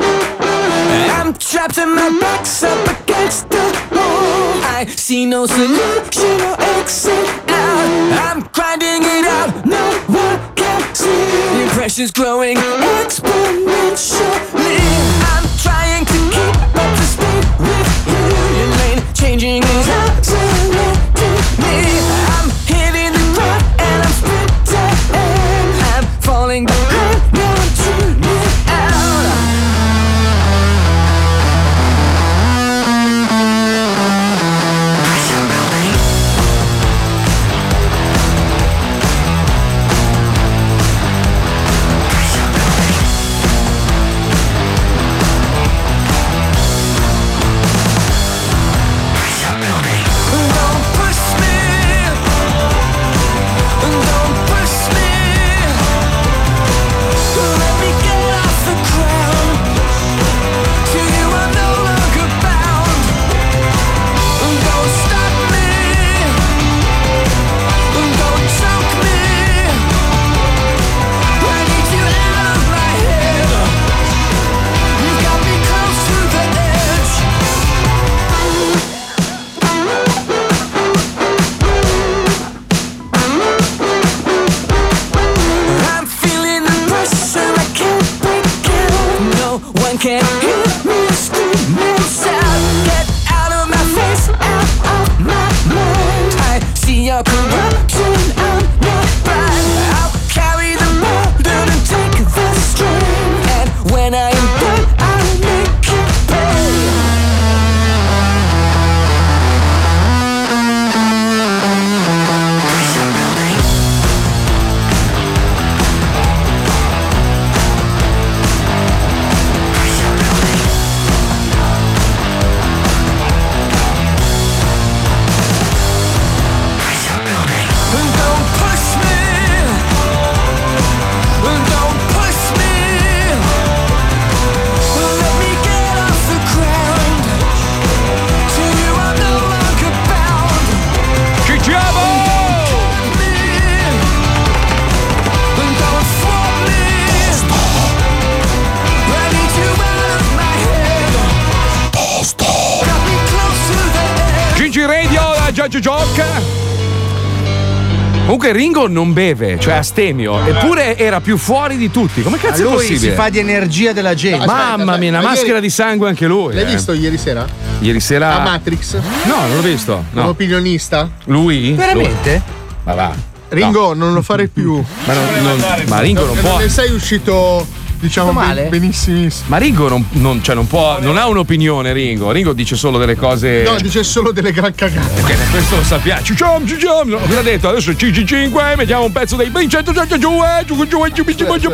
Speaker 10: I'm trapped and my back's up against the wall. I see no solution or exit out. I'm grinding it out, no one can see. The impression's growing exponentially. I'm trying to keep up to speed with you. Your lane changing is isolating me. I'm hitting the ground and I'm sprinting. I'm falling behind, now I'm tuning out. Don't push me. Don't push me. Let me get off the ground. To you I'm no longer bound. Don't stop me. Don't choke me. I need you out of my head. You got me close to the edge. I'm feeling the pressure, I can't break it. No one can hear me screaming. Shout, get out of my face, out of my mind. I see your corruption, I'm not blind. I'll carry the burden and take the strain. And when I am done, I'll make you pay. Don't push me.
Speaker 3: Gio gioca. Comunque Ringo non beve, cioè astemio, eppure era più fuori di tutti. Come
Speaker 12: Ma
Speaker 3: cazzo è
Speaker 12: lui
Speaker 3: possibile?
Speaker 12: si fa di energia della gente.
Speaker 3: Mamma mia, una maschera di sangue anche lui.
Speaker 8: L'hai
Speaker 3: eh.
Speaker 8: visto ieri sera?
Speaker 3: Ieri sera.
Speaker 8: A Matrix?
Speaker 3: No, non l'ho visto.
Speaker 8: Un
Speaker 3: No.
Speaker 8: opinionista?
Speaker 3: Lui?
Speaker 8: Veramente?
Speaker 3: Lui. Ma va.
Speaker 8: Ringo, non lo farei più.
Speaker 3: Ma, non- non- ma Ringo non può.
Speaker 8: Ne sei uscito, diciamo, ben, benissimissimo.
Speaker 3: Ma Ringo non, non- cioè non può. Non ha un'opinione, Ringo. Ringo dice solo delle cose.
Speaker 8: No, dice solo delle gran cagate.
Speaker 3: Ok, questo lo sappiamo. Cicciom, cicciom. No, L'ho detto, adesso CC5, mettiamo un pezzo dei 100 giù, giù, eh, giù, giù, giù, giù, giù, giù.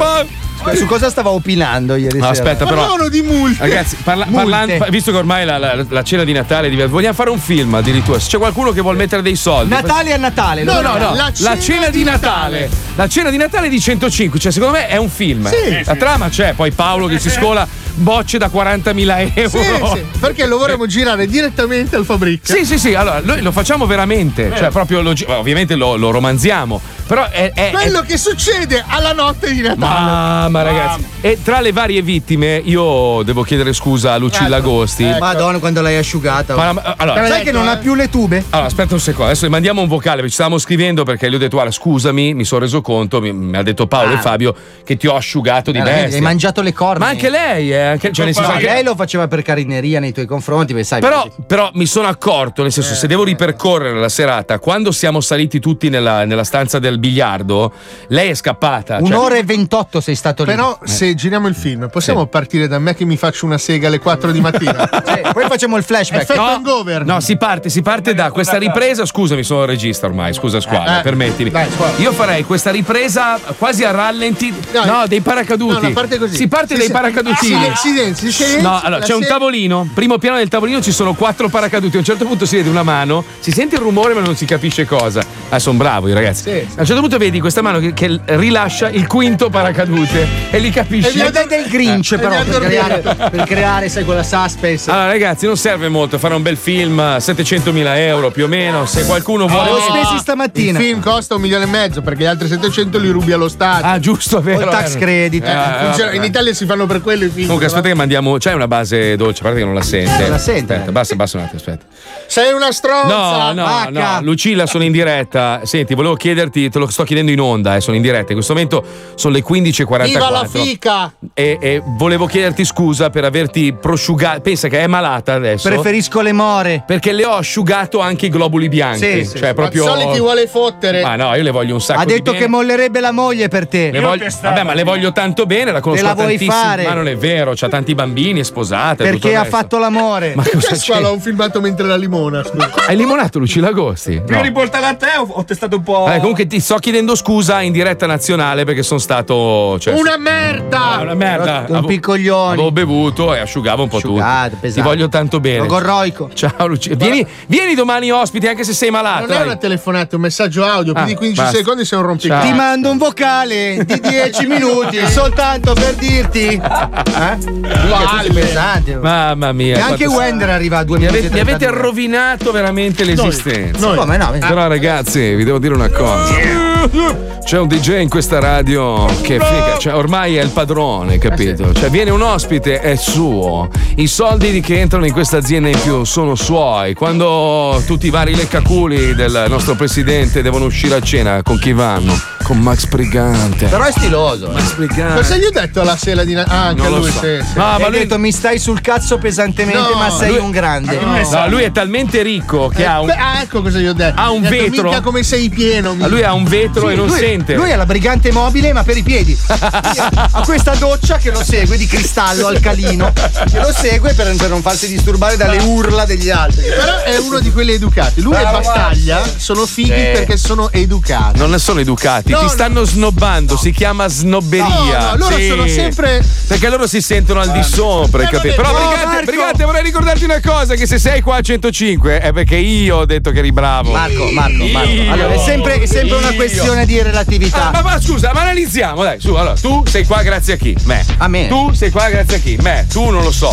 Speaker 12: Scusa, Su cosa stava opinando ieri sera?
Speaker 3: Aspetta, però.
Speaker 8: Parlavano di multe.
Speaker 3: Ragazzi, parla-
Speaker 12: Multe.
Speaker 3: parlando, pa- visto che ormai la, la- la cena di Natale è diversa, vogliamo fare un film addirittura. Se c'è qualcuno che vuol mettere dei soldi.
Speaker 12: Natale a Natale.
Speaker 3: No,
Speaker 12: lo
Speaker 3: no,
Speaker 12: vediamo.
Speaker 3: no. La cena, di Natale. La cena di Natale di 105, cioè secondo me è un film.
Speaker 8: Sì.
Speaker 3: la trama c'è, poi Paolo che si scola bocce da 40.000
Speaker 8: Sì,
Speaker 3: euro.
Speaker 8: sì, perché lo vorremmo girare direttamente al Fabric.
Speaker 3: Sì, sì, sì, allora noi lo facciamo veramente, cioè proprio lo gi- ovviamente lo, lo romanziamo, però è, è- è-
Speaker 8: Quello che succede alla notte di Natale.
Speaker 3: Mamma ragazzi, e tra le varie vittime io devo chiedere scusa a Lucilla
Speaker 8: Ecco.
Speaker 3: Agosti.
Speaker 12: Madonna, quando l'hai asciugata. oh.
Speaker 3: Ma la- allora-
Speaker 12: Sai
Speaker 3: Ecco,
Speaker 12: Ecco. che non
Speaker 3: eh.
Speaker 12: ha più le tube?
Speaker 3: Allora, aspetta un secondo, adesso le mandiamo un vocale, perché ci stavamo scrivendo perché gli ho detto, guarda, scusami, mi sono reso conto, mi, mi ha detto Paolo
Speaker 12: Ah.
Speaker 3: e Fabio che ti ho asciugato di
Speaker 12: Veramente,
Speaker 3: bestia.
Speaker 12: Eh, Hai mangiato le corna.
Speaker 3: Ma anche lei, eh, anche- cioè, nel senso
Speaker 12: No,
Speaker 3: anche-
Speaker 12: lei lo faceva per carineria nei tuoi confronti, perché sai.
Speaker 3: Però, però mi sono accorto, nel
Speaker 12: Eh,
Speaker 3: senso, se devo ripercorrere la serata, quando siamo saliti tutti nella, nella stanza del biliardo, lei è scappata. cioè-
Speaker 12: Un'ora e 28 sei stato lì.
Speaker 8: Però
Speaker 3: Eh.
Speaker 8: se giriamo il film, possiamo partire da me che mi faccio una sega alle 4 di mattina.
Speaker 12: poi facciamo il flashback.
Speaker 8: Effetto
Speaker 3: No,
Speaker 8: hangover.
Speaker 3: No, si parte, si parte da questa ripresa. Scusami, sono regista ormai. Scusa, squadra,
Speaker 8: Eh,
Speaker 3: permettimi. Io farei questa ripresa quasi a rallenti. No, dei
Speaker 8: No,
Speaker 3: paracaduti.
Speaker 8: no, parte così.
Speaker 3: Si parte
Speaker 8: Sì, Ah,
Speaker 3: dai
Speaker 8: sì.
Speaker 3: paracadutini.
Speaker 8: Silenzio, silenzio, silenzio.
Speaker 3: No, allora
Speaker 8: La
Speaker 3: c'è un
Speaker 8: se-
Speaker 3: tavolino. Primo piano del tavolino ci sono quattro paracaduti. A un certo punto si vede una mano, si sente il rumore, ma non si capisce cosa. Ah, sono bravo i ragazzi.
Speaker 8: Sì,
Speaker 3: A un certo punto vedi questa mano che, che rilascia il quinto paracadute e li capisci.
Speaker 12: E vi ha dato il Grinch,
Speaker 3: Eh.
Speaker 12: però, per creare, per creare, sai, quella suspense.
Speaker 3: Allora, ragazzi, non serve molto fare un bel film, 700.000 euro più o meno. Se
Speaker 12: Ah,
Speaker 3: qualcuno vuole.
Speaker 8: L'ho
Speaker 3: mettere-
Speaker 8: stamattina. Il film costa un milione e mezzo perché gli altri 700 li rubi allo Stato. Ah,
Speaker 3: giusto, vero.
Speaker 8: Col tax
Speaker 3: vero.
Speaker 8: credit.
Speaker 3: Eh, eh,
Speaker 8: Funziona-
Speaker 3: vabbè.
Speaker 8: in Italia si fanno per quello i film.
Speaker 3: Comunque, aspetta che mandiamo. C'è una base dolce, a parte che non la sente.
Speaker 8: Non la
Speaker 3: sente. Aspetta, basta, basta un attimo, aspetta.
Speaker 8: Sei una stronza.
Speaker 3: No, no,
Speaker 8: vacca.
Speaker 3: no, Lucilla, sono in diretta. Senti, volevo chiederti, te lo sto chiedendo in onda, eh, sono in diretta. In questo momento sono le 15.44.
Speaker 8: Viva la fica.
Speaker 3: E, e volevo chiederti scusa per averti prosciugato. Pensa che è malata adesso.
Speaker 12: Preferisco le more.
Speaker 3: Perché le ho asciugato anche i globuli bianchi.
Speaker 12: Sì, sì,
Speaker 3: cioè,
Speaker 12: sì.
Speaker 3: proprio.
Speaker 8: Mazzoli ti vuole fottere.
Speaker 3: Ma no, io le voglio un sacco
Speaker 12: Ha
Speaker 3: di
Speaker 12: detto
Speaker 3: bene.
Speaker 12: che mollerebbe la moglie per te.
Speaker 3: Le voglio- vabbè, ma le voglio tanto bene, la conosco
Speaker 12: Te la vuoi
Speaker 3: tantissimo.
Speaker 12: fare?
Speaker 3: Ma non è vero, c'ha tanti bambini, è sposata. e tutto
Speaker 12: Perché
Speaker 3: il
Speaker 12: ha
Speaker 3: resto.
Speaker 12: fatto l'amore.
Speaker 3: Ma cosa
Speaker 8: Perché
Speaker 3: c'è?
Speaker 8: Squalo ha un filmato mentre la limona? scusa?
Speaker 3: Hai limonato Lucilla Agosti?
Speaker 5: Prima
Speaker 3: No.
Speaker 5: di portarla a te ho, ho testato un po'.
Speaker 3: Vabbè, comunque ti sto chiedendo scusa in diretta nazionale perché sono stato. Cioè,
Speaker 8: Una merda.
Speaker 3: Ah, una
Speaker 12: Eh,
Speaker 3: merda.
Speaker 8: Un
Speaker 3: piccoglione. Avevo bevuto e asciugavo un po' tutto. Ti voglio tanto bene.
Speaker 8: Logorroico.
Speaker 3: Ciao Lucia. Vieni, vieni domani ospiti anche se sei malato.
Speaker 8: Non è
Speaker 3: dai.
Speaker 8: una telefonata, è un messaggio audio, più
Speaker 3: Ah,
Speaker 8: di 15
Speaker 3: basta.
Speaker 8: secondi sei un rompicazzo.
Speaker 3: Ciao. Ti
Speaker 12: mando un vocale di 10 minuti soltanto per dirti. Eh? Minchia, tutti pesanti.
Speaker 3: Mamma mia.
Speaker 12: E anche
Speaker 3: quanto-
Speaker 12: Wender arriva a 2
Speaker 3: Mi
Speaker 12: minuti.
Speaker 3: avete, mi avete rovinato veramente l'esistenza.
Speaker 12: Noi. Come no? eh.
Speaker 3: Però ragazzi, vi devo dire una cosa. C'è un DJ in questa radio che figa, cioè ormai è il padrone, capito?
Speaker 8: Ah,
Speaker 3: Cioè viene un ospite, è suo. I soldi di che entrano in questa azienda in più sono suoi. Quando tutti i vari leccaculi del nostro presidente devono uscire a cena, con chi vanno? Con Max Brigante.
Speaker 12: Però è stiloso. Ma
Speaker 8: eh. Cosa gli ho detto alla sera di na- Ah, anche
Speaker 3: Non lo
Speaker 8: lui
Speaker 3: so.
Speaker 8: sì, sì.
Speaker 3: No, ma
Speaker 12: ha
Speaker 3: lui-
Speaker 12: detto mi stai sul cazzo pesantemente,
Speaker 8: No,
Speaker 12: ma sei
Speaker 8: lui-
Speaker 12: un grande.
Speaker 3: No, lui è talmente ricco che
Speaker 8: Eh,
Speaker 3: ha un,
Speaker 8: beh, ah, ecco cosa gli ho detto.
Speaker 3: ha un
Speaker 8: Gli ho detto,
Speaker 3: vetro.
Speaker 8: Minchia come sei pieno.
Speaker 3: Ma lui ha un vetro e non
Speaker 12: lui,
Speaker 3: sente.
Speaker 12: Lui è la brigante mobile, ma per i piedi. ha questa doccia che lo segue di cristallo alcalino, che lo segue per, per non farsi disturbare dalle urla degli altri.
Speaker 8: Però è uno di quelli educati. Lui e
Speaker 12: Bravo,
Speaker 8: Battaglia sono fighi
Speaker 3: Sì.
Speaker 8: perché sono educati.
Speaker 3: Non ne sono educati,
Speaker 8: No,
Speaker 3: ti
Speaker 8: no.
Speaker 3: stanno snobbando, si chiama snobberia.
Speaker 8: No, no, loro
Speaker 3: Sì. Eh.
Speaker 8: sono sempre-
Speaker 3: Perché loro si sentono al di sopra, capito? Però brigate, brigate, vorrei ricordarti una cosa: che se sei qua a 105 è perché io ho detto che eri bravo.
Speaker 12: Marco, Marco, Marco.
Speaker 3: Io.
Speaker 12: Allora, è sempre, è sempre una
Speaker 3: Io.
Speaker 12: questione di relatività.
Speaker 3: Ah, ma, ma scusa, ma analizziamo, dai, su, allora, tu sei qua grazie a chi? Me. A me. Tu sei qua grazie a chi? Me. Tu non lo so.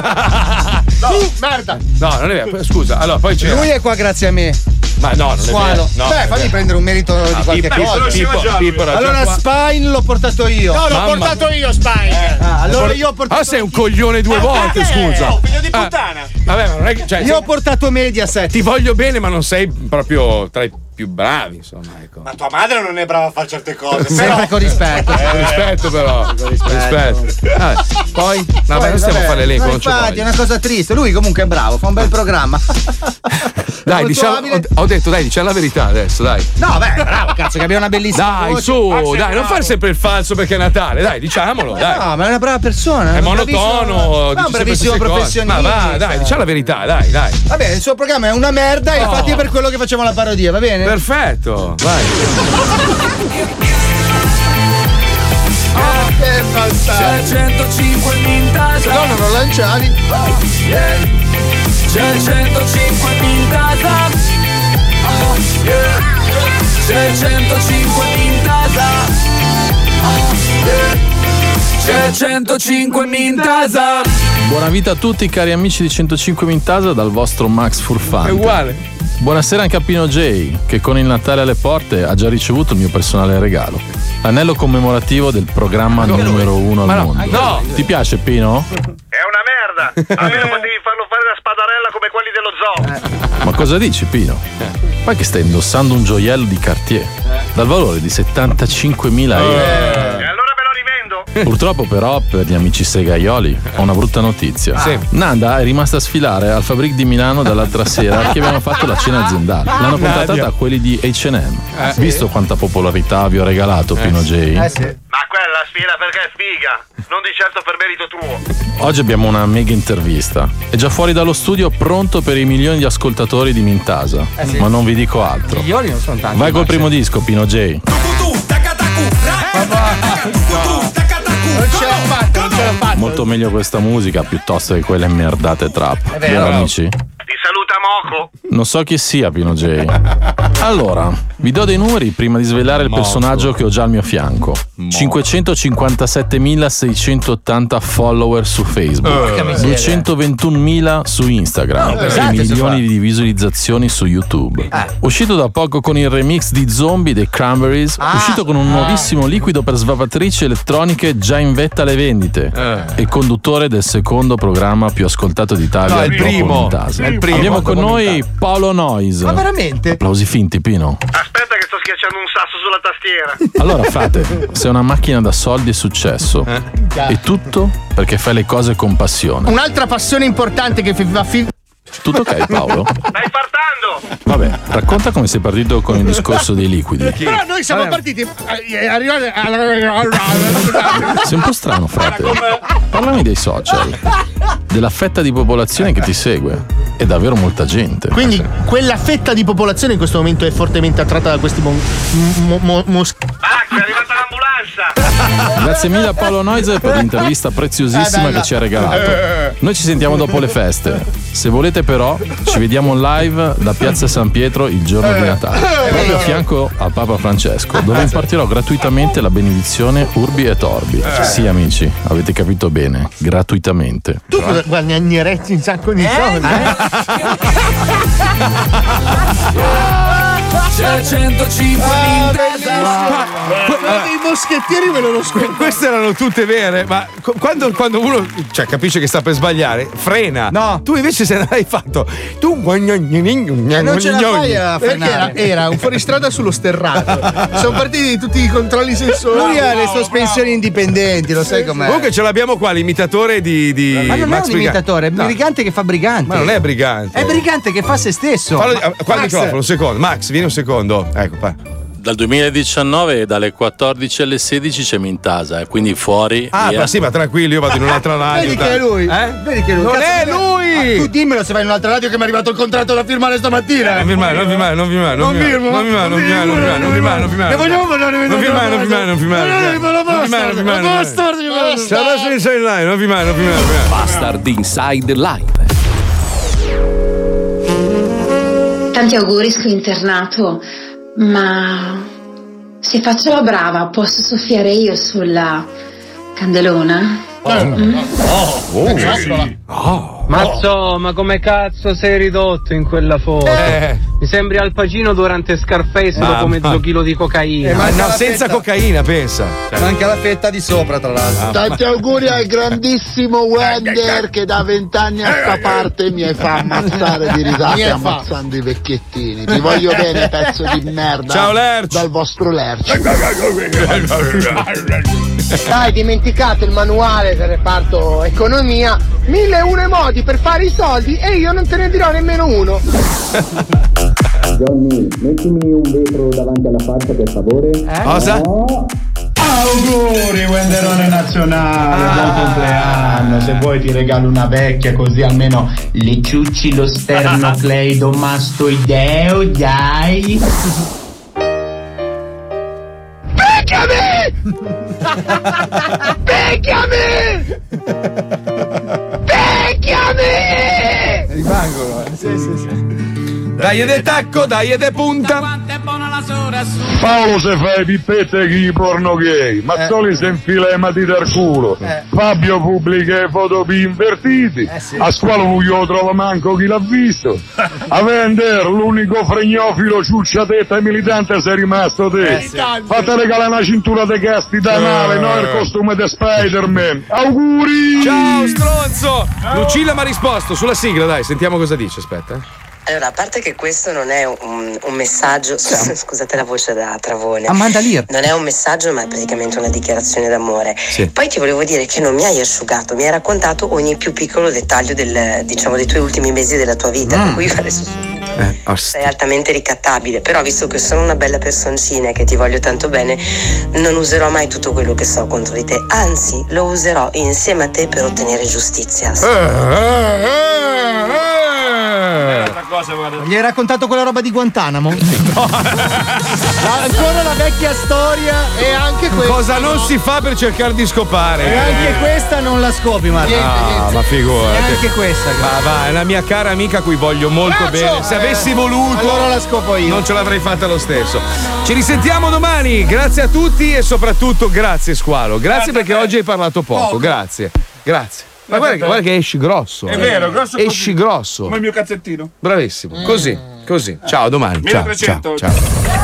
Speaker 8: Tu, merda.
Speaker 3: Ah, No, non è vero. Scusa, allora, poi c'è.
Speaker 12: Lui è qua grazie a me.
Speaker 3: Ma no, Ah, non è
Speaker 12: Squalo.
Speaker 3: vero. No, non
Speaker 12: Beh,
Speaker 3: è
Speaker 12: fammi
Speaker 3: vero. Ah,
Speaker 12: prendere un merito di qualche
Speaker 3: Pippo,
Speaker 12: cosa.
Speaker 3: Pippo, Pippo, ragiona
Speaker 12: allora,
Speaker 3: qua.
Speaker 12: Spine l'ho portato io.
Speaker 3: No, l'ho Mamma portato
Speaker 12: io, Spine. allora io ho portato.
Speaker 3: Ah, sei un coglione due volte, scusa.
Speaker 26: Figlio di
Speaker 3: Ah,
Speaker 26: puttana.
Speaker 3: Vabbè, ma non è che. Cioè,
Speaker 26: Io ho
Speaker 3: portato media 7. Ti voglio bene, ma non sei proprio tra i più bravi, insomma. Ecco.
Speaker 6: Ma tua madre non è brava a fare certe cose.
Speaker 3: Sempre
Speaker 6: però- Eh.
Speaker 3: con rispetto. Con rispetto, però. Con rispetto. Ah, poi, no,
Speaker 12: Poi,
Speaker 3: vabbè, non stiamo a fare l'elenco.
Speaker 12: no,
Speaker 3: non ci
Speaker 12: infatti,
Speaker 3: voglio.
Speaker 12: è una cosa triste. Lui comunque è bravo, fa un bel programma.
Speaker 3: Dai,
Speaker 12: molto
Speaker 3: diciamo, ho,
Speaker 12: abile.
Speaker 3: ho detto, dai, diciamo la verità adesso, dai.
Speaker 12: No, beh, bravo, cazzo, che abbiamo una bellissima.
Speaker 3: Dai,
Speaker 12: voce.
Speaker 3: su, dai, non fare sempre il falso perché è Natale, dai, diciamolo, dai.
Speaker 12: Eh, No, ma è una brava persona.
Speaker 3: è
Speaker 12: un bravissimo-
Speaker 3: monotono,
Speaker 12: no,
Speaker 3: dici
Speaker 12: un
Speaker 3: sempre
Speaker 12: bravissimo
Speaker 3: queste cose.
Speaker 12: professionista.
Speaker 3: Ma va, dai, diciamo la verità, dai, dai.
Speaker 12: Vabbè, il suo programma è una merda e infatti è per quello che facciamo la parodia, va bene?
Speaker 3: Perfetto, vai.
Speaker 8: Che fantastico.
Speaker 10: 105 in casa.
Speaker 8: No, non lo lanciavi.
Speaker 10: C'è il 105 in casa. Oh, yeah. C'è il 105 in casa. Oh, yeah. C'è il 105 in casa.
Speaker 4: Buona vita a tutti cari amici di 105 Mintasa dal vostro Max Furfante.
Speaker 3: È uguale.
Speaker 4: Buonasera anche a Pino J, che con il Natale alle porte ha già ricevuto il mio personale regalo. L'anello commemorativo del programma numero uno
Speaker 3: Ma
Speaker 4: al
Speaker 3: no,
Speaker 4: mondo.
Speaker 3: no.
Speaker 4: Ti piace Pino?
Speaker 14: Almeno potevi farlo fare da spadarella come quelli dello zoo.
Speaker 4: Ma cosa dici Pino? Poi che stai indossando un gioiello di Cartier dal valore di 75.000 euro.
Speaker 14: Eh. E allora me lo rivendo.
Speaker 4: Purtroppo però per gli amici segaioli ho una brutta notizia.
Speaker 14: Sì.
Speaker 4: Nanda è rimasta a sfilare al Fabric di Milano dall'altra sera che abbiamo fatto la cena aziendale. L'hanno puntata
Speaker 14: Nadia.
Speaker 4: da quelli di H&M.
Speaker 14: Eh, sì.
Speaker 4: Visto quanta popolarità vi ho regalato
Speaker 15: Eh,
Speaker 4: Pino J.
Speaker 14: Ma quella sfida perché è sfiga, non di certo per merito tuo.
Speaker 4: Oggi abbiamo una mega intervista. È già fuori dallo studio pronto per i milioni di ascoltatori di Mintasa.
Speaker 15: Eh, sì.
Speaker 4: Ma non vi dico altro.
Speaker 15: Milioni non sono tanti.
Speaker 4: Vai col primo disco Pino J.
Speaker 8: Eh, Non ce l'ho fatta, non ce l'ho fatta.
Speaker 4: Molto meglio questa musica piuttosto che quelle merdate trap.
Speaker 8: È vero.
Speaker 4: Vero, amici? Ti saluta Moco. Non so chi sia Pino J. Allora, vi do dei numeri prima di svelare il
Speaker 15: Moco.
Speaker 4: personaggio che ho già al mio fianco. 557.680 follower su
Speaker 15: Porca
Speaker 3: Eh.
Speaker 4: Facebook,
Speaker 15: miseria.
Speaker 4: 221.000 su Instagram
Speaker 15: Eh,
Speaker 4: e
Speaker 26: esatto,
Speaker 15: pesante sto
Speaker 4: milioni
Speaker 15: qua.
Speaker 4: di visualizzazioni su YouTube.
Speaker 3: Eh.
Speaker 4: Uscito da poco con il remix di Zombie dei Cranberries,
Speaker 3: Ah.
Speaker 4: uscito con un nuovissimo liquido per svavatrici elettroniche già in vetta alle vendite e conduttore del secondo programma più ascoltato d'Italia
Speaker 3: Eh. No, è il
Speaker 4: dopo
Speaker 3: primo.
Speaker 4: Mintasa.
Speaker 3: È il primo.
Speaker 4: Abbiamo con
Speaker 3: Dopo
Speaker 4: noi Paolo Noise.
Speaker 3: Ma veramente?
Speaker 4: Applausi finti, Pino.
Speaker 14: Aspetta che sto schiacciando un sasso sulla tastiera.
Speaker 4: Allora fate, sei una macchina da soldi e successo.
Speaker 3: Eh.
Speaker 4: E tutto perché fai le cose con passione.
Speaker 8: Un'altra passione importante che fa film.
Speaker 4: Tutto ok Paolo?
Speaker 8: Stai
Speaker 4: partendo! Vabbè, racconta come sei partito con il discorso dei liquidi.
Speaker 8: Però noi siamo partiti. eh, Arrivare
Speaker 4: Sei un po' strano, frate. Parlami dei social, della fetta di popolazione che ti segue. È davvero molta gente.
Speaker 8: Quindi quella fetta di popolazione in questo momento è fortemente attratta da questi mon- mo- mo- mos-
Speaker 4: Grazie mille a Paolo Noiser per l'intervista
Speaker 8: Ah,
Speaker 4: preziosissima
Speaker 8: Eh. bella.
Speaker 4: che ci ha regalato. Noi ci sentiamo dopo le feste. Se volete però, ci vediamo live da Piazza San Pietro il giorno
Speaker 8: Eh.
Speaker 4: di Natale, proprio a fianco a Papa Francesco, dove impartirò gratuitamente la benedizione Urbi e Torbi.
Speaker 8: Eh.
Speaker 4: Sì, amici, avete capito bene, gratuitamente.
Speaker 8: Tu cosa guadagneresti un sacco di soldi?
Speaker 10: C'è il 105
Speaker 8: Ah,
Speaker 10: in casa.
Speaker 8: dei moschettieri me lo scordo.
Speaker 3: Queste erano tutte vere, ma co- quando, quando uno cioè, capisce che sta per sbagliare, frena. No. Tu invece se l'hai fatto. Tu non
Speaker 8: eh, Non ce la fai a Perché era, era un fuoristrada sullo sterrato. Sono partiti tutti i controlli sensori.
Speaker 12: Lui ha le sospensioni indipendenti, lo sai com'è.
Speaker 3: Comunque ce l'abbiamo qua, l'imitatore di, di
Speaker 12: Ma non
Speaker 3: Max
Speaker 12: è
Speaker 3: Brigante.
Speaker 12: un imitatore, è
Speaker 3: No,
Speaker 12: Brigante che fa Brigante.
Speaker 3: Ma non è Brigante.
Speaker 12: È Brigante che fa se stesso.
Speaker 3: Fallo
Speaker 12: Ma-
Speaker 3: di- qua il
Speaker 12: Max,
Speaker 3: microfono, un secondo. Max, vieni un secondo. Ecco qua.
Speaker 4: Dal 2019 dalle 14 alle 16 c'è Mintasa, eh, quindi fuori.
Speaker 3: Ah, ma sì, ma tranquillo, io vado in un'altra radio.
Speaker 12: Vedi che
Speaker 3: dai.
Speaker 12: è lui. Vedi che è
Speaker 3: Eh?
Speaker 12: lui.
Speaker 3: Non è
Speaker 12: lui. tu dimmelo se vai in un'altra radio che mi è arrivato il contratto da firmare stamattina.
Speaker 3: Non firmare, non firmare, non firmare, non firmare, non firmare, non firmare, non firmare, non firmare.
Speaker 10: Ne vogliamo parlare di
Speaker 3: Non firmare, non firmare, non firmare. Non firmare, non firmare, non firmare. C'è la nostra inside line, non firmare, non firmare, non firmare.
Speaker 1: Bastard Inside Live.
Speaker 27: Tanti auguri su internato, ma se faccio la brava posso soffiare io sulla candelona?
Speaker 10: Oh,
Speaker 27: Mm?
Speaker 10: oh,
Speaker 30: Eh,
Speaker 27: Cazzola.
Speaker 10: oh.
Speaker 13: Mazzo, ma come cazzo sei ridotto in quella foto?
Speaker 3: Eh.
Speaker 13: Mi sembri Al Pacino durante Scarface dopo
Speaker 3: Mamma.
Speaker 13: mezzo chilo di
Speaker 12: Eh,
Speaker 13: cocaina.
Speaker 3: Eh, ma Ah, no, senza cocaina, pensa.
Speaker 12: Manca la fetta di sopra, tra
Speaker 3: Ah.
Speaker 12: l'altro.
Speaker 9: Tanti auguri al grandissimo Wender che da vent'anni a sta parte mi fa ammazzare di
Speaker 7: Mi
Speaker 9: risate
Speaker 7: fa.
Speaker 9: ammazzando i vecchiettini. Ti voglio bene, pezzo di merda.
Speaker 7: Ciao,
Speaker 3: Lerch.
Speaker 9: Dal vostro Lerch. Dai, dimenticate il manuale del reparto economia. 1001 modi per fare i soldi e io non te ne dirò nemmeno uno.
Speaker 23: Johnny, mettimi un vetro davanti alla faccia per favore.
Speaker 12: Eh?
Speaker 3: Cosa?
Speaker 9: Auguri Wenderone Nazionale, buon compleanno, se vuoi ti regalo una vecchia così almeno le ciucci lo sternocleido mastoideo, dai. Picchiami! Picchiami! Picchiami!
Speaker 3: Rimangono, sì, sì, Dai de tacco, dai de punta.
Speaker 38: Paolo se fai pippette chi i porno
Speaker 3: Eh.
Speaker 38: gay, Mazzoli se infila le matite al culo, Fabio pubblica le foto pi invertiti,
Speaker 3: Eh,
Speaker 38: a squalo non glielo trova manco chi l'ha visto, a Vender l'unico fregnofilo ciucciatetta e militante sei rimasto te,
Speaker 39: Eh, sì.
Speaker 38: fate regalare una cintura de casti d'anale, no il costume de Spider-Man, auguri!
Speaker 3: Ciao stronzo! Lucilla mi ha risposto sulla sigla, dai, sentiamo cosa dice, aspetta. eh.
Speaker 30: Allora, a parte che questo non è un, un messaggio, scusate la voce da Travone.
Speaker 23: Amanda Lear.
Speaker 30: Non è un messaggio, ma è praticamente una dichiarazione d'amore.
Speaker 23: Sì.
Speaker 30: Poi ti volevo dire che non mi hai asciugato, mi hai raccontato ogni più piccolo dettaglio del, diciamo, dei tuoi ultimi mesi della tua vita.
Speaker 23: Mm.
Speaker 30: Per cui adesso sei altamente ricattabile. Però, visto che sono una bella personcina e che ti voglio tanto bene, non userò mai tutto quello che so contro di te. Anzi, lo userò insieme a te per ottenere giustizia.
Speaker 12: Eh,
Speaker 3: Eh,
Speaker 12: Gli hai raccontato quella roba di Guantanamo? La- ancora la vecchia storia
Speaker 7: e anche questa.
Speaker 3: Cosa non si fa per cercare di scopare?
Speaker 12: E anche questa non la scopi, Marco.
Speaker 3: Ah, ma figurati.
Speaker 12: E anche questa.
Speaker 3: Ma va, è una mia cara amica a cui voglio molto bene. Se avessi voluto,
Speaker 12: Eh, Allora la scopo io.
Speaker 3: non ce l'avrei fatta lo stesso. Ci risentiamo domani. Grazie a tutti e soprattutto grazie, Squalo. Grazie perché oggi hai parlato poco. Grazie. Grazie. Ma guarda, che- guarda che esci grosso.
Speaker 8: È
Speaker 3: eh.
Speaker 8: vero, grosso
Speaker 3: Esci
Speaker 8: così.
Speaker 3: grosso.
Speaker 8: Come il mio cazzettino.
Speaker 3: Bravissimo. Così, così. Ciao, a domani. Ciao, ciao,
Speaker 8: 1300.
Speaker 3: ciao.